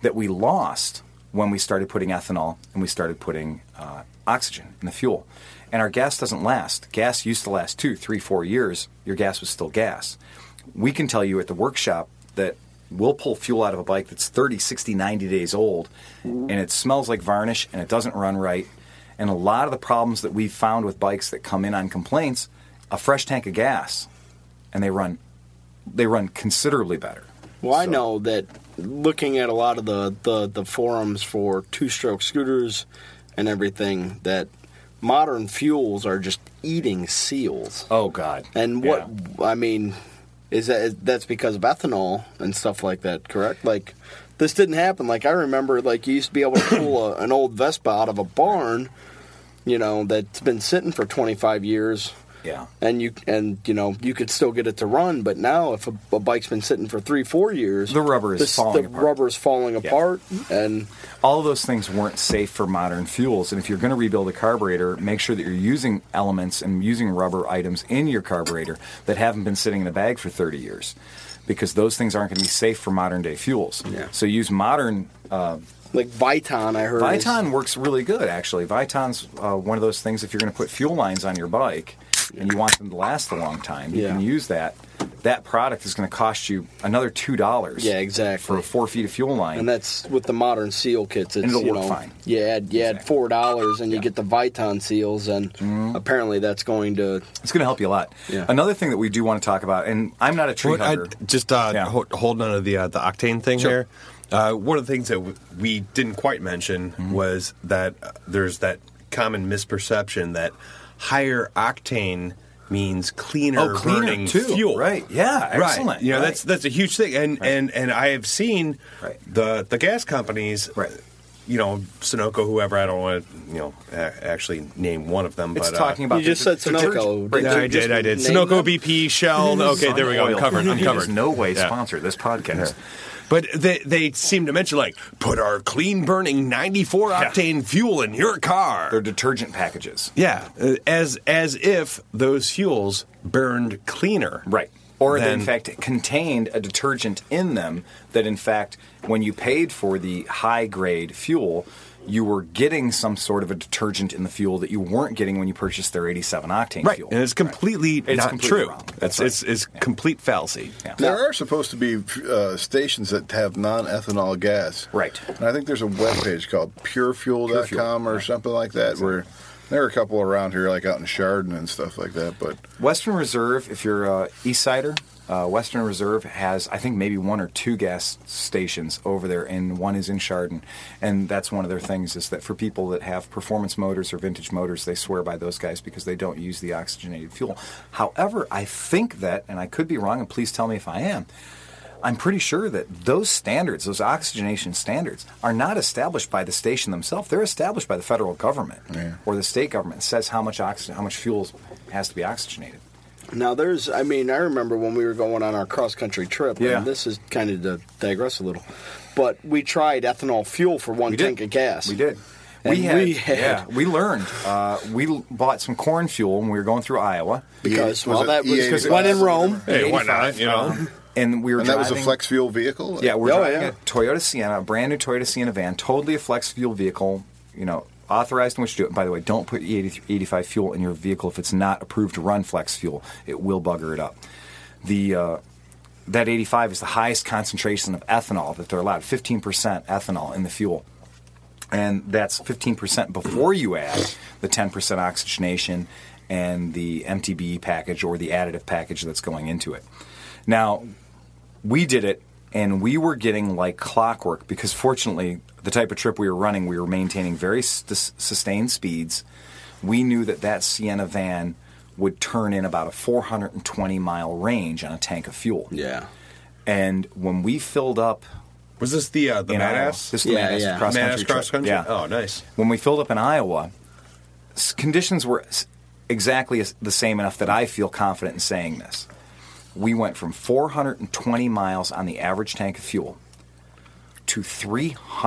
Speaker 2: that we lost when we started putting ethanol and we started putting uh, oxygen in the fuel. And our gas doesn't last. Gas used to last two, three, four years. Your gas was still gas. We can tell you at the workshop that we'll pull fuel out of a bike that's 30, 60, 90 days old and it smells like varnish and it doesn't run right. And a lot of the problems that we've found with bikes that come in on complaints, a fresh tank of gas and they run they run considerably better.
Speaker 4: Well, I know that looking at a lot of the, the, the forums for two stroke scooters and everything, that modern fuels are just eating seals.
Speaker 2: Oh god.
Speaker 4: And
Speaker 2: Yeah.
Speaker 4: what I mean is that is- that's because of ethanol and stuff like that, correct? Like this didn't happen. Like I remember, like you used to be able to pull a, an old Vespa out of a barn, you know, that's been sitting for 25 years.
Speaker 2: Yeah.
Speaker 4: And you and you know you could still get it to run, but now if a, a bike's been sitting for three, four years,
Speaker 2: The rubber is
Speaker 4: this-
Speaker 2: falling
Speaker 4: The
Speaker 2: apart.
Speaker 4: rubber is falling apart, and
Speaker 2: all of those things weren't safe for modern fuels. And if you're going to rebuild a carburetor, make sure that you're using elements and using rubber items in your carburetor that haven't been sitting in a bag for 30 years, because those things aren't going to be safe for modern day fuels.
Speaker 4: Yeah.
Speaker 2: So use modern. Uh,
Speaker 4: like Viton, I heard is-
Speaker 2: Viton works really good, actually. Viton's uh, one of those things. If you're going to put fuel lines on your bike, and you want them to last a long time, you
Speaker 4: Yeah.
Speaker 2: can use that. That product is going to cost you another two dollars.
Speaker 4: Yeah, exactly.
Speaker 2: For four feet of fuel line,
Speaker 4: And that's with the modern seal kits. It's,
Speaker 2: And it'll
Speaker 4: you
Speaker 2: work
Speaker 4: know,
Speaker 2: fine.
Speaker 4: You add, you add four dollars, and you get the Viton seals, and
Speaker 2: Mm-hmm.
Speaker 4: apparently that's going to.
Speaker 2: it's going to help you a lot.
Speaker 4: Yeah.
Speaker 2: Another thing that we do want to talk about, and I'm not a tree
Speaker 3: Well, I-
Speaker 2: hugger.
Speaker 3: just uh,
Speaker 2: Yeah.
Speaker 3: ho- holding on to the uh, the octane thing
Speaker 2: Sure.
Speaker 3: here. Uh, one of the things that w- we didn't quite mention
Speaker 2: Mm-hmm.
Speaker 3: was that uh, there's that common misperception that higher octane means cleaner,
Speaker 2: Oh, cleaner,
Speaker 3: burning
Speaker 2: too.
Speaker 3: fuel.
Speaker 2: Right. Yeah, excellent.
Speaker 3: Right. You know,
Speaker 2: Right.
Speaker 3: that's that's a huge thing, and and and I have seen
Speaker 2: Right.
Speaker 3: the the gas companies.
Speaker 2: Right.
Speaker 3: You know, Sunoco, whoever. I don't want to, you know, a- actually name one of them.
Speaker 2: it's
Speaker 3: but, uh,
Speaker 2: talking about
Speaker 4: You just said Sunoco.
Speaker 2: Right,
Speaker 3: Yeah, I
Speaker 4: Just
Speaker 3: did. I did.
Speaker 4: name
Speaker 3: Sunoco,
Speaker 4: them?
Speaker 3: BP, Shell. oh, Okay, there we go. I'm
Speaker 2: Oil.
Speaker 3: covered. I'm
Speaker 2: He
Speaker 3: covered.
Speaker 2: does no way
Speaker 3: Yeah.
Speaker 2: sponsor this podcast.
Speaker 3: But they they seem to mention like put our clean burning 94 octane fuel in your car.
Speaker 2: They're detergent packages,
Speaker 3: yeah, uh, as as if those fuels burned cleaner.
Speaker 2: right? Or that in
Speaker 3: Then-
Speaker 2: fact contained a detergent in them. That in fact, when you paid for the high grade fuel, you were getting some sort of a detergent in the fuel that you weren't getting when you purchased their 87 octane
Speaker 3: Right,
Speaker 2: fuel.
Speaker 3: and it's completely
Speaker 2: It's
Speaker 3: not
Speaker 2: completely
Speaker 3: true.
Speaker 2: wrong.
Speaker 3: That's
Speaker 2: That's right.
Speaker 3: it's, it's complete fallacy.
Speaker 2: Yeah.
Speaker 5: There are supposed to be uh, stations that have non-ethanol gas.
Speaker 2: Right.
Speaker 5: And I think there's a webpage called purefuel.com or something like that where there are a couple around here like out in Chardon and stuff like that, but
Speaker 2: Western Reserve, if you're a East Sider, uh, Western Reserve has, I think, maybe one or two gas stations over there, and one is in Chardon. And that's one of their things is that for people that have performance motors or vintage motors, they swear by those guys because they don't use the oxygenated fuel. However, I think that, and I could be wrong, and please tell me if I am. I'm pretty sure that those standards, those oxygenation standards, are not established by the station themselves. They're established by the federal government or the state government. It says how much oxygen, how much fuel has to be oxygenated.
Speaker 4: Now there's, I mean, I remember when we were going on our cross country trip.
Speaker 2: Yeah.
Speaker 4: And this is kind of to digress a little, but we tried ethanol fuel for one
Speaker 2: We did.
Speaker 4: tank of gas.
Speaker 2: We did.
Speaker 4: And
Speaker 2: we had,
Speaker 4: we had-
Speaker 2: yeah, we learned. Uh, we l- bought some corn fuel when we were going through Iowa.
Speaker 4: because
Speaker 5: Yeah, was
Speaker 4: well,
Speaker 5: it
Speaker 4: that
Speaker 2: E
Speaker 4: was
Speaker 5: 'cause
Speaker 4: because
Speaker 5: it
Speaker 4: when in
Speaker 5: was-
Speaker 4: Rome.
Speaker 3: Hey, why not?
Speaker 2: 85,
Speaker 3: You know,
Speaker 2: uh, and we were
Speaker 5: and that
Speaker 2: driving,
Speaker 5: was a flex fuel vehicle.
Speaker 2: Yeah, we're
Speaker 4: Oh,
Speaker 2: driving
Speaker 4: yeah.
Speaker 2: a Toyota Sienna, a brand new Toyota Sienna van, totally a flex fuel vehicle. You know, authorized in which to do it. And by the way, don't put E E85 fuel in your vehicle if it's not approved to run flex fuel. It will bugger it up. The uh, that 85 is the highest concentration of ethanol that they're allowed, 15% ethanol in the fuel and that's 15% before you add the 10% oxygenation and the MTBE E package or the additive package that's going into it. Now, we did it and we were getting like clockwork because fortunately, the type of trip we were running, we were maintaining very sus- sustained speeds. We knew that that Sienna van would turn in about a 420 mile range on a tank of fuel.
Speaker 4: Yeah.
Speaker 2: And when we filled up
Speaker 3: was this the uh, the
Speaker 2: in Iowa-
Speaker 3: badass?
Speaker 2: this
Speaker 4: Yeah,
Speaker 2: Madass
Speaker 4: yeah.
Speaker 2: cross country
Speaker 3: Madass cross country.
Speaker 2: Yeah
Speaker 3: Oh, nice.
Speaker 2: when we filled up in Iowa, s- conditions were s- exactly as- the same enough that I feel confident in saying this. We went from 420 miles on the average tank of fuel to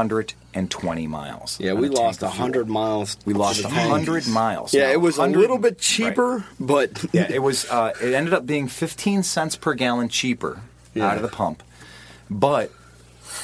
Speaker 2: 320 miles.
Speaker 4: Yeah,
Speaker 2: on
Speaker 4: we
Speaker 2: a tank
Speaker 4: lost
Speaker 2: of fuel.
Speaker 4: hundred miles.
Speaker 2: We
Speaker 4: to
Speaker 2: lost
Speaker 4: the
Speaker 2: 100
Speaker 4: tank.
Speaker 2: miles.
Speaker 4: Yeah,
Speaker 2: Now,
Speaker 4: it was a
Speaker 2: 100
Speaker 4: little bit
Speaker 2: right.
Speaker 4: cheaper, but
Speaker 2: Yeah, it was. Uh, it ended up being 15 cents per gallon cheaper
Speaker 4: Yeah.
Speaker 2: out of the pump, but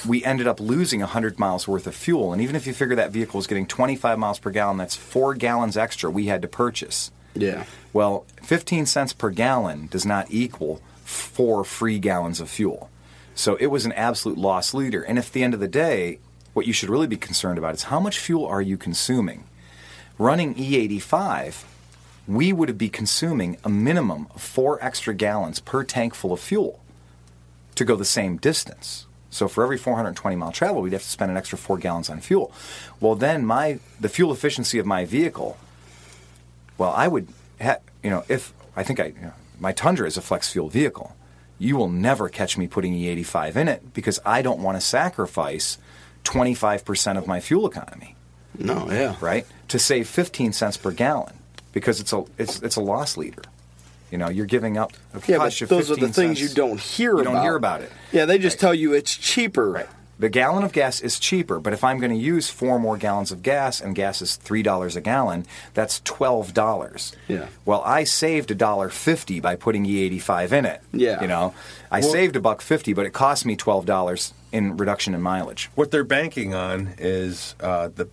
Speaker 2: we ended up losing 100 miles worth of fuel. And even if you figure that vehicle is getting 25 miles per gallon, that's four gallons extra we had to purchase.
Speaker 4: [laughs] yeah.
Speaker 2: Well, 15 cents per gallon does not equal four free gallons of fuel. So it was an absolute loss leader. And at the end of the day, what you should really be concerned about is how much fuel are you consuming? Running E85, we would be consuming a minimum of four extra gallons per tank full of fuel to go the same distance. So for every 420 mile travel, we'd have to spend an extra four gallons on fuel. Well, then my the fuel efficiency of my vehicle well, I would, ha- you know, if I think I, you know, my Tundra is a flex fuel vehicle. You will never catch me putting E85 in it because I don't want to sacrifice 25% of my fuel economy,
Speaker 4: No, yeah.
Speaker 2: right? To save 15 cents per gallon because it's a it's it's a loss leader. You know, you're giving up. A
Speaker 4: Yeah, but
Speaker 2: touch of
Speaker 4: those are the
Speaker 2: 15
Speaker 4: things you
Speaker 2: cents.
Speaker 4: don't hear
Speaker 2: You
Speaker 4: about.
Speaker 2: don't hear about it.
Speaker 4: Yeah, they just tell you it's cheaper.
Speaker 2: Right. The gallon of gas is cheaper, but if I'm going to use four more gallons of gas and gas is three dollars a gallon, that's twelve dollars.
Speaker 4: Yeah.
Speaker 2: Well, I saved a dollar fifty by putting E85 in it.
Speaker 4: Yeah.
Speaker 2: You know, I saved a buck fifty, but it cost me twelve dollars in reduction in mileage.
Speaker 3: What they're banking on is uh, the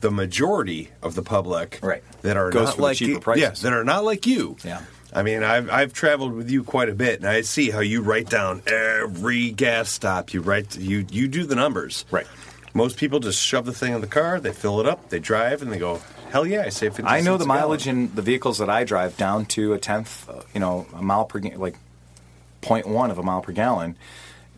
Speaker 3: the majority of the public
Speaker 2: Right.
Speaker 3: that are
Speaker 2: Goes
Speaker 3: not
Speaker 2: for the
Speaker 3: like
Speaker 2: cheaper
Speaker 3: you,
Speaker 2: prices.
Speaker 3: yeah, that are not like you.
Speaker 2: Yeah.
Speaker 3: I mean, I've I've traveled with you quite a bit, and I see how you write down every gas stop. You write you you do the numbers.
Speaker 2: Right.
Speaker 3: Most people just shove the thing in the car, they fill it up, they drive, and they go, "Hell yeah, I saved." 50
Speaker 2: I know
Speaker 3: cents
Speaker 2: the
Speaker 3: a gallon."
Speaker 2: mileage in the vehicles that I drive down to a tenth, uh, you know, a mile per ga- like 0.1 of a mile per gallon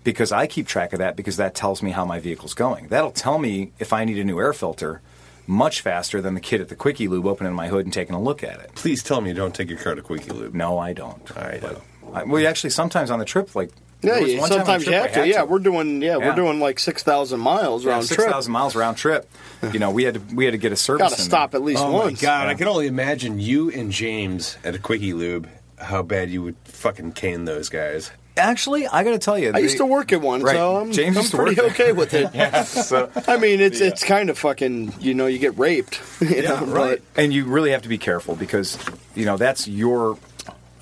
Speaker 2: because I keep track of that because that tells me how my vehicle's going. That'll tell me if I need a new air filter much faster than the kid at the Quickie Lube opening my hood and taking a look at it.
Speaker 3: Please tell me you don't take your car to Quickie Lube.
Speaker 2: No, I don't.
Speaker 3: I know.
Speaker 2: I, well, actually, sometimes on the trip, like
Speaker 4: Yeah,
Speaker 2: there was
Speaker 4: yeah
Speaker 2: one time on the
Speaker 4: sometimes you
Speaker 2: trip
Speaker 4: have
Speaker 2: I
Speaker 4: to.
Speaker 2: had
Speaker 4: Yeah, we're doing. Yeah,
Speaker 2: Yeah.
Speaker 4: we're doing like six thousand miles
Speaker 2: Yeah,
Speaker 4: round
Speaker 2: six
Speaker 4: trip.
Speaker 2: thousand miles round trip. You know, we had to we had to
Speaker 4: [laughs]
Speaker 2: get a service.
Speaker 4: Got to
Speaker 2: in
Speaker 4: stop
Speaker 2: there.
Speaker 4: at least
Speaker 3: Oh
Speaker 4: once.
Speaker 3: my god, I can only imagine you and James at a Quickie Lube. How bad you would fucking cane those guys.
Speaker 2: Actually, I got to tell you,
Speaker 4: I used to work at one,
Speaker 2: Right.
Speaker 4: so I'm,
Speaker 2: James
Speaker 4: I'm
Speaker 2: used to
Speaker 4: pretty
Speaker 2: work there.
Speaker 4: okay
Speaker 2: [laughs]
Speaker 4: with it. I mean, it's it's kind of fucking. You know, you get raped. [laughs] You know,
Speaker 2: right. And you really have to be careful because you know that's your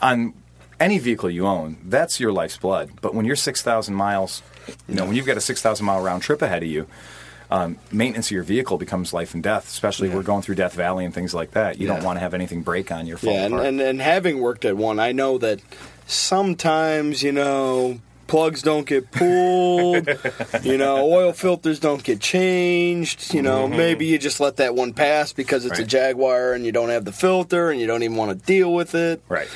Speaker 2: on any vehicle you own. That's your life's blood. But when you're six thousand miles, you know, when you've got a six thousand mile round trip ahead of you. Um, maintenance of your vehicle becomes life and death, especially we're going through Death Valley and things like that. You don't want to have anything break on your
Speaker 4: But,
Speaker 2: fall
Speaker 4: yeah, and,
Speaker 2: apart.
Speaker 4: and and having worked at one, I know that sometimes you know plugs don't
Speaker 2: [laughs]
Speaker 4: get pulled. you know, oil filters don't get changed. You know, maybe you just let that one pass because it's
Speaker 2: Mm-hmm.
Speaker 4: a
Speaker 2: Right.
Speaker 4: Jaguar and you don't have the filter and you don't even want to deal with it.
Speaker 2: Right.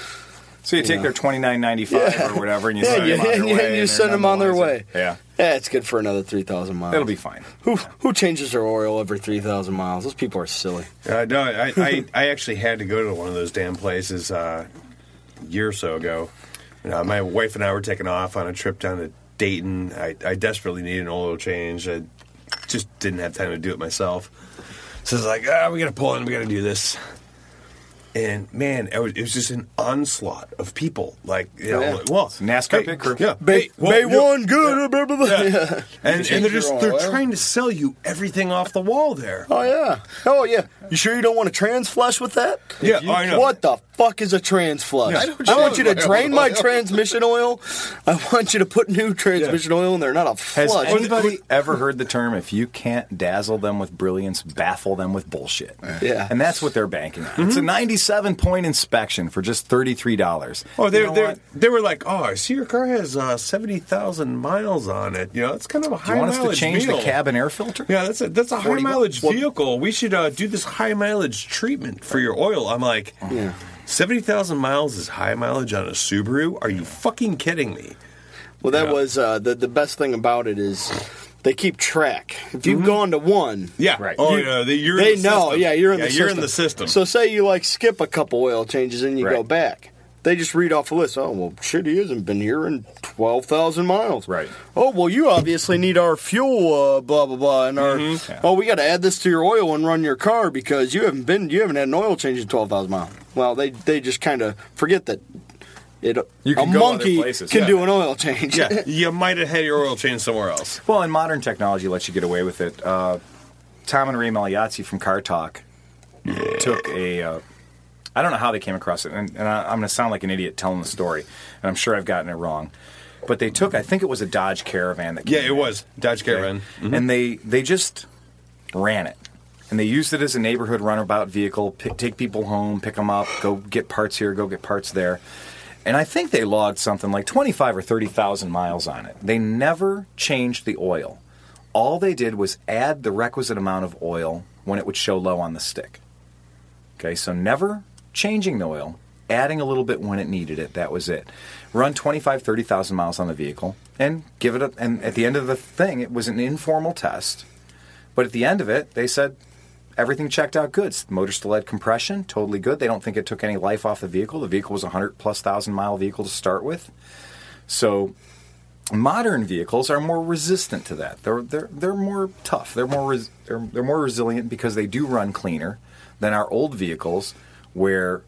Speaker 2: So you take their twenty nine ninety five or whatever, and you
Speaker 4: Yeah,
Speaker 2: send
Speaker 4: yeah,
Speaker 2: them on their
Speaker 4: and you-
Speaker 2: way.
Speaker 4: and you
Speaker 2: they're
Speaker 4: send them on
Speaker 2: none the
Speaker 4: their way.
Speaker 2: wiser. Yeah,
Speaker 4: Yeah, Eh, it's good for another three thousand miles.
Speaker 2: it'll be fine.
Speaker 4: Who who changes their oil every three thousand miles? Those people are silly.
Speaker 3: Uh, no, I, I, I actually had to go to one of those damn places uh, a year or so ago. Uh, my wife and I were taking off on a trip down to Dayton. I, I desperately needed an oil change. I just didn't have time to do it myself. So it's like, ah, we got to pull in, we got to do this. And man, it was, it was just an onslaught of people. Like, you know,
Speaker 4: Yeah.
Speaker 3: like, well,
Speaker 2: NASCAR
Speaker 3: hey,
Speaker 2: pit crew.
Speaker 3: Yeah,
Speaker 4: Bay,
Speaker 3: hey, well,
Speaker 4: Bay
Speaker 3: you know-
Speaker 4: one good. blah, blah, blah. [laughs] Yeah.
Speaker 3: and, and they're
Speaker 5: your
Speaker 3: just
Speaker 5: oil
Speaker 3: they're
Speaker 5: oil?
Speaker 3: trying to sell you everything off the wall there.
Speaker 4: Oh yeah. Oh yeah. You sure you don't want a trans flush with that?
Speaker 3: Yeah, You- I know.
Speaker 4: What the fuck is a trans flush?
Speaker 5: Yeah. I
Speaker 4: I,
Speaker 5: don't
Speaker 4: want you to
Speaker 5: know.
Speaker 4: drain my transmission oil. I want you to put new transmission oil in there, not a
Speaker 2: Has
Speaker 4: flush.
Speaker 2: anybody ever heard the term "if you can't dazzle them with brilliance, baffle them with bullshit"?
Speaker 4: Yeah.
Speaker 2: and that's what they're banking on.
Speaker 3: Mm-hmm.
Speaker 2: It's a ninety-seven point inspection for just thirty-three dollars.
Speaker 3: Oh, they they they were like, oh, I see your car has uh, seventy thousand miles on it. You know, it's kind of a
Speaker 2: Do
Speaker 3: high
Speaker 2: you want us
Speaker 3: mileage
Speaker 2: to change
Speaker 3: vehicle.
Speaker 2: the cabin air filter?
Speaker 3: Yeah, that's a that's a high
Speaker 2: 40
Speaker 3: mileage vehicle. We should uh, do this high mileage treatment for your oil. I'm like,
Speaker 4: Yeah.
Speaker 3: seventy thousand miles is high mileage on a Subaru. Are you fucking
Speaker 2: [laughs]
Speaker 3: kidding me?
Speaker 4: Well, that
Speaker 3: Yeah.
Speaker 4: was uh, the the best thing about it is they keep track. If you've gone to one,
Speaker 3: Mm-hmm. Yeah,
Speaker 2: Right.
Speaker 3: Oh,
Speaker 2: You-
Speaker 3: yeah, they, you're
Speaker 4: they
Speaker 3: in the
Speaker 4: know.
Speaker 3: system.
Speaker 4: Yeah, you're in
Speaker 3: yeah,
Speaker 4: the
Speaker 3: you're
Speaker 4: system.
Speaker 3: in the system.
Speaker 4: So say you like skip a couple oil changes and you go
Speaker 2: Right.
Speaker 4: back. They just read off a list. Oh well, shit, he hasn't been here in twelve thousand miles.
Speaker 2: Right.
Speaker 4: Oh well, you obviously need our fuel. Uh, blah blah blah, and our
Speaker 3: Mm-hmm.
Speaker 4: oh, we got to add this to your oil and run your car because you haven't been you haven't had an oil change in twelve thousand miles. Well, they they just kind of forget that it
Speaker 2: You
Speaker 4: a
Speaker 2: can go other
Speaker 4: monkey
Speaker 2: places,
Speaker 4: can
Speaker 2: yeah.
Speaker 4: do an
Speaker 2: [laughs]
Speaker 4: oil change.
Speaker 3: yeah, you might have had your oil changed somewhere else.
Speaker 2: Well, and modern technology lets you get away with it. Uh, Tom and Ray Maliazzi from Car Talk took a. Uh, I don't know how they came across it, and, and I, I'm going to sound like an idiot telling the story, and I'm sure I've gotten it wrong. But they took, I think it was a Dodge Caravan that. Came
Speaker 3: Yeah, it
Speaker 2: in.
Speaker 3: was Dodge
Speaker 2: Okay?
Speaker 3: Caravan. Mm-hmm.
Speaker 2: and they they just ran it, and they used it as a neighborhood runabout vehicle. Pick, take people home, pick them up, go get parts here, go get parts there. And I think they logged something like 25 or 30,000 miles on it. They never changed the oil. All they did was add the requisite amount of oil when it would show low on the stick. Okay, so never changing the oil, adding a little bit when it needed it. That was it. Run 25, 30,000 miles on the vehicle and give it up. And at the end of the thing, it was an informal test. But at the end of it, they said everything checked out good. Motor still had compression, totally good. They don't think it took any life off the vehicle. The vehicle was a 100 plus thousand mile vehicle to start with. So modern vehicles are more resistant to that. They're they're they're more tough. They're more res, they're, they're more resilient because they do run cleaner than our old vehicles where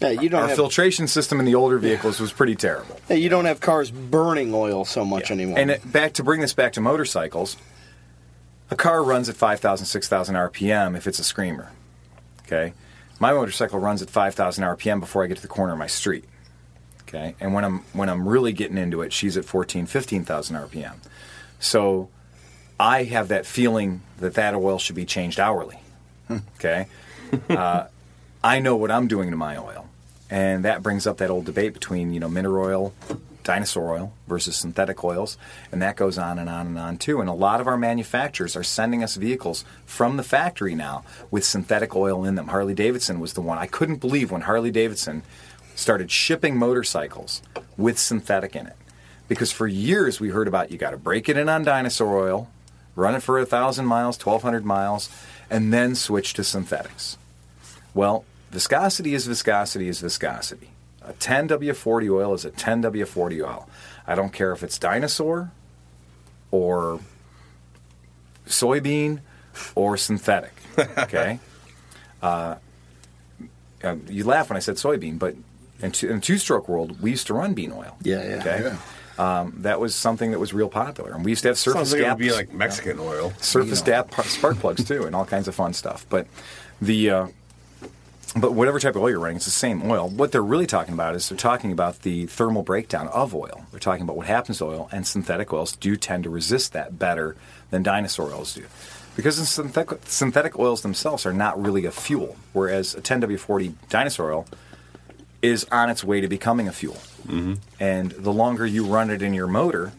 Speaker 4: Yeah, you don't
Speaker 2: our
Speaker 4: have
Speaker 2: filtration system in the older vehicles was pretty terrible.
Speaker 4: yeah, you don't have cars burning oil so much anymore.
Speaker 2: And it, back to bring this back to motorcycles, a car runs at 5,000, 6,000 RPM if it's a screamer. Okay, my motorcycle runs at 5,000 RPM before I get to the corner of my street. Okay, and when I'm when I'm really getting into it, she's at 14, 15,000 RPM. So I have that feeling that that oil should be changed hourly.
Speaker 4: Hmm.
Speaker 2: Okay, uh, I know what I'm doing to my oil, and that brings up that old debate between you know mineral oil, dinosaur oil versus synthetic oils, and that goes on and on and on too. And a lot of our manufacturers are sending us vehicles from the factory now with synthetic oil in them. Harley Davidson was the one I couldn't believe when Harley Davidson started shipping motorcycles with synthetic in it. Because for years we heard about you got to break it in on dinosaur oil, run it for 1,000 miles, 1,200 miles, and then switch to synthetics. Well, viscosity is viscosity is viscosity. A 10W40 oil is a 10W40 oil. I don't care if it's dinosaur or soybean or
Speaker 3: [laughs]
Speaker 2: synthetic. Okay? uh, uh, you laugh when I said soybean, but in, two, in two stroke world, we used to run bean oil.
Speaker 4: Yeah, yeah.
Speaker 2: Okay? Um, that was something that was real popular. And we used to have surface
Speaker 3: Sounds like it
Speaker 2: gaps
Speaker 3: would be like Mexican oil.
Speaker 2: surface dap par- spark plugs too, and all kinds of fun stuff. But the uh, but whatever type of oil you're running, it's the same oil. What they're really talking about is they're talking about the thermal breakdown of oil. They're talking about what happens to oil, and synthetic oils do tend to resist that better than dinosaur oils do. Because the synthetic, synthetic oils themselves are not really a fuel, whereas a 10W40 dinosaur oil is on its way to becoming a fuel. And the longer you run it in your motor,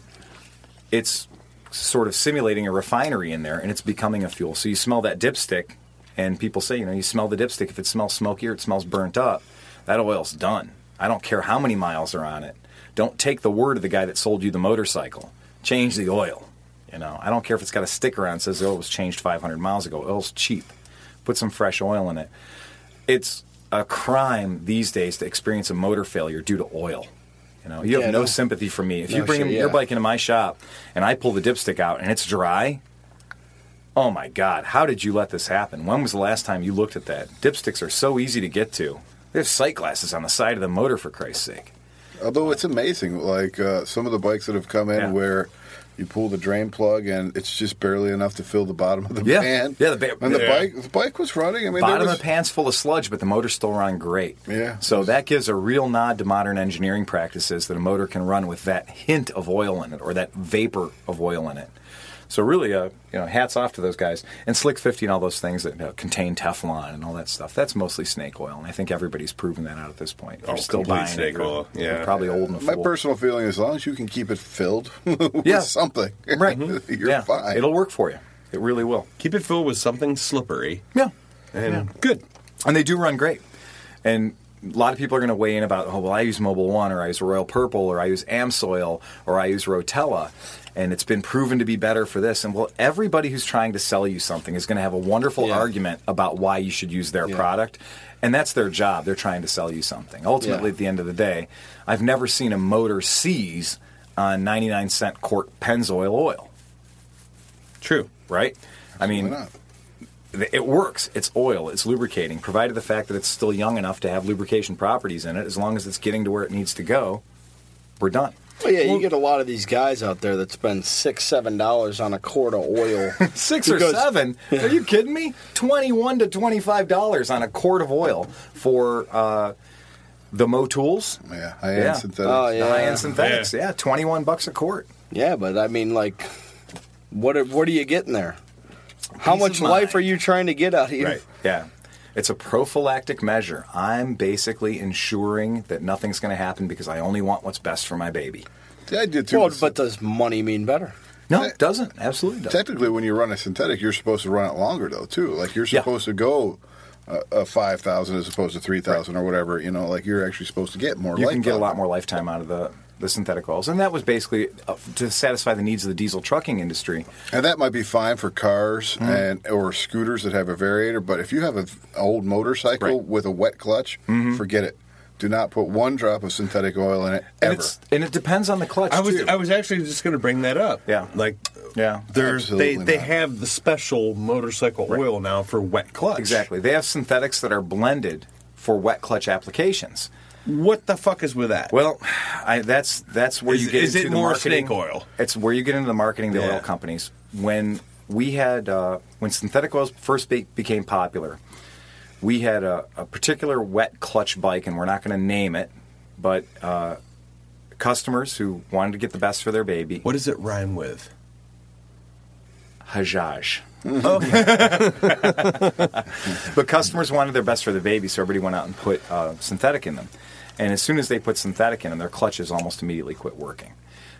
Speaker 2: it's sort of simulating a refinery in there and it's becoming a fuel. So you smell that dipstick, and people say, you know, you smell the dipstick. If it smells smoky or it smells burnt up, that oil's done. I don't care how many miles are on it. Don't take the word of the guy that sold you the motorcycle. Change the oil. You know, I don't care if it's got a sticker on that says the oil was changed 500 miles ago. Oil's cheap. Put some fresh oil in it. It's a crime these days to experience a motor failure due to oil. You know, you
Speaker 4: Yeah,
Speaker 2: have no
Speaker 4: no.
Speaker 2: sympathy for me. If you
Speaker 4: No,
Speaker 2: bring
Speaker 4: sure,
Speaker 2: your
Speaker 4: yeah.
Speaker 2: bike into my shop and I pull the dipstick out and it's dry, oh my God, how did you let this happen? When was the last time you looked at that? Dipsticks are so easy to get to. There's sight glasses on the side of the motor, for Christ's sake.
Speaker 5: Although it's amazing, like uh, some of the bikes that have come in
Speaker 2: Yeah.
Speaker 5: where you pull the drain plug and it's just barely enough to fill the bottom of the
Speaker 2: Yeah.
Speaker 5: pan.
Speaker 2: Yeah, the ba-
Speaker 5: and the
Speaker 2: yeah.
Speaker 5: bike the bike was running. I mean,
Speaker 2: Bottom
Speaker 5: there was,
Speaker 2: of pants full of sludge, but the motor's still run great.
Speaker 5: Yeah.
Speaker 2: So that gives a real nod to modern engineering practices that a motor can run with that hint of oil in it or that vapor of oil in it. So really, uh, you know, hats off to those guys and Slick 50 and all those things that you know, contain Teflon and all that stuff. That's mostly snake oil, and I think everybody's proven that out at this point. If
Speaker 3: Oh,
Speaker 2: you're still
Speaker 3: complete
Speaker 2: buying
Speaker 3: snake
Speaker 2: it, you're-
Speaker 3: oil,
Speaker 2: you're
Speaker 3: yeah.
Speaker 2: probably old and a
Speaker 5: my
Speaker 2: fool.
Speaker 5: personal feeling, as long as you can keep it filled [laughs] with
Speaker 2: Yeah.
Speaker 5: something,
Speaker 2: right?
Speaker 5: [laughs] you're
Speaker 2: yeah.
Speaker 5: fine.
Speaker 2: It'll work for you. It really will.
Speaker 3: Keep it filled with something slippery
Speaker 2: Yeah.
Speaker 3: and good.
Speaker 2: and they do run great. And a lot of people are going to weigh in about, oh, well, I use Mobile One, or I use Royal Purple, or I use Amsoil, or I use Rotella, and it's been proven to be better for this. And well, everybody who's trying to sell you something is going to have a wonderful argument about why you should use their product. And that's their job. They're trying to sell you something. Ultimately,
Speaker 4: Yeah.
Speaker 2: at the end of the day, I've never seen a motor seize on 99 cent quart Pennzoil oil,
Speaker 3: True.
Speaker 2: right? I mean,
Speaker 5: Why not?
Speaker 2: th- it works. It's oil. It's lubricating, provided the fact that it's still young enough to have lubrication properties in it. As long as it's getting to where it needs to go, we're done.
Speaker 4: Well, Oh, yeah, you get a lot of these guys out there that spend six, seven dollars on a quart
Speaker 2: [laughs]
Speaker 4: of oil.
Speaker 2: Six
Speaker 4: Because-
Speaker 2: or
Speaker 4: [laughs]
Speaker 2: seven? Are you kidding me? Twenty-one to twenty-five dollars on a quart of oil for uh, the Motools,
Speaker 5: Yeah, high end
Speaker 2: Yeah.
Speaker 5: synthetic.
Speaker 4: Oh,
Speaker 2: the
Speaker 4: Yeah.
Speaker 2: high-end synthetics. Yeah. twenty-one bucks a quart.
Speaker 4: Yeah, but I mean, like, what are, what are you getting there?
Speaker 2: Peace
Speaker 4: How
Speaker 2: of
Speaker 4: much life
Speaker 2: mind.
Speaker 4: are you trying to get out of you?
Speaker 3: Right.
Speaker 2: Yeah. It's a prophylactic measure. I'm basically ensuring that nothing's going to happen because I only want what's best for my baby.
Speaker 5: The idea too.
Speaker 4: Well,
Speaker 5: is
Speaker 4: but does money mean better?
Speaker 2: No, it doesn't. Absolutely doesn't.
Speaker 5: technically, when you run a synthetic, you're supposed to run it longer though too. Like you're
Speaker 2: Yeah.
Speaker 5: supposed to go. Uh, uh, five thousand as opposed to three thousand or whatever, you know, like you're actually supposed to get more.
Speaker 2: you
Speaker 5: life
Speaker 2: can get a
Speaker 5: out
Speaker 2: lot
Speaker 5: of
Speaker 2: more lifetime out of the, the synthetic oils. And that was basically uh, to satisfy the needs of the diesel trucking industry.
Speaker 5: And that might be fine for cars
Speaker 2: Mm-hmm.
Speaker 5: and or scooters that have a variator, but if you have an old motorcycle
Speaker 2: Right. Mm-hmm.
Speaker 5: with a wet clutch, forget it. Do not put one drop of synthetic oil in it
Speaker 2: And,
Speaker 5: ever.
Speaker 2: it's, and it depends on the clutch,
Speaker 3: I was
Speaker 2: too.
Speaker 3: I was actually just going to bring that up.
Speaker 2: Yeah.
Speaker 3: Like
Speaker 2: yeah.
Speaker 3: there's they
Speaker 5: Absolutely
Speaker 3: they
Speaker 5: not.
Speaker 3: have the special motorcycle oil now for wet clutch.
Speaker 2: Exactly. They have synthetics that are blended for wet clutch applications.
Speaker 3: What the fuck is with that?
Speaker 2: Well, I, that's that's where
Speaker 3: Is-
Speaker 2: you get
Speaker 3: is it
Speaker 2: into the
Speaker 3: more
Speaker 2: marketing.
Speaker 3: snake oil?
Speaker 2: It's where you get into the marketing of the
Speaker 3: Yeah.
Speaker 2: oil companies. When we had uh, when synthetic oils first be- became popular, we had a, a particular wet clutch bike, and we're not going to name it, but uh, customers who wanted to get the best for their baby.
Speaker 3: what does it rhyme with?
Speaker 2: Hajaj. but customers wanted their best for the baby, so everybody went out and put uh, synthetic in them. And as soon as they put synthetic in them, their clutches almost immediately quit working.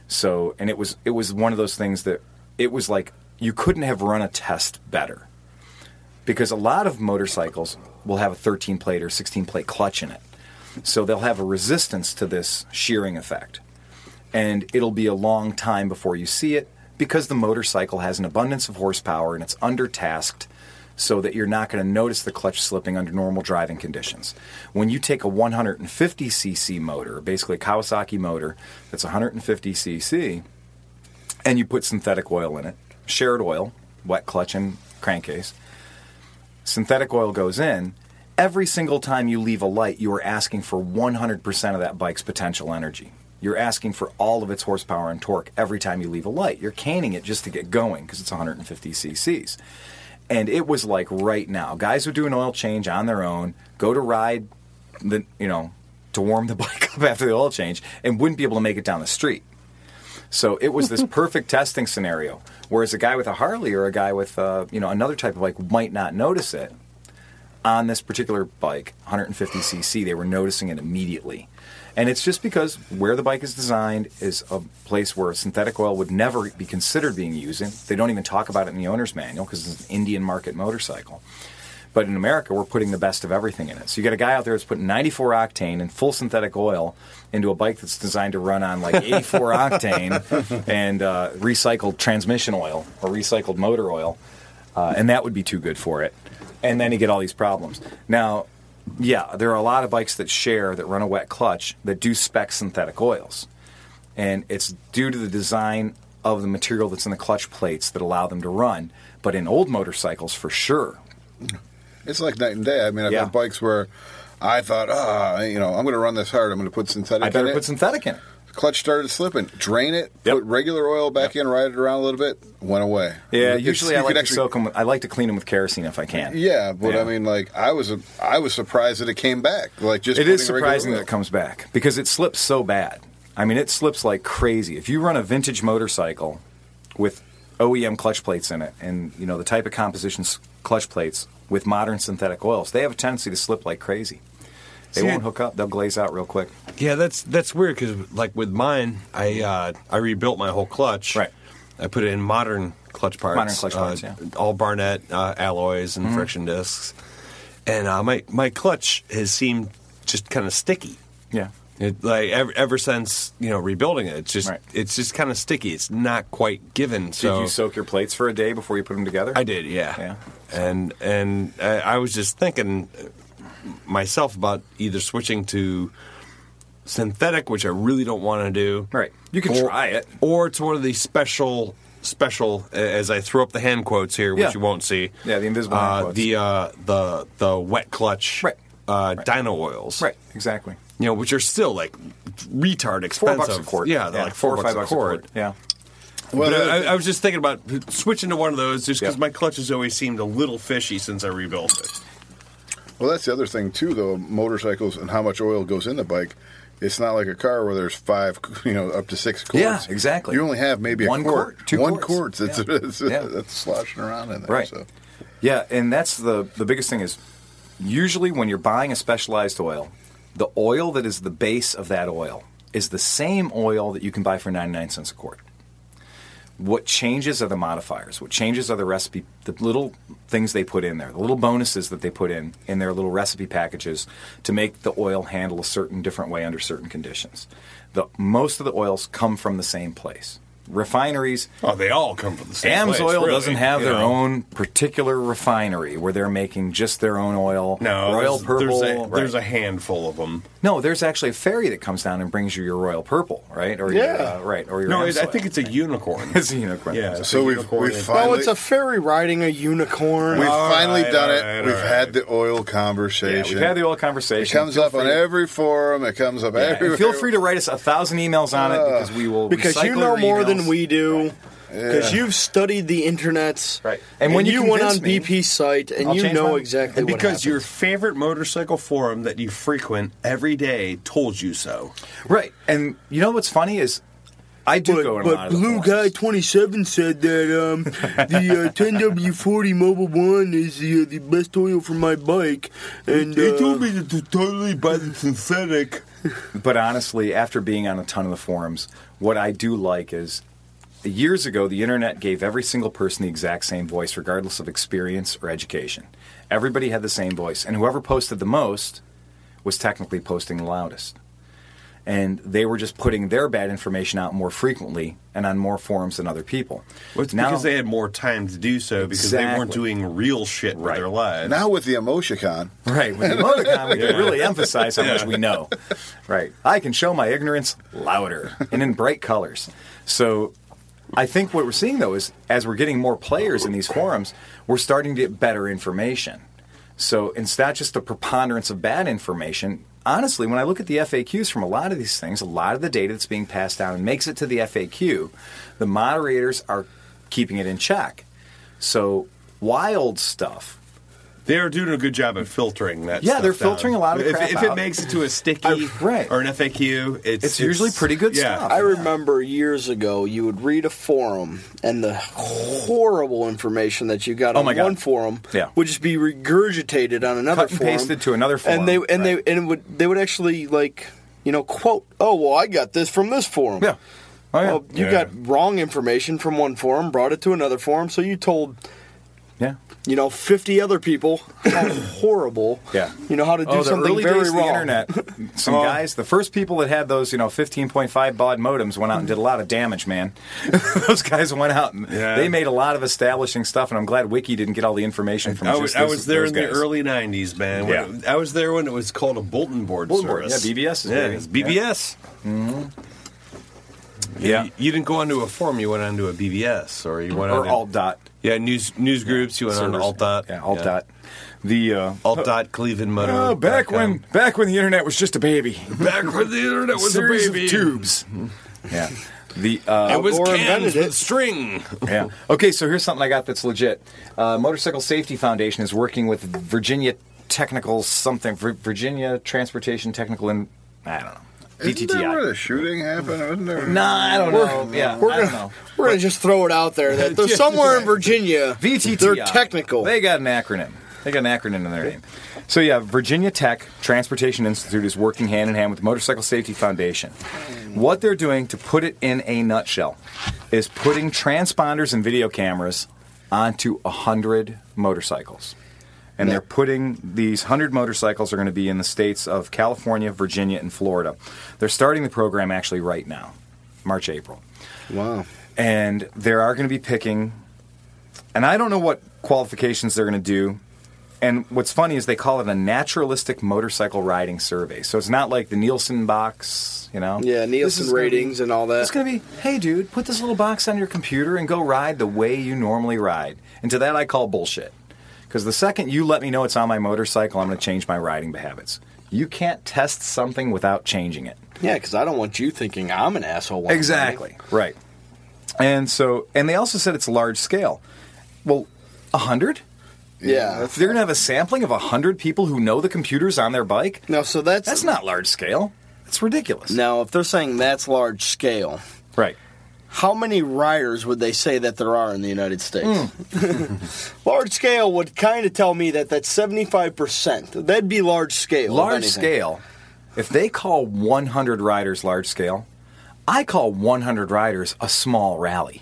Speaker 2: So, and it was it was one of those things that it was like you couldn't have run a test better because a lot of motorcycles will have a 13 plate or 16 plate clutch in it. So they'll have a resistance to this shearing effect. And it'll be a long time before you see it because the motorcycle has an abundance of horsepower and it's undertasked so that you're not going to notice the clutch slipping under normal driving conditions. When you take a 150cc motor, basically a Kawasaki motor that's 150cc, and you put synthetic oil in it, shared oil, wet clutch and crankcase, synthetic oil goes in, every single time you leave a light, you are asking for 100% of that bike's potential energy. You're asking for all of its horsepower and torque every time you leave a light. You're canning it just to get going because it's 150 cc's. And it was like right now, guys would do an oil change on their own, go to ride the, you know, to warm the [laughs] bike up after the oil change, and wouldn't be able to make it down the street. So it was this perfect testing scenario. Whereas a guy with a Harley or a guy with uh, you know another type of bike might not notice it. On this particular bike, 150cc, they were noticing it immediately. And it's just because where the bike is designed is a place where synthetic oil would never be considered being used. And They don't even talk about it in the owner's manual because it's an Indian market motorcycle. But in America, we're putting the best of everything in it. So you got a guy out there that's putting 94 octane and full synthetic oil into a bike that's designed to run on like 84 octane and uh, recycled transmission oil or recycled motor oil, uh, and that would be too good for it. And then you get all these problems. Now, yeah, there are a lot of bikes that share that run a wet clutch that do spec synthetic oils, and it's due to the design of the material that's in the clutch plates that allow them to run. But in old motorcycles, for sure,
Speaker 5: It's like night and day. I mean, I've
Speaker 2: Yeah.
Speaker 5: had bikes where I thought, ah, you know, I'm going to run this hard. I'm going to put synthetic
Speaker 2: I better
Speaker 5: in
Speaker 2: put
Speaker 5: it.
Speaker 2: synthetic in it.
Speaker 5: Clutch started slipping. Drain it.
Speaker 2: Yep.
Speaker 5: Put regular oil back in. Ride it around a little bit. Went away.
Speaker 2: Yeah,
Speaker 5: It's-
Speaker 2: usually
Speaker 5: you
Speaker 2: I
Speaker 5: could
Speaker 2: like to
Speaker 5: actually-
Speaker 2: soak 'em with- I like to clean them with kerosene if I can.
Speaker 5: Yeah, but
Speaker 2: Yeah.
Speaker 5: I mean, like I was, I was surprised that it came back. Like just
Speaker 2: it is
Speaker 5: putting regular
Speaker 2: surprising
Speaker 5: oil.
Speaker 2: that it comes back because it slips so bad. I mean, it slips like crazy. If you run a vintage motorcycle with OEM clutch plates in it, and you know the type of compositions clutch plates with modern synthetic oils, they have a tendency to slip like crazy. They
Speaker 6: See,
Speaker 2: won't hook up; they'll glaze out real quick.
Speaker 3: Yeah, that's that's weird because like with mine, I uh, I rebuilt my whole clutch.
Speaker 2: Right.
Speaker 3: I put it in modern clutch parts.
Speaker 2: Modern clutch parts,
Speaker 3: uh,
Speaker 2: yeah. Mm-hmm.
Speaker 3: All Barnett uh, alloys and friction discs, and uh, my my clutch has seemed just kind of sticky.
Speaker 2: Yeah,
Speaker 3: It, like ever, ever since you know rebuilding it, it's just
Speaker 2: Right.
Speaker 3: it's just kind of sticky. It's not quite given.
Speaker 2: did
Speaker 3: So
Speaker 2: you soak your plates for a day before you put them together?
Speaker 3: I did, yeah.
Speaker 2: Yeah.
Speaker 3: And and I, I was just thinking uh, myself about either switching to synthetic, which I really don't want to do.
Speaker 2: Right. You can try it.
Speaker 3: or to one of these special special a- as I throw up the hand quotes here, which
Speaker 2: Yeah.
Speaker 3: you won't see.
Speaker 2: Yeah, the invisible
Speaker 3: uh,
Speaker 2: hand quotes.
Speaker 3: The uh, the the wet clutch.
Speaker 2: Right.
Speaker 3: Uh,
Speaker 2: Right.
Speaker 3: Dyno oils,
Speaker 2: Right, exactly.
Speaker 3: You know, which are still like retard
Speaker 2: Four
Speaker 3: expensive.
Speaker 2: bucks a quart.
Speaker 3: Yeah, they're like four,
Speaker 2: or
Speaker 3: bucks
Speaker 2: five
Speaker 3: a quart.
Speaker 2: Yeah.
Speaker 5: Well,
Speaker 3: But
Speaker 5: the
Speaker 3: I,
Speaker 5: other
Speaker 3: I was just thinking about switching to one of those just because
Speaker 2: Yeah.
Speaker 3: my clutches always seemed a little fishy since I rebuilt it.
Speaker 5: Well, that's the other thing too, though. Motorcycles and how much oil goes in the bike. It's not like a car where there's five, you know, up to six quarts.
Speaker 2: Yeah, exactly.
Speaker 5: You only have maybe a
Speaker 2: One
Speaker 5: quart,
Speaker 2: quart, two
Speaker 5: one
Speaker 2: quarts.
Speaker 5: quarts. It's,
Speaker 2: Yeah.
Speaker 5: it's,
Speaker 2: Yeah.
Speaker 5: [laughs] that's sloshing around in there.
Speaker 2: Right.
Speaker 5: So.
Speaker 2: Yeah, and that's the the biggest thing is usually when you're buying a specialized oil, the oil that is the base of that oil is the same oil that you can buy for 99 cents a quart. What changes are the modifiers. What changes are the recipe, the little things they put in there, the little bonuses that they put in in their little recipe packages to make the oil handle a certain different way under certain conditions. The most of the oils come from the same place. Refineries
Speaker 3: Oh, they all come from the same
Speaker 2: Amsoil
Speaker 3: place. really,
Speaker 2: doesn't have
Speaker 3: you
Speaker 2: their
Speaker 3: know.
Speaker 2: own particular refinery where they're making just their own oil.
Speaker 3: No,
Speaker 2: Royal
Speaker 3: there's,
Speaker 2: Purple.
Speaker 3: There's a,
Speaker 2: right.
Speaker 3: there's a handful of them.
Speaker 2: no, there's actually a ferry that comes down and brings you your Royal Purple, right? Or your,
Speaker 4: Yeah.
Speaker 2: uh, right. Or your
Speaker 3: No, it, I
Speaker 2: Amsoil.
Speaker 3: think [laughs] it's a unicorn.
Speaker 2: it's a unicorn.
Speaker 3: yeah.
Speaker 5: So
Speaker 3: a
Speaker 5: we've-
Speaker 3: unicorn.
Speaker 5: we've
Speaker 3: It's-
Speaker 5: fin-
Speaker 4: Oh,
Speaker 5: Finally-
Speaker 4: it's a fairy riding a unicorn.
Speaker 5: We've
Speaker 3: All
Speaker 5: finally
Speaker 3: right,
Speaker 5: done
Speaker 3: all
Speaker 5: it.
Speaker 3: right, all
Speaker 5: we've
Speaker 3: right.
Speaker 5: had the oil conversation.
Speaker 2: We've had the oil
Speaker 5: It
Speaker 2: conversation.
Speaker 5: comes
Speaker 2: Feel
Speaker 5: up on
Speaker 2: free to-
Speaker 5: every forum. It comes up
Speaker 2: Yeah,
Speaker 5: everywhere.
Speaker 2: and Feel free to write us a thousand emails on it because we will.
Speaker 4: because you
Speaker 2: recycle
Speaker 4: know
Speaker 2: your
Speaker 4: more than
Speaker 2: emails.
Speaker 4: we do. Because you've studied the internets,
Speaker 2: Right.
Speaker 4: And, when you, went on
Speaker 2: convinced me-
Speaker 4: BP's site and
Speaker 2: I'll
Speaker 4: you
Speaker 2: change
Speaker 4: know
Speaker 2: mine.
Speaker 4: exactly
Speaker 3: and
Speaker 4: what
Speaker 3: because your
Speaker 4: happens.
Speaker 3: favorite motorcycle forum that you frequent every day told you so.
Speaker 2: Right. And you know what's funny is I do
Speaker 6: but,
Speaker 2: go in a
Speaker 6: but
Speaker 2: lot of the
Speaker 6: Blue
Speaker 2: forums.
Speaker 6: Guy Twenty Seven said that
Speaker 4: [laughs]
Speaker 6: um, the uh, 10W40 Mobile One is the uh, the best oil for my bike, and uh,
Speaker 3: to, totally buy the synthetic.
Speaker 2: But honestly, after being on a ton of the forums, what I do like is years ago, the internet gave every single person the exact same voice, regardless of experience or education. Everybody had the same voice, and whoever posted the most was technically posting the loudest. And they were just putting their bad information out more frequently and on more forums than other people.
Speaker 3: Well, it's
Speaker 2: Now-
Speaker 3: because they had more time to do so because they weren't
Speaker 2: Exactly.
Speaker 3: doing real shit with
Speaker 2: Right.
Speaker 3: their lives.
Speaker 5: Now with the Emoticon,
Speaker 2: Right, with the emoticon, we can really emphasize how much
Speaker 3: Yeah.
Speaker 2: we know. Right, I can show my ignorance louder and in bright colors. So, I think what we're seeing though is as we're getting more players in these forums, we're starting to get better information. So it's not just the preponderance of bad information. Honestly, when I look at the FAQs from a lot of these things, a lot of the data that's being passed down and makes it to the FAQ, the moderators are keeping it in check. So wild stuff
Speaker 3: They are doing a good job of filtering that.
Speaker 2: Yeah,
Speaker 3: stuff
Speaker 2: they're
Speaker 3: down.
Speaker 2: filtering a lot of the
Speaker 3: if,
Speaker 2: crap
Speaker 3: if
Speaker 2: out.
Speaker 3: it makes it to a sticky
Speaker 2: I- right.
Speaker 3: or an FAQ, it's,
Speaker 2: It's usually pretty good
Speaker 3: yeah.
Speaker 2: stuff.
Speaker 4: I remember years ago, you would read a forum, and the horrible information that you got
Speaker 2: Oh
Speaker 4: on
Speaker 2: my God.
Speaker 4: one forum
Speaker 2: Yeah.
Speaker 4: would just be regurgitated on another
Speaker 2: Cut and
Speaker 4: forum,
Speaker 2: pasted to another forum,
Speaker 4: and they and
Speaker 2: right.
Speaker 4: they and it would they would actually like you know quote, oh well, I got this from this forum,
Speaker 2: Yeah. Oh, yeah.
Speaker 4: Well, you
Speaker 3: Yeah.
Speaker 4: got wrong information from one forum, brought it to another forum, so you told
Speaker 2: yeah.
Speaker 4: you know 50 other people
Speaker 2: [coughs]
Speaker 4: how horrible
Speaker 2: Yeah.
Speaker 4: you know how to do
Speaker 2: oh, the
Speaker 4: something
Speaker 2: early
Speaker 4: very
Speaker 2: days
Speaker 4: wrong
Speaker 2: Of
Speaker 3: [laughs]
Speaker 2: the internet.
Speaker 3: Oh.
Speaker 2: Some guys, the first people that had those, you know, 15.5 baud modems went out and did a lot of damage, man. [laughs] those guys went out and
Speaker 3: Yeah.
Speaker 2: they made a lot of establishing stuff, and I'm glad Wiki didn't get all the information from
Speaker 3: I
Speaker 2: just
Speaker 3: was,
Speaker 2: those-
Speaker 3: I was there
Speaker 2: those
Speaker 3: in the
Speaker 2: guys.
Speaker 3: early '90s, man. When
Speaker 2: Yeah.
Speaker 3: it- I was there when it was called a bulletin board
Speaker 2: Bulletin board,
Speaker 3: service.
Speaker 2: yeah, BBS is
Speaker 3: yeah,
Speaker 2: big.
Speaker 3: it's BBS.
Speaker 2: Yeah.
Speaker 3: You, you didn't go onto a forum; you went onto a BBS, or you went
Speaker 2: Or
Speaker 3: onto,
Speaker 2: alt dot.
Speaker 3: Yeah, news news groups. You went on
Speaker 2: servers.
Speaker 3: alt dot.
Speaker 2: Yeah, alt dot. The, uh,
Speaker 3: Alt dot Cleveland Motor.
Speaker 2: oh, back
Speaker 3: dot com.
Speaker 2: when back when the internet was just a baby.
Speaker 3: back when the internet was a
Speaker 2: Series of
Speaker 3: baby. [laughs]
Speaker 2: tubes. yeah. The uh,
Speaker 3: It was
Speaker 4: Outdoor
Speaker 3: cans
Speaker 4: invented
Speaker 3: with
Speaker 4: it.
Speaker 3: string.
Speaker 2: [laughs] yeah. Okay, so here's something I got that's legit. Uh, Motorcycle Safety Foundation is working with Virginia Technical something, Vir- Virginia Transportation Technical, and I don't know.
Speaker 5: isn't that where
Speaker 2: VTTI.
Speaker 5: the shooting happened? Isn't there-
Speaker 2: Nah, I don't know. Yeah,
Speaker 4: we're
Speaker 2: I don't
Speaker 4: gonna,
Speaker 2: know.
Speaker 4: we're gonna just throw it out there
Speaker 2: [laughs]
Speaker 4: that they're somewhere in virginia
Speaker 2: VTTI.
Speaker 4: they're technical
Speaker 2: They got an acronym. They got an acronym in their name. So yeah, Virginia Tech Transportation Institute is working hand in hand with Motorcycle Safety Foundation. What they're doing, to put it in a nutshell, is putting transponders and video cameras onto hundred motorcycles. And they're putting these 100 motorcycles are going to be in the states of California, Virginia, and Florida. They're starting the program actually right now, March, April
Speaker 4: wow
Speaker 2: and there are going to be picking and i don't know what qualifications they're going to do and what's funny is they call it a naturalistic motorcycle riding survey so it's not like the nielsen box you know This
Speaker 4: yeah
Speaker 2: is
Speaker 4: nielsen
Speaker 2: gonna be-
Speaker 4: ratings and all that
Speaker 2: it's going to be hey dude put this little box on your computer and go ride the way you normally ride and to that i call bullshit because the second you let me know it's on my motorcycle i'm going to change my riding habits you can't test something without changing it
Speaker 4: yeah because i don't want you thinking i'm an asshole while I'm
Speaker 2: Exactly. Right. And so, and they also said it's large scale. Well, a hundred?
Speaker 4: riding. yeah
Speaker 2: If they're going to have a sampling of a hundred people who know the computers on their bike,
Speaker 4: now so that's,
Speaker 2: that's not large scale. That's ridiculous.
Speaker 4: now if they're saying that's large scale
Speaker 2: Right.
Speaker 4: how many riders would they say that there are in the United States?
Speaker 2: Hmm.
Speaker 4: [laughs] large scale would kind of tell me that that's 75%. That'd be large scale. if
Speaker 2: Large
Speaker 4: anything.
Speaker 2: scale. If they call 100 riders large scale, I call 100 riders a small rally.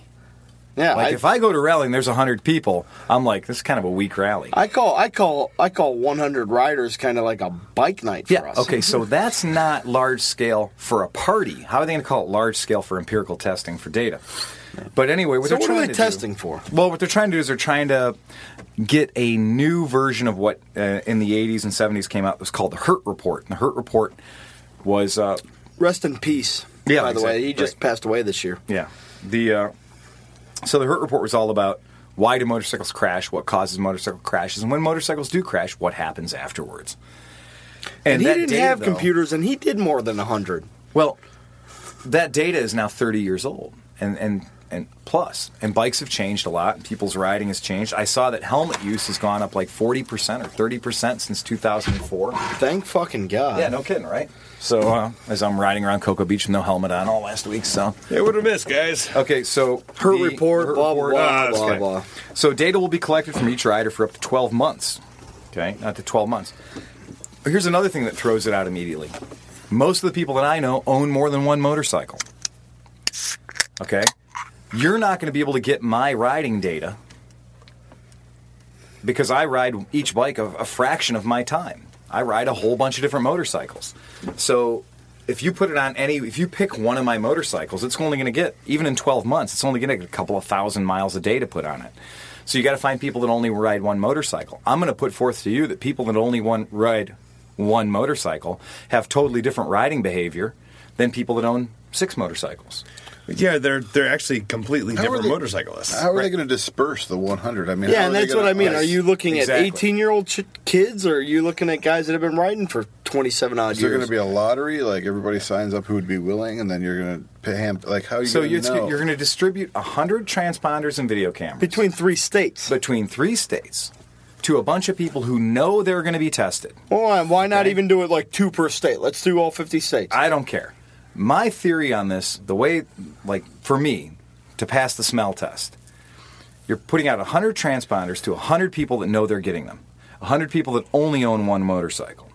Speaker 4: Yeah,
Speaker 2: Like
Speaker 4: I,
Speaker 2: if I go to rally and there's 100 people, I'm like, this is kind of a weak rally.
Speaker 4: I call I call I call 100 riders kind of like a bike night for
Speaker 2: Yeah.
Speaker 4: us.
Speaker 2: Okay. So that's not large scale for a party. How are they going to call it large scale for empirical testing for data? But anyway, what
Speaker 4: So
Speaker 2: they're
Speaker 4: what
Speaker 2: trying
Speaker 4: are they
Speaker 2: to
Speaker 4: testing
Speaker 2: do,
Speaker 4: for?
Speaker 2: Well, what they're trying to do is they're trying to get a new version of what uh, in the 80s and 70s came out that was called the Hurt Report. And the Hurt Report was uh,
Speaker 4: Rest in peace.
Speaker 2: Yeah,
Speaker 4: by the way,
Speaker 2: exactly,
Speaker 4: he just
Speaker 2: right.
Speaker 4: passed away this year.
Speaker 2: Yeah. The uh, so the Hurt Report was all about why do motorcycles crash, what causes motorcycle crashes, and when motorcycles do crash, what happens afterwards.
Speaker 4: And, he
Speaker 2: that
Speaker 4: didn't
Speaker 2: data,
Speaker 4: have
Speaker 2: though-
Speaker 4: computers and he did more than 100.
Speaker 2: Well, that data is now 30 years old, and and and plus. And bikes have changed a lot. And people's riding has changed. I saw that helmet use has gone up like forty percent or thirty percent since two thousand and four.
Speaker 4: Thank fucking God.
Speaker 2: Yeah, no kidding, right? So uh, as I'm riding around Cocoa Beach with no helmet on all last week, so
Speaker 3: Yeah, what a miss,
Speaker 2: [laughs]
Speaker 3: guys.
Speaker 2: okay, so
Speaker 4: Hurt
Speaker 2: the-
Speaker 4: report,
Speaker 2: hurt
Speaker 4: blah, blah,
Speaker 2: report-
Speaker 4: blah,
Speaker 2: ah,
Speaker 4: blah,
Speaker 2: okay.
Speaker 4: blah.
Speaker 2: So data will be collected from each rider for up to 12 months. Okay, not to 12 months. But here's another thing that throws it out immediately. Most of the people that I know own more than one motorcycle. Okay? You're not going to be able to get my riding data because I ride each bike of a fraction of my time. I ride a whole bunch of different motorcycles. So if you put it on any, if you pick one of my motorcycles, it's only going to get, even in 12 months, it's only going to get a couple of thousand miles a day to put on it. So you got to find people that only ride one motorcycle. I'm going to put forth to you that people that only one ride one motorcycle have totally different riding behavior than people that own six motorcycles.
Speaker 3: Yeah, they're they're actually completely
Speaker 5: How are
Speaker 3: different
Speaker 5: they-
Speaker 3: motorcyclists.
Speaker 5: How are they going to disperse the 100? I mean, how
Speaker 4: Yeah,
Speaker 5: are
Speaker 4: and
Speaker 5: they
Speaker 4: that's
Speaker 5: gonna-
Speaker 4: what I mean. Are you looking
Speaker 2: Exactly.
Speaker 4: at 18 year old ch- kids or are you looking at guys that have been riding for 27 odd
Speaker 5: Is there
Speaker 4: years?
Speaker 5: going to be a lottery? Like everybody signs up who would be willing, and then you're going to pay him. Like how are you
Speaker 2: So
Speaker 5: going
Speaker 2: you're,
Speaker 5: to know?
Speaker 2: you're going to distribute 100 transponders and video cameras.
Speaker 4: Between three states.
Speaker 2: between three states to a bunch of people who know they're going to be tested.
Speaker 4: Well, why, why not even do it like two per state? Let's do all 50 states.
Speaker 2: I don't care. My theory on this, the way, like, for me, to pass the smell test, you're putting out 100 transponders to 100 people that know they're getting them, 100 people that only own one motorcycle.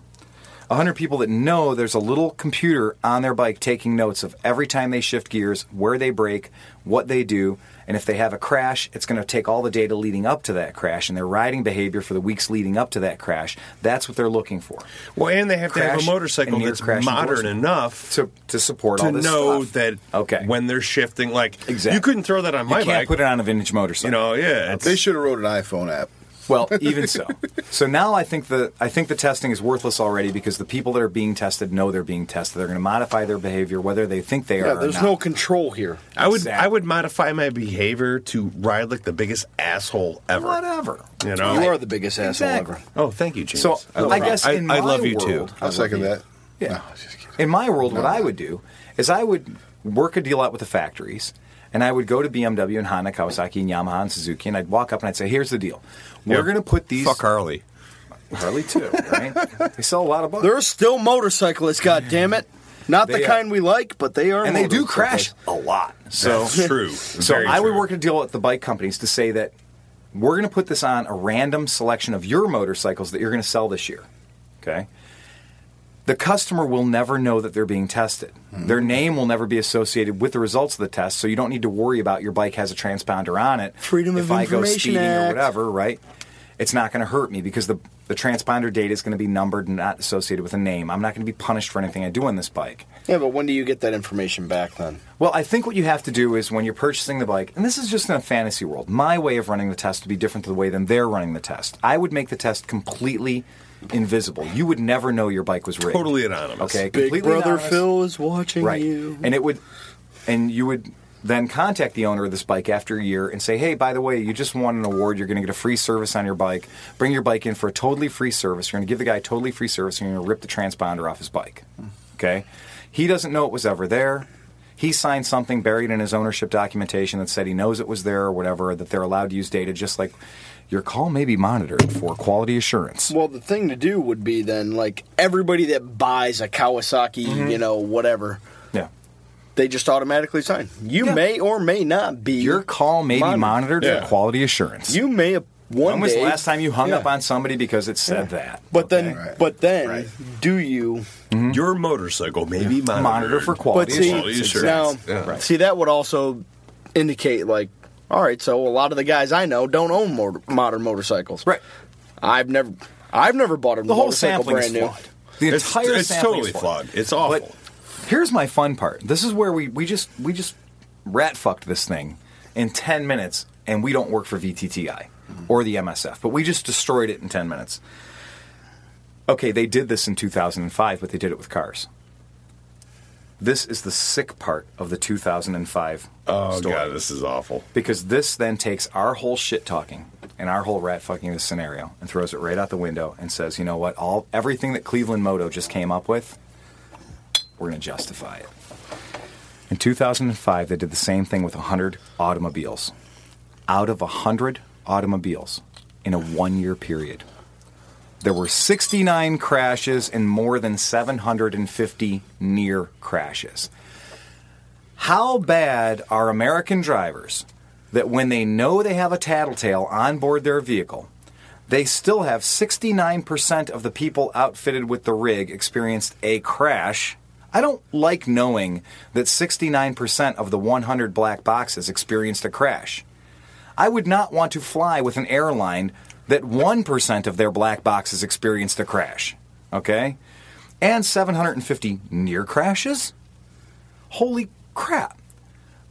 Speaker 2: 100 people that know there's a little computer on their bike taking notes of every time they shift gears, where they brake, what they do, and if they have a crash, it's going to take all the data leading up to that crash and their riding behavior for the weeks leading up to that crash. That's what they're looking for.
Speaker 3: Well, and they have to have a
Speaker 2: Crash
Speaker 3: motorcycle
Speaker 2: and near
Speaker 3: that's
Speaker 2: crash
Speaker 3: modern
Speaker 2: endorsement.
Speaker 3: enough
Speaker 2: To, to support
Speaker 3: to
Speaker 2: all this
Speaker 3: know
Speaker 2: stuff.
Speaker 3: that
Speaker 2: okay.
Speaker 3: when they're shifting. Like
Speaker 2: Exactly.
Speaker 3: you couldn't throw that on my
Speaker 2: you can't
Speaker 3: bike.
Speaker 2: put it on a vintage motorcycle.
Speaker 3: you know, yeah,
Speaker 5: They
Speaker 3: it's,
Speaker 5: should have wrote an iPhone app.
Speaker 2: Well, even so. So now I think the I think the testing is worthless already because the people that are being tested know they're being tested. They're going to modify their behavior whether they think they
Speaker 4: yeah,
Speaker 2: are.
Speaker 4: there's
Speaker 2: or
Speaker 4: no
Speaker 2: not.
Speaker 4: control here.
Speaker 3: I would
Speaker 2: Exactly.
Speaker 3: I would modify my behavior to ride like the biggest asshole ever.
Speaker 2: whatever.
Speaker 3: You know,
Speaker 4: You are the biggest asshole
Speaker 2: Exactly.
Speaker 4: ever.
Speaker 3: oh, thank you, James.
Speaker 2: So
Speaker 3: No
Speaker 2: I
Speaker 3: problem.
Speaker 2: guess in
Speaker 3: I, I
Speaker 2: my
Speaker 3: love you
Speaker 2: world,
Speaker 3: too.
Speaker 5: I second that. Oh,
Speaker 2: Yeah.
Speaker 5: No, just kidding.
Speaker 2: In my world, what I would do is I would work a deal out with the factories, and I would go to BMW and Honda, Kawasaki and Yamaha and Suzuki, and I'd walk up and I'd say, "Here's the deal. We're
Speaker 3: Yeah.
Speaker 2: going to put these
Speaker 3: Fuck Harley.
Speaker 2: Harley too, right? they sell a lot of bikes,
Speaker 4: They're still motorcyclists, God damn it! Not
Speaker 2: They
Speaker 4: the
Speaker 2: are.
Speaker 4: kind we like, but they are.
Speaker 2: and they do crash
Speaker 4: motorcyclists.
Speaker 2: a lot. So
Speaker 3: That's true.
Speaker 2: So
Speaker 3: [laughs] Very
Speaker 2: I would
Speaker 3: true.
Speaker 2: work a deal with the bike companies to say that we're going to put this on a random selection of your motorcycles that you're going to sell this year. Okay. The customer will never know that they're being tested.
Speaker 3: Hmm.
Speaker 2: Their name will never be associated with the results of the test, so you don't need to worry about your bike has a transponder on it.
Speaker 4: Freedom
Speaker 2: if
Speaker 4: of
Speaker 2: I go
Speaker 4: Information
Speaker 2: speeding or
Speaker 4: Act.
Speaker 2: whatever, right? It's not going to hurt me because the the transponder data is going to be numbered and not associated with a name. I'm not going to be punished for anything I do on this bike.
Speaker 4: Yeah, but when do you get that information back then?
Speaker 2: Well, I think what you have to do is when you're purchasing the bike, and this is just in a fantasy world, my way of running the test would be different to the way than they're running the test. I would make the test completely invisible. You would never know your bike was rigged.
Speaker 3: Totally anonymous.
Speaker 2: Okay,
Speaker 4: Big
Speaker 2: completely
Speaker 4: Brother
Speaker 2: anonymous.
Speaker 4: Phil is watching
Speaker 2: Right.
Speaker 4: you.
Speaker 2: And it would and you would then contact the owner of this bike after a year and say, "Hey, by the way, you just won an award. You're going to get a free service on your bike. Bring your bike in for a totally free service. You're going to give the guy a totally free service and you're going to rip the transponder off his bike." Okay? He doesn't know it was ever there. He signed something buried in his ownership documentation that said he knows it was there or whatever, that they're allowed to use data just like your call may be monitored for quality assurance.
Speaker 4: Well, the thing to do would be then like everybody that buys a Kawasaki,
Speaker 2: Mm-hmm.
Speaker 4: you know, whatever,
Speaker 2: yeah.
Speaker 4: they just automatically sign. You
Speaker 2: Yeah.
Speaker 4: may or may not be
Speaker 2: Your call may be
Speaker 4: Monitored.
Speaker 2: monitored
Speaker 3: Yeah.
Speaker 2: for quality assurance.
Speaker 4: You may have one
Speaker 2: When was the
Speaker 4: day-
Speaker 2: last time you hung
Speaker 4: Yeah.
Speaker 2: up on somebody because it said that?
Speaker 4: But then,
Speaker 5: Right.
Speaker 4: but then,
Speaker 5: Right.
Speaker 4: do you
Speaker 3: Your motorcycle may be monitored.
Speaker 2: Uh, monitor for quality
Speaker 4: But see,
Speaker 2: assurance.
Speaker 4: now,
Speaker 2: Exactly. Right.
Speaker 4: see that would also indicate like, all right, so a lot of the guys I know don't own motor, modern motorcycles.
Speaker 2: Right.
Speaker 4: I've never, I've never bought a
Speaker 2: The whole
Speaker 4: motorcycle
Speaker 2: sampling
Speaker 4: brand
Speaker 2: is
Speaker 4: new.
Speaker 2: flawed. The
Speaker 3: It's-
Speaker 2: entire
Speaker 3: it's
Speaker 2: sampling
Speaker 3: totally
Speaker 2: is flawed.
Speaker 3: flawed. It's awful.
Speaker 2: But here's my fun part. This is where we, we just we just rat fucked this thing in ten minutes, and we don't work for VTTI or the MSF, but we just destroyed it in ten minutes. Okay, they did this in 2005, but they did it with cars. This is the sick part of the 2005
Speaker 3: Oh
Speaker 2: story.
Speaker 3: god, this is awful.
Speaker 2: because this then takes our whole shit talking and our whole rat fucking this scenario and throws it right out the window and says, you know what, all everything that Cleveland Moto just came up with, we're gonna justify it. In 2005, they did the same thing with 100 automobiles. Out of 100 automobiles in a one year period, there were 69 crashes and more than 750 near crashes. How bad are American drivers that when they know they have a tattletale on board their vehicle, they still have 69% of the people outfitted with the rig experienced a crash? I don't like knowing that 69% of the 100 black boxes experienced a crash. I would not want to fly with an airline that 1% of their black boxes experienced a crash. Okay? And 750 near crashes? Holy crap.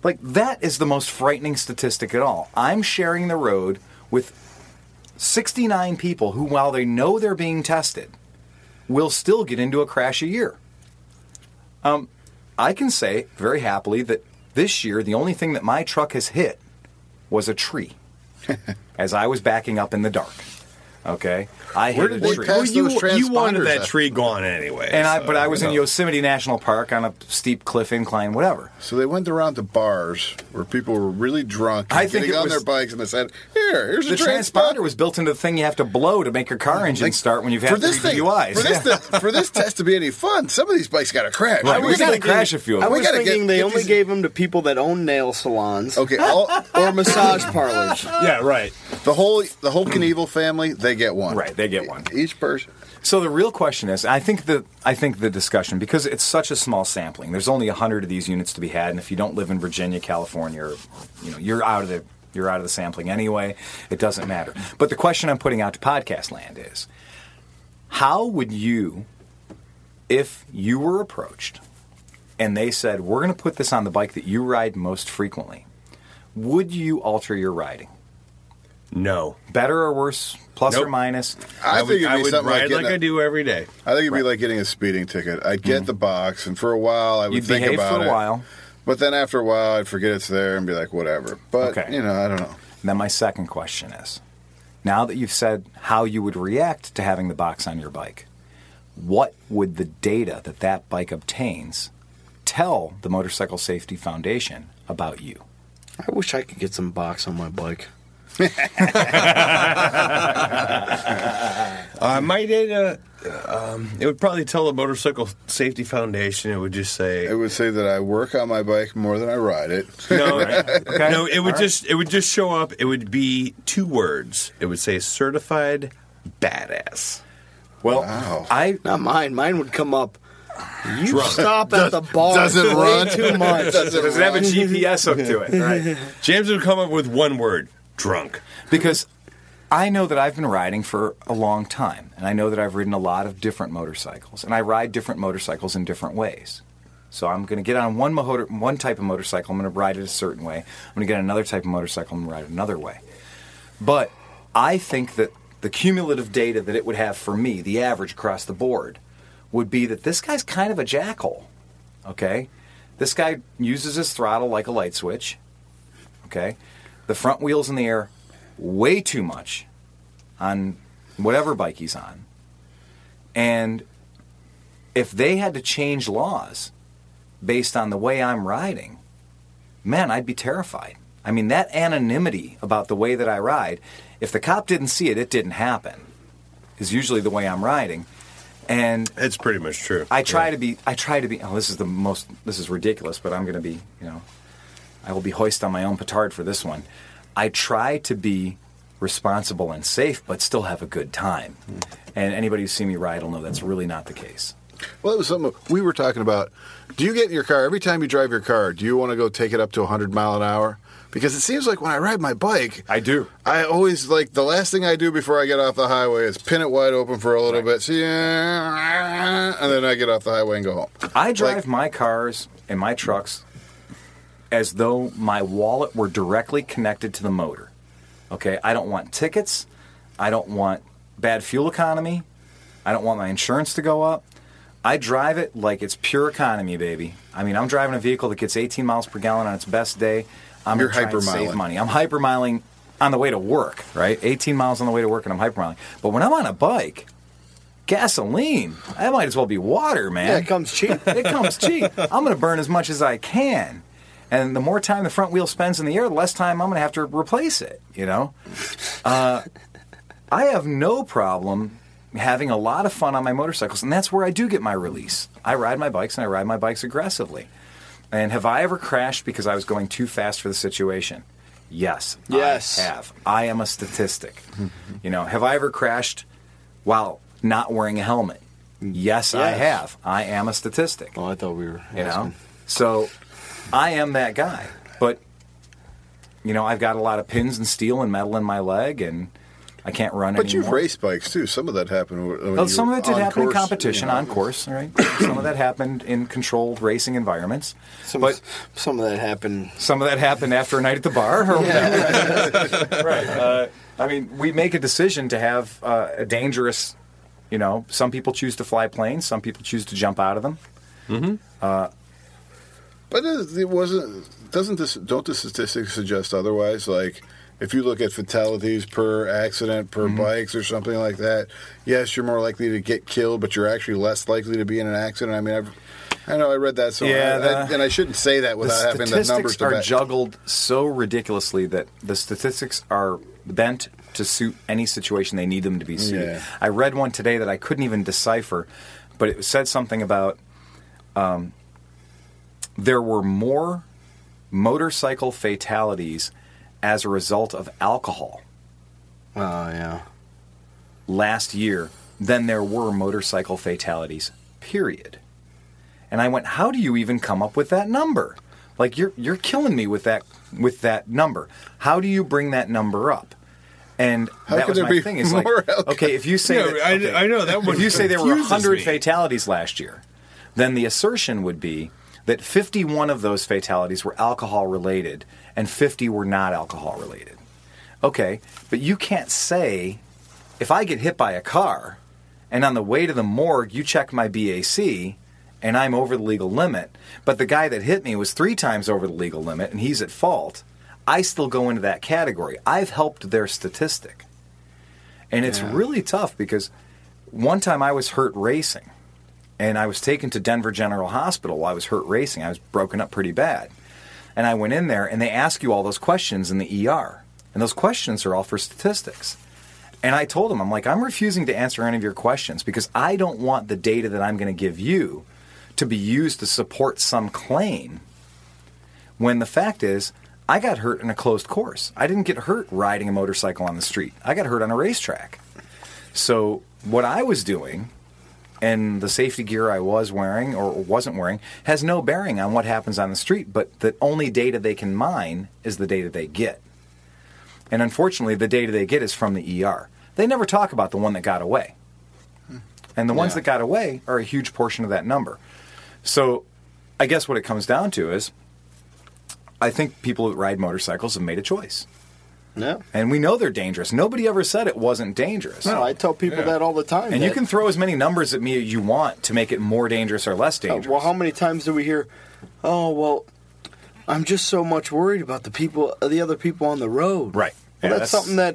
Speaker 2: Like, that is the most frightening statistic at all. I'm sharing the road with 69 people who, while they know they're being tested, will still get into a crash a year. Um, I can say very happily that this year, the only thing that my truck has hit was a
Speaker 5: [laughs]
Speaker 2: tree as I was backing up in the dark. Okay, I hit
Speaker 5: Where did
Speaker 2: a
Speaker 5: they
Speaker 2: tree.
Speaker 5: pass
Speaker 3: Well, you,
Speaker 5: those
Speaker 3: you wanted
Speaker 5: transponders
Speaker 3: that
Speaker 5: at-
Speaker 3: tree gone anyway.
Speaker 2: And I,
Speaker 3: so,
Speaker 2: but I was
Speaker 3: you
Speaker 5: Oh,
Speaker 2: in
Speaker 3: know.
Speaker 2: Yosemite National Park on a steep cliff incline, whatever.
Speaker 5: So they went around to bars where people were really drunk, and
Speaker 2: I think
Speaker 5: getting
Speaker 2: it
Speaker 5: on
Speaker 2: was-
Speaker 5: their bikes, and they said, "Here, here's
Speaker 2: The
Speaker 5: a transponder."
Speaker 2: transponder was built into the thing you have to blow to make your car engine start when you've had
Speaker 5: for this
Speaker 2: three
Speaker 5: thing,
Speaker 2: DUIs.
Speaker 5: For this,
Speaker 2: Yeah.
Speaker 5: thi- for this test to be any fun, some of these bikes got to crash.
Speaker 2: Right, we
Speaker 5: We
Speaker 2: gotta
Speaker 5: gotta-
Speaker 2: crash a few of
Speaker 4: I
Speaker 2: them.
Speaker 5: we
Speaker 4: was
Speaker 5: gotta get-
Speaker 4: thinking they
Speaker 5: get
Speaker 4: only
Speaker 5: these-
Speaker 4: gave them to people that own nail salons
Speaker 5: [laughs] Okay, all,
Speaker 4: [laughs] or massage parlors.
Speaker 3: Yeah, right.
Speaker 5: the whole the whole Knievel family, they get one.
Speaker 2: Right, they get one.
Speaker 5: Each person.
Speaker 2: So the real question is, I think the I think the discussion because it's such a small sampling. There's only hundred of these units to be had, and if you don't live in Virginia, California, or, you know, you're out of the you're out of the sampling anyway. It doesn't matter. But the question I'm putting out to podcast land is, how would you, if you were approached, and they said, "We're going to put this on the bike that you ride most frequently," would you alter your riding?
Speaker 3: No.
Speaker 2: Better or worse, plus
Speaker 3: Nope.
Speaker 2: or minus?
Speaker 5: I,
Speaker 3: would,
Speaker 5: think it'd
Speaker 3: I
Speaker 5: be
Speaker 3: would
Speaker 5: something
Speaker 3: ride
Speaker 5: like,
Speaker 3: like,
Speaker 5: getting a-
Speaker 3: I do every day.
Speaker 5: I think it'd be like getting a speeding ticket. I'd get the box, and for a while I would
Speaker 2: Mm-hmm. You'd
Speaker 5: think
Speaker 2: behave
Speaker 5: about
Speaker 2: for a
Speaker 5: it.
Speaker 2: while.
Speaker 5: But then after a while, I'd forget it's there and be like, whatever. But
Speaker 2: Okay.
Speaker 5: you know, I don't know.
Speaker 2: And then my second question is now that you've said how you would react to having the box on your bike, what would the data that that bike obtains tell the Motorcycle Safety Foundation about you?
Speaker 4: I wish I could get some box on my bike.
Speaker 3: Uh, my data, um, it would probably tell the Motorcycle Safety Foundation. It would just say
Speaker 5: It would say that I work on my bike more than I ride it. [laughs]
Speaker 3: no,
Speaker 2: Okay.
Speaker 3: no. It would just it would just show up. It would be two words. It would say certified badass.
Speaker 2: Well,
Speaker 5: Wow.
Speaker 2: I
Speaker 4: Not mine. Mine would come up. You
Speaker 3: Drunk.
Speaker 4: stop at the bar.
Speaker 5: doesn't
Speaker 4: way
Speaker 2: [laughs]
Speaker 5: run.
Speaker 4: too much.
Speaker 5: Doesn't
Speaker 2: does it have a GPS hook to
Speaker 3: [laughs]
Speaker 2: it, right?
Speaker 3: James would come up with one word: drunk.
Speaker 2: because I know that I've been riding for a long time, and I know that I've ridden a lot of different motorcycles, and I ride different motorcycles in different ways. So I'm going to get on one motor, one type of motorcycle, I'm going to ride it a certain way. I'm going to get on another type of motorcycle and ride it another way. But I think that the cumulative data that it would have for me, the average across the board, would be that this guy's kind of a jackhole. Okay? This guy uses his throttle like a light switch. Okay? The front wheel's in the air way too much on whatever bike he's on. And if they had to change laws based on the way I'm riding, man, I'd be terrified. I mean, that anonymity about the way that I ride, if the cop didn't see it, it didn't happen, is usually the way I'm riding. And
Speaker 3: That's pretty much true.
Speaker 2: I try to be. I try to be. Oh, this is the most. This is ridiculous, but I'm going to be. You know, I will be hoist on my own petard for this one. I try to be responsible and safe, but still have a good time. And anybody who's seen me ride will know that's really not the case.
Speaker 5: Well, it was something we were talking about. Do you get in your car every time you drive your car? Do you want to go take it up to 100 mile an hour? Because it seems like when I ride my bike,
Speaker 2: I do.
Speaker 5: I always like the last thing I do before I get off the highway is pin it wide open for a little bit, see, and then I get off the highway and go home.
Speaker 2: I drive
Speaker 5: Like-
Speaker 2: my cars and my trucks as though my wallet were directly connected to the motor. Okay, I don't want tickets. I don't want bad fuel economy. I don't want my insurance to go up. I drive it like it's pure economy, baby. I mean, I'm driving a vehicle that gets 18 miles per gallon on its best day. I'm
Speaker 5: You're
Speaker 2: gonna try and save
Speaker 5: hypermiling.
Speaker 2: money. I'm hypermiling on the way to work, right? 18 miles on the way to work, and I'm hypermiling. But when I'm on a bike, Gasoline. That might as well be water, man.
Speaker 4: Yeah, it comes cheap.
Speaker 2: It comes cheap. I'm going to burn as much as I can. And the more time the front wheel spends in the air, the less time I'm going to have to replace it, you know? Uh, I have no problem having a lot of fun on my motorcycles, and that's where I do get my release. I ride my bikes, and I ride my bikes aggressively. And have I ever crashed because I was going too fast for the situation? Yes.
Speaker 4: Yes.
Speaker 2: I have. I am a statistic. you know, have I ever crashed while not wearing a helmet? Yes, I
Speaker 4: Yes.
Speaker 2: have. I am a statistic
Speaker 4: Oh, I thought we were.
Speaker 2: you know
Speaker 4: asking.
Speaker 2: so i am that guy but you know i've got a lot of pins and steel and metal in my leg and i can't run
Speaker 5: But
Speaker 2: anymore
Speaker 5: you've raced bikes too. Some of that happened. When you
Speaker 2: well, some of
Speaker 5: were
Speaker 2: it did
Speaker 5: on
Speaker 2: happen in
Speaker 5: course,
Speaker 2: competition
Speaker 5: you know.
Speaker 2: on course right some of that happened in controlled racing environments
Speaker 4: Some,
Speaker 2: but
Speaker 4: some of that happened.
Speaker 2: some of that happened after a night at the bar or
Speaker 5: [laughs]
Speaker 2: whatever. right. Uh, I mean, we make a decision to have uh, a dangerous, you know, some people choose to fly planes, some people choose to jump out of them.
Speaker 5: But it, it wasn't. Doesn't this? Don't the statistics suggest otherwise? Like, if you look at fatalities per accident
Speaker 2: Mm-hmm.
Speaker 5: per bikes or something like that, yes, you're more likely to get killed, but you're actually less likely to be in an accident. I mean, I've, I know I read that somewhere,
Speaker 2: Yeah,
Speaker 5: I-
Speaker 2: the-
Speaker 5: and I shouldn't say that without
Speaker 2: the
Speaker 5: having the
Speaker 2: statistics
Speaker 5: numbers to
Speaker 2: are
Speaker 5: back.
Speaker 2: juggled so ridiculously that the statistics are bent to suit any situation they need them to be suited.
Speaker 5: Yeah.
Speaker 2: I read one today that I couldn't even decipher, but it said something about um, there were more motorcycle fatalities as a result of alcohol
Speaker 4: Oh yeah.
Speaker 2: last year than there were motorcycle fatalities, period. And I went, how do you even come up with that number? Like you're you're killing me with that with that number. How do you bring that number up? And
Speaker 5: How
Speaker 2: that
Speaker 5: could
Speaker 2: was
Speaker 5: there
Speaker 2: my
Speaker 5: be
Speaker 2: thing. Is
Speaker 5: more
Speaker 2: like,
Speaker 5: alcohol?
Speaker 2: okay, if you say
Speaker 3: Yeah,
Speaker 2: that,
Speaker 3: I-
Speaker 2: okay,
Speaker 3: I know, that
Speaker 2: if
Speaker 3: one
Speaker 2: you say there were
Speaker 3: confuses
Speaker 2: 100
Speaker 3: me.
Speaker 2: fatalities last year, then the assertion would be that 51 of those fatalities were alcohol related and 50 were not alcohol related. Okay, but you can't say if I get hit by a car and on the way to the morgue you check my BAC and I'm over the legal limit, but the guy that hit me was three times over the legal limit and he's at fault, I still go into that category. I've helped their statistic. And it's really tough because one time I was hurt racing and I was taken to Denver General Hospital while I was hurt racing. I was broken up pretty bad. And I went in there and they ask you all those questions in the ER. And those questions are all for statistics. And I told him, I'm like, I'm refusing to answer any of your questions because I don't want the data that I'm going to give you to be used to support some claim. When the fact is, I got hurt in a closed course. I didn't get hurt riding a motorcycle on the street. I got hurt on a racetrack. So what I was doing and the safety gear I was wearing or wasn't wearing has no bearing on what happens on the street, but the only data they can mine is the data they get. And unfortunately, the data they get is from the ER. They never talk about the one that got away. And the ones that got away are a huge portion of that number. So I guess what it comes down to is I think people that ride motorcycles have made a choice.
Speaker 4: Yeah.
Speaker 2: And we know they're dangerous. Nobody ever said it wasn't dangerous.
Speaker 4: No, I tell people that all the time.
Speaker 2: And you
Speaker 4: that- uh,
Speaker 2: can throw as many numbers at me as you want to make it more dangerous or less
Speaker 4: Uh,
Speaker 2: dangerous.
Speaker 4: Well, how many times do we hear, "Oh, well, I'm just so much worried about the people, uh, the other people on the road."
Speaker 2: Right.
Speaker 4: Well,
Speaker 2: Yeah, that's-
Speaker 4: that's, something that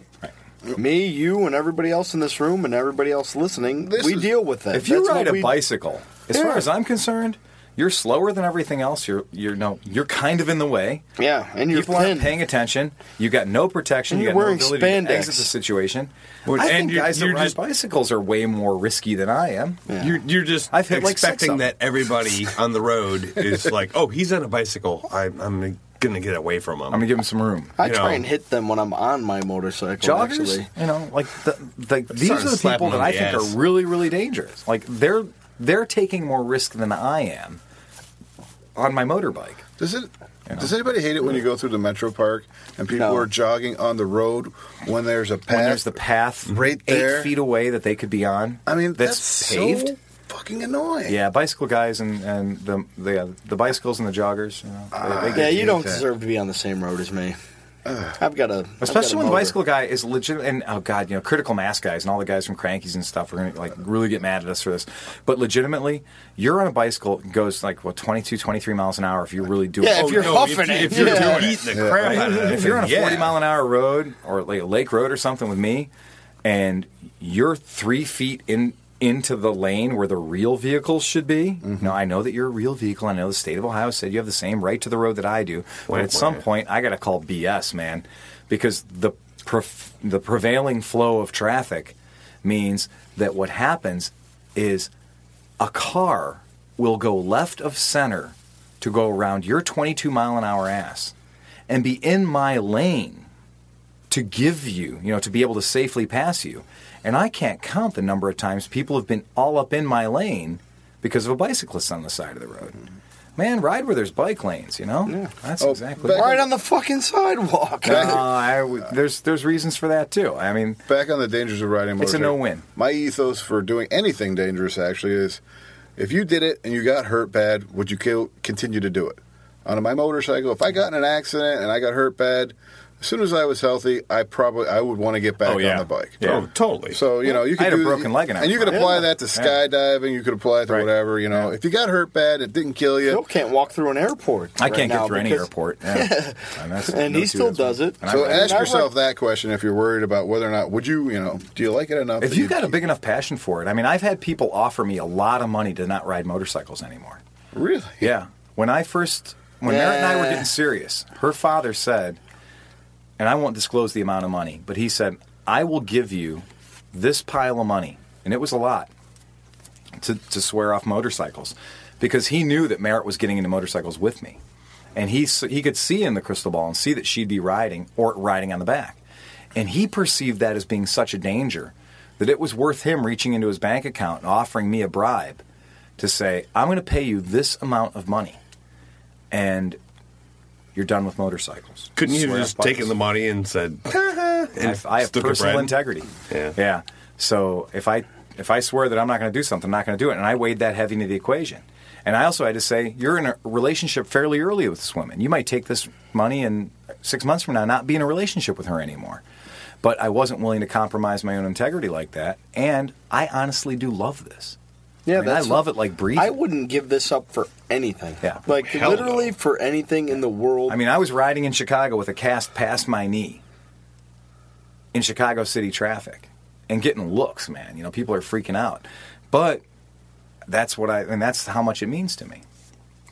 Speaker 4: me, you, and everybody else in this room, and everybody else listening,
Speaker 5: This
Speaker 4: we
Speaker 5: is-
Speaker 4: deal with that.
Speaker 2: if you
Speaker 4: That's what
Speaker 2: ride a
Speaker 4: we-
Speaker 2: bicycle, as
Speaker 4: Yeah.
Speaker 2: far as I'm concerned, you're slower than everything else. You're you're no you're kind of in the way.
Speaker 4: yeah, and you're
Speaker 2: People aren't
Speaker 4: thin.
Speaker 2: paying attention. You got no protection.
Speaker 4: And
Speaker 2: you
Speaker 4: you're
Speaker 2: got no
Speaker 4: wearing
Speaker 2: ability
Speaker 4: spandex.
Speaker 2: to exit the situation. I
Speaker 3: and
Speaker 2: think
Speaker 3: you're-
Speaker 2: guys that
Speaker 3: you're
Speaker 2: ride
Speaker 3: just-
Speaker 2: bicycles are way more risky than I am.
Speaker 3: You're, you're just
Speaker 2: I've hit, like, six
Speaker 3: expecting
Speaker 2: of them.
Speaker 3: that everybody on the road is like, oh, he's on a bicycle. I, I'm going to get away from him.
Speaker 2: I'm gonna give them some room.
Speaker 4: I
Speaker 3: you
Speaker 4: try
Speaker 3: know.
Speaker 4: and hit them when I'm on my motorcycle.
Speaker 2: joggers,
Speaker 4: actually.
Speaker 2: you know, like the, like these
Speaker 3: starting
Speaker 2: are
Speaker 3: to
Speaker 2: the
Speaker 3: slap
Speaker 2: people that
Speaker 3: them on
Speaker 2: I
Speaker 3: the
Speaker 2: think
Speaker 3: ass.
Speaker 2: are really really dangerous. Like they're they're taking more risk than I am on my motorbike.
Speaker 5: Does it? Does anybody hate it when you go through the metro park and people
Speaker 4: No.
Speaker 5: are jogging on the road when there's a path?
Speaker 2: When there's the path
Speaker 5: right
Speaker 2: eight
Speaker 5: there.
Speaker 2: feet away that they could be on.
Speaker 5: I mean,
Speaker 2: that's,
Speaker 5: so
Speaker 2: paved.
Speaker 5: fucking annoying.
Speaker 2: yeah, bicycle guys and, and the the, uh, the bicycles and the joggers. You know, they- they
Speaker 4: Yeah,
Speaker 2: get
Speaker 4: you
Speaker 2: you.
Speaker 4: don't
Speaker 5: that.
Speaker 4: deserve to be on the same road as me. I've got a, I've got a
Speaker 2: Especially when the
Speaker 4: motor.
Speaker 2: bicycle guy is legit, and oh god, you know, critical mass guys and all the guys from Crankies and stuff are gonna like really get mad at us for this. But legitimately, you're on a bicycle it goes like what 22, 23 miles an hour if you really do.
Speaker 4: Yeah,
Speaker 2: it. Oh,
Speaker 4: if you're [laughs] huffing
Speaker 3: Oh, if,
Speaker 4: it,
Speaker 3: if you're
Speaker 4: yeah.
Speaker 3: beating the crap out of it,
Speaker 2: if you're on a
Speaker 3: yeah.
Speaker 2: 40 mile an hour road or like a lake road or something with me, and you're three feet in into the lane where the real vehicles should be.
Speaker 4: Mm-hmm.
Speaker 2: Now, I know that you're a real vehicle. I know the state of Ohio said you have the same right to the road that I do. but
Speaker 3: Wah,
Speaker 2: at some
Speaker 3: wah.
Speaker 2: point, I got to call BS, man, because the pref- the prevailing flow of traffic means that what happens is a car will go left of center to go around your 22 mile an hour ass and be in my lane to give you, you know, to be able to safely pass you. And I can't count the number of times people have been all up in my lane because of a bicyclist on the side of the road. Man, ride where there's bike lanes, you know? That's
Speaker 5: Oh,
Speaker 2: exactly
Speaker 5: back-
Speaker 4: Right on the fucking sidewalk.
Speaker 2: No,
Speaker 4: [laughs]
Speaker 2: I would- there's there's reasons for that too. I mean,
Speaker 5: Back on the dangers of riding a
Speaker 2: It's a
Speaker 5: motorcycle,
Speaker 2: no-win.
Speaker 5: My ethos for doing anything dangerous actually is if you did it and you got hurt bad, would you kill, continue to do it? On my motorcycle, if I got in an accident and I got hurt bad, as soon as I was healthy, I probably I would want to get back
Speaker 2: Oh, yeah.
Speaker 5: on the bike.
Speaker 2: Yeah.
Speaker 3: Oh, totally.
Speaker 5: So you know you
Speaker 2: I
Speaker 5: could
Speaker 2: had a
Speaker 5: do,
Speaker 2: broken leg and I
Speaker 5: and you
Speaker 2: was
Speaker 5: could
Speaker 2: fine.
Speaker 5: apply
Speaker 2: Yeah.
Speaker 5: that to skydiving. You could apply it to
Speaker 2: Right.
Speaker 5: whatever. You know, if you got hurt bad, it didn't kill you.
Speaker 4: Phil can't walk through an airport.
Speaker 2: I
Speaker 4: right
Speaker 2: can't
Speaker 4: now
Speaker 2: get through any [laughs]
Speaker 4: because-
Speaker 2: airport. Yeah. And, that's-
Speaker 4: And
Speaker 2: no
Speaker 4: he
Speaker 2: two
Speaker 4: still
Speaker 2: ways about
Speaker 4: does it.
Speaker 2: And I
Speaker 5: So
Speaker 2: ride
Speaker 5: ask
Speaker 4: I've
Speaker 5: yourself that question if you're worried about whether or not would you you know do you like it enough?
Speaker 2: If
Speaker 5: that
Speaker 2: you've
Speaker 5: you'd
Speaker 2: got a
Speaker 5: keep-
Speaker 2: big enough passion for it, I mean, I've had people offer me a lot of money to not ride motorcycles anymore. [laughs]
Speaker 5: really
Speaker 2: Yeah. When I first, when Merritt and I were
Speaker 4: Yeah.
Speaker 2: getting serious, her father said, and I won't disclose the amount of money, but he said, I will give you this pile of money. And it was a lot to, to swear off motorcycles because he knew that Merritt was getting into motorcycles with me. And he, s- he could see in the crystal ball and see that she'd be riding or riding on the back. And he perceived that as being such a danger that it was worth him reaching into his bank account and offering me a bribe to say, I'm going to pay you this amount of money and you're done with motorcycles.
Speaker 3: Couldn't you have
Speaker 2: Swear
Speaker 3: just
Speaker 2: off bikes.
Speaker 3: taken the money and said,
Speaker 2: [laughs] I, I have
Speaker 3: Stick a
Speaker 2: personal
Speaker 3: bread.
Speaker 2: integrity.
Speaker 3: Yeah.
Speaker 2: Yeah. So if I if I swear that I'm not going to do something, I'm not going to do it, and I weighed that heavy into the equation. And I also had to say, you're in a relationship fairly early with this woman. You might take this money and six months from now not be in a relationship with her anymore. But I wasn't willing to compromise my own integrity like that, and I honestly do love this. I,
Speaker 4: Yeah,
Speaker 2: mean, I
Speaker 4: that's-
Speaker 2: love it like breathing.
Speaker 4: I wouldn't give this up for anything.
Speaker 2: Yeah.
Speaker 4: Like
Speaker 3: Hell no.
Speaker 4: literally for anything in the world.
Speaker 2: I mean, I was riding in Chicago with a cast past my knee in Chicago city traffic and getting looks, man. You know, people are freaking out. But that's what I, and that's how much it means to me.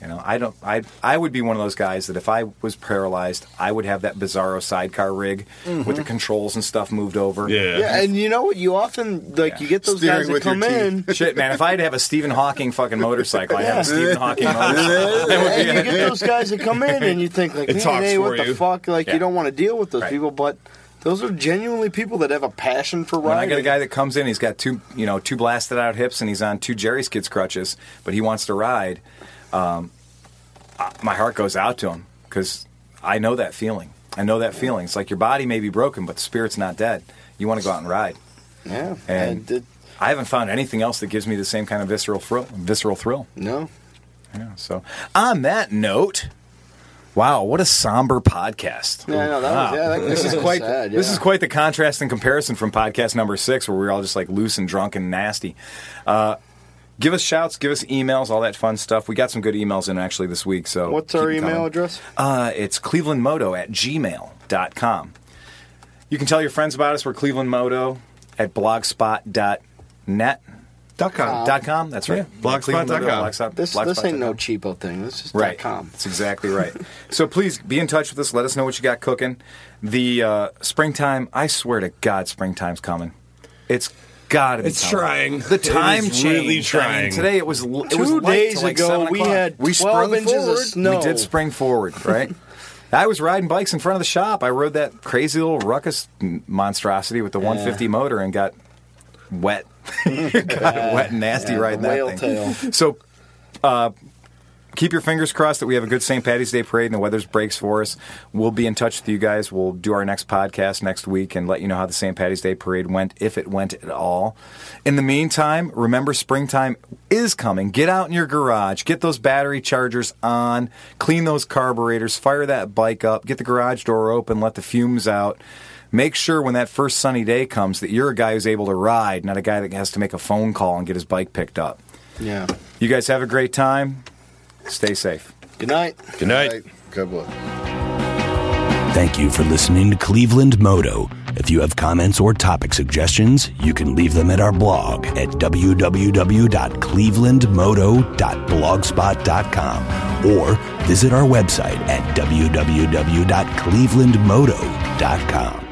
Speaker 2: You know, I don't, I, I would be one of those guys that if I was paralyzed, I would have that bizarro sidecar rig with the controls and stuff moved over.
Speaker 3: yeah.
Speaker 4: yeah, and you know what? You often like
Speaker 2: Yeah.
Speaker 4: you get those
Speaker 5: Steering
Speaker 4: guys that
Speaker 5: with your
Speaker 4: come in.
Speaker 2: [laughs]
Speaker 5: teeth.
Speaker 2: Shit, man, if I had to have a Stephen Hawking fucking motorcycle, I'd have a Stephen Hawking motorcycle. That would be
Speaker 4: and you get those guys that come in and you
Speaker 2: [laughs]
Speaker 4: think like,
Speaker 3: It
Speaker 4: man,
Speaker 3: talks
Speaker 4: hey, what
Speaker 3: for
Speaker 4: the
Speaker 3: you."
Speaker 4: fuck? Like
Speaker 2: Yeah.
Speaker 4: you don't want to deal with those
Speaker 2: Right.
Speaker 4: people, but those are genuinely people that have a passion for
Speaker 2: When
Speaker 4: riding.
Speaker 2: I get a guy that comes in, he's got two, you know, two blasted out hips, and he's on two Jerry's Kids crutches, but he wants to ride. Um, I- my heart goes out to him because I know that feeling. I know that feeling. It's like your body may be broken, but the spirit's not dead. You want to go out and ride.
Speaker 4: yeah,
Speaker 2: And-
Speaker 4: and it,
Speaker 2: I haven't found anything else that gives me the same kind of visceral thrill. Visceral thrill.
Speaker 4: no,
Speaker 2: Yeah, so, on that note, wow, what a somber podcast.
Speaker 4: yeah, no, that was, yeah, that
Speaker 2: This is quite
Speaker 4: [laughs] sad, yeah.
Speaker 2: this is quite the contrast and comparison from podcast number six, where we were all just like loose and drunk and nasty. Uh, give us shouts, give us emails, all that fun stuff. We got some good emails in actually this week. So
Speaker 4: What's
Speaker 2: keep
Speaker 4: our
Speaker 2: them
Speaker 4: email
Speaker 2: coming.
Speaker 4: address?
Speaker 2: Uh, it's clevelandmoto at gmail.com. You can tell your friends about us. We're clevelandmoto at blogspot.net.
Speaker 3: Dot com.
Speaker 2: Dot com. That's right.
Speaker 3: Yeah, blogspot dot com.
Speaker 2: Blogspot-
Speaker 4: Uh, This this ain't
Speaker 2: blogspot dot
Speaker 4: no
Speaker 2: com.
Speaker 4: cheapo thing. This is
Speaker 2: Right.
Speaker 4: .com.
Speaker 2: That's exactly right. so please be in touch with us. Let us know what you got cooking. The uh, springtime, I swear to God, springtime's coming. It's got to be.
Speaker 3: It's
Speaker 2: coming.
Speaker 3: trying.
Speaker 2: The
Speaker 3: It
Speaker 2: time
Speaker 3: is
Speaker 2: change.
Speaker 3: really
Speaker 2: I mean,
Speaker 3: trying.
Speaker 2: today it was l- it was
Speaker 4: Two
Speaker 2: light
Speaker 4: days
Speaker 2: till like
Speaker 4: ago,
Speaker 2: 7
Speaker 4: we
Speaker 2: o'clock.
Speaker 4: had
Speaker 2: we
Speaker 4: 12
Speaker 2: sprung
Speaker 4: inches of
Speaker 2: forward.
Speaker 4: snow.
Speaker 2: We did spring forward, right? [laughs] I was riding bikes in front of the shop. I rode that crazy little ruckus m- monstrosity with the 150 motor and got wet, [laughs]
Speaker 4: [laughs]
Speaker 2: got wet and nasty
Speaker 4: Yeah,
Speaker 2: riding
Speaker 4: the
Speaker 2: that
Speaker 4: whale
Speaker 2: thing.
Speaker 4: tail.
Speaker 2: So keep your fingers crossed that we have a good St. Patty's Day parade and the weather's breaks for us. We'll be in touch with you guys. We'll do our next podcast next week and let you know how the St. Patty's Day parade went, if it went at all. In the meantime, remember springtime is coming. Get out in your garage, get those battery chargers on, clean those carburetors, fire that bike up, get the garage door open, let the fumes out. Make sure when that first sunny day comes that you're a guy who's able to ride, not a guy that has to make a phone call and get his bike picked up.
Speaker 4: Yeah.
Speaker 2: You guys have a great time. Stay safe.
Speaker 4: Good night.
Speaker 3: Good night.
Speaker 5: Right. God bless.
Speaker 1: Thank you for listening to Cleveland Moto. If you have comments or topic suggestions, you can leave them at our blog at www.clevelandmoto.blogspot.com or visit our website at www.clevelandmoto.com.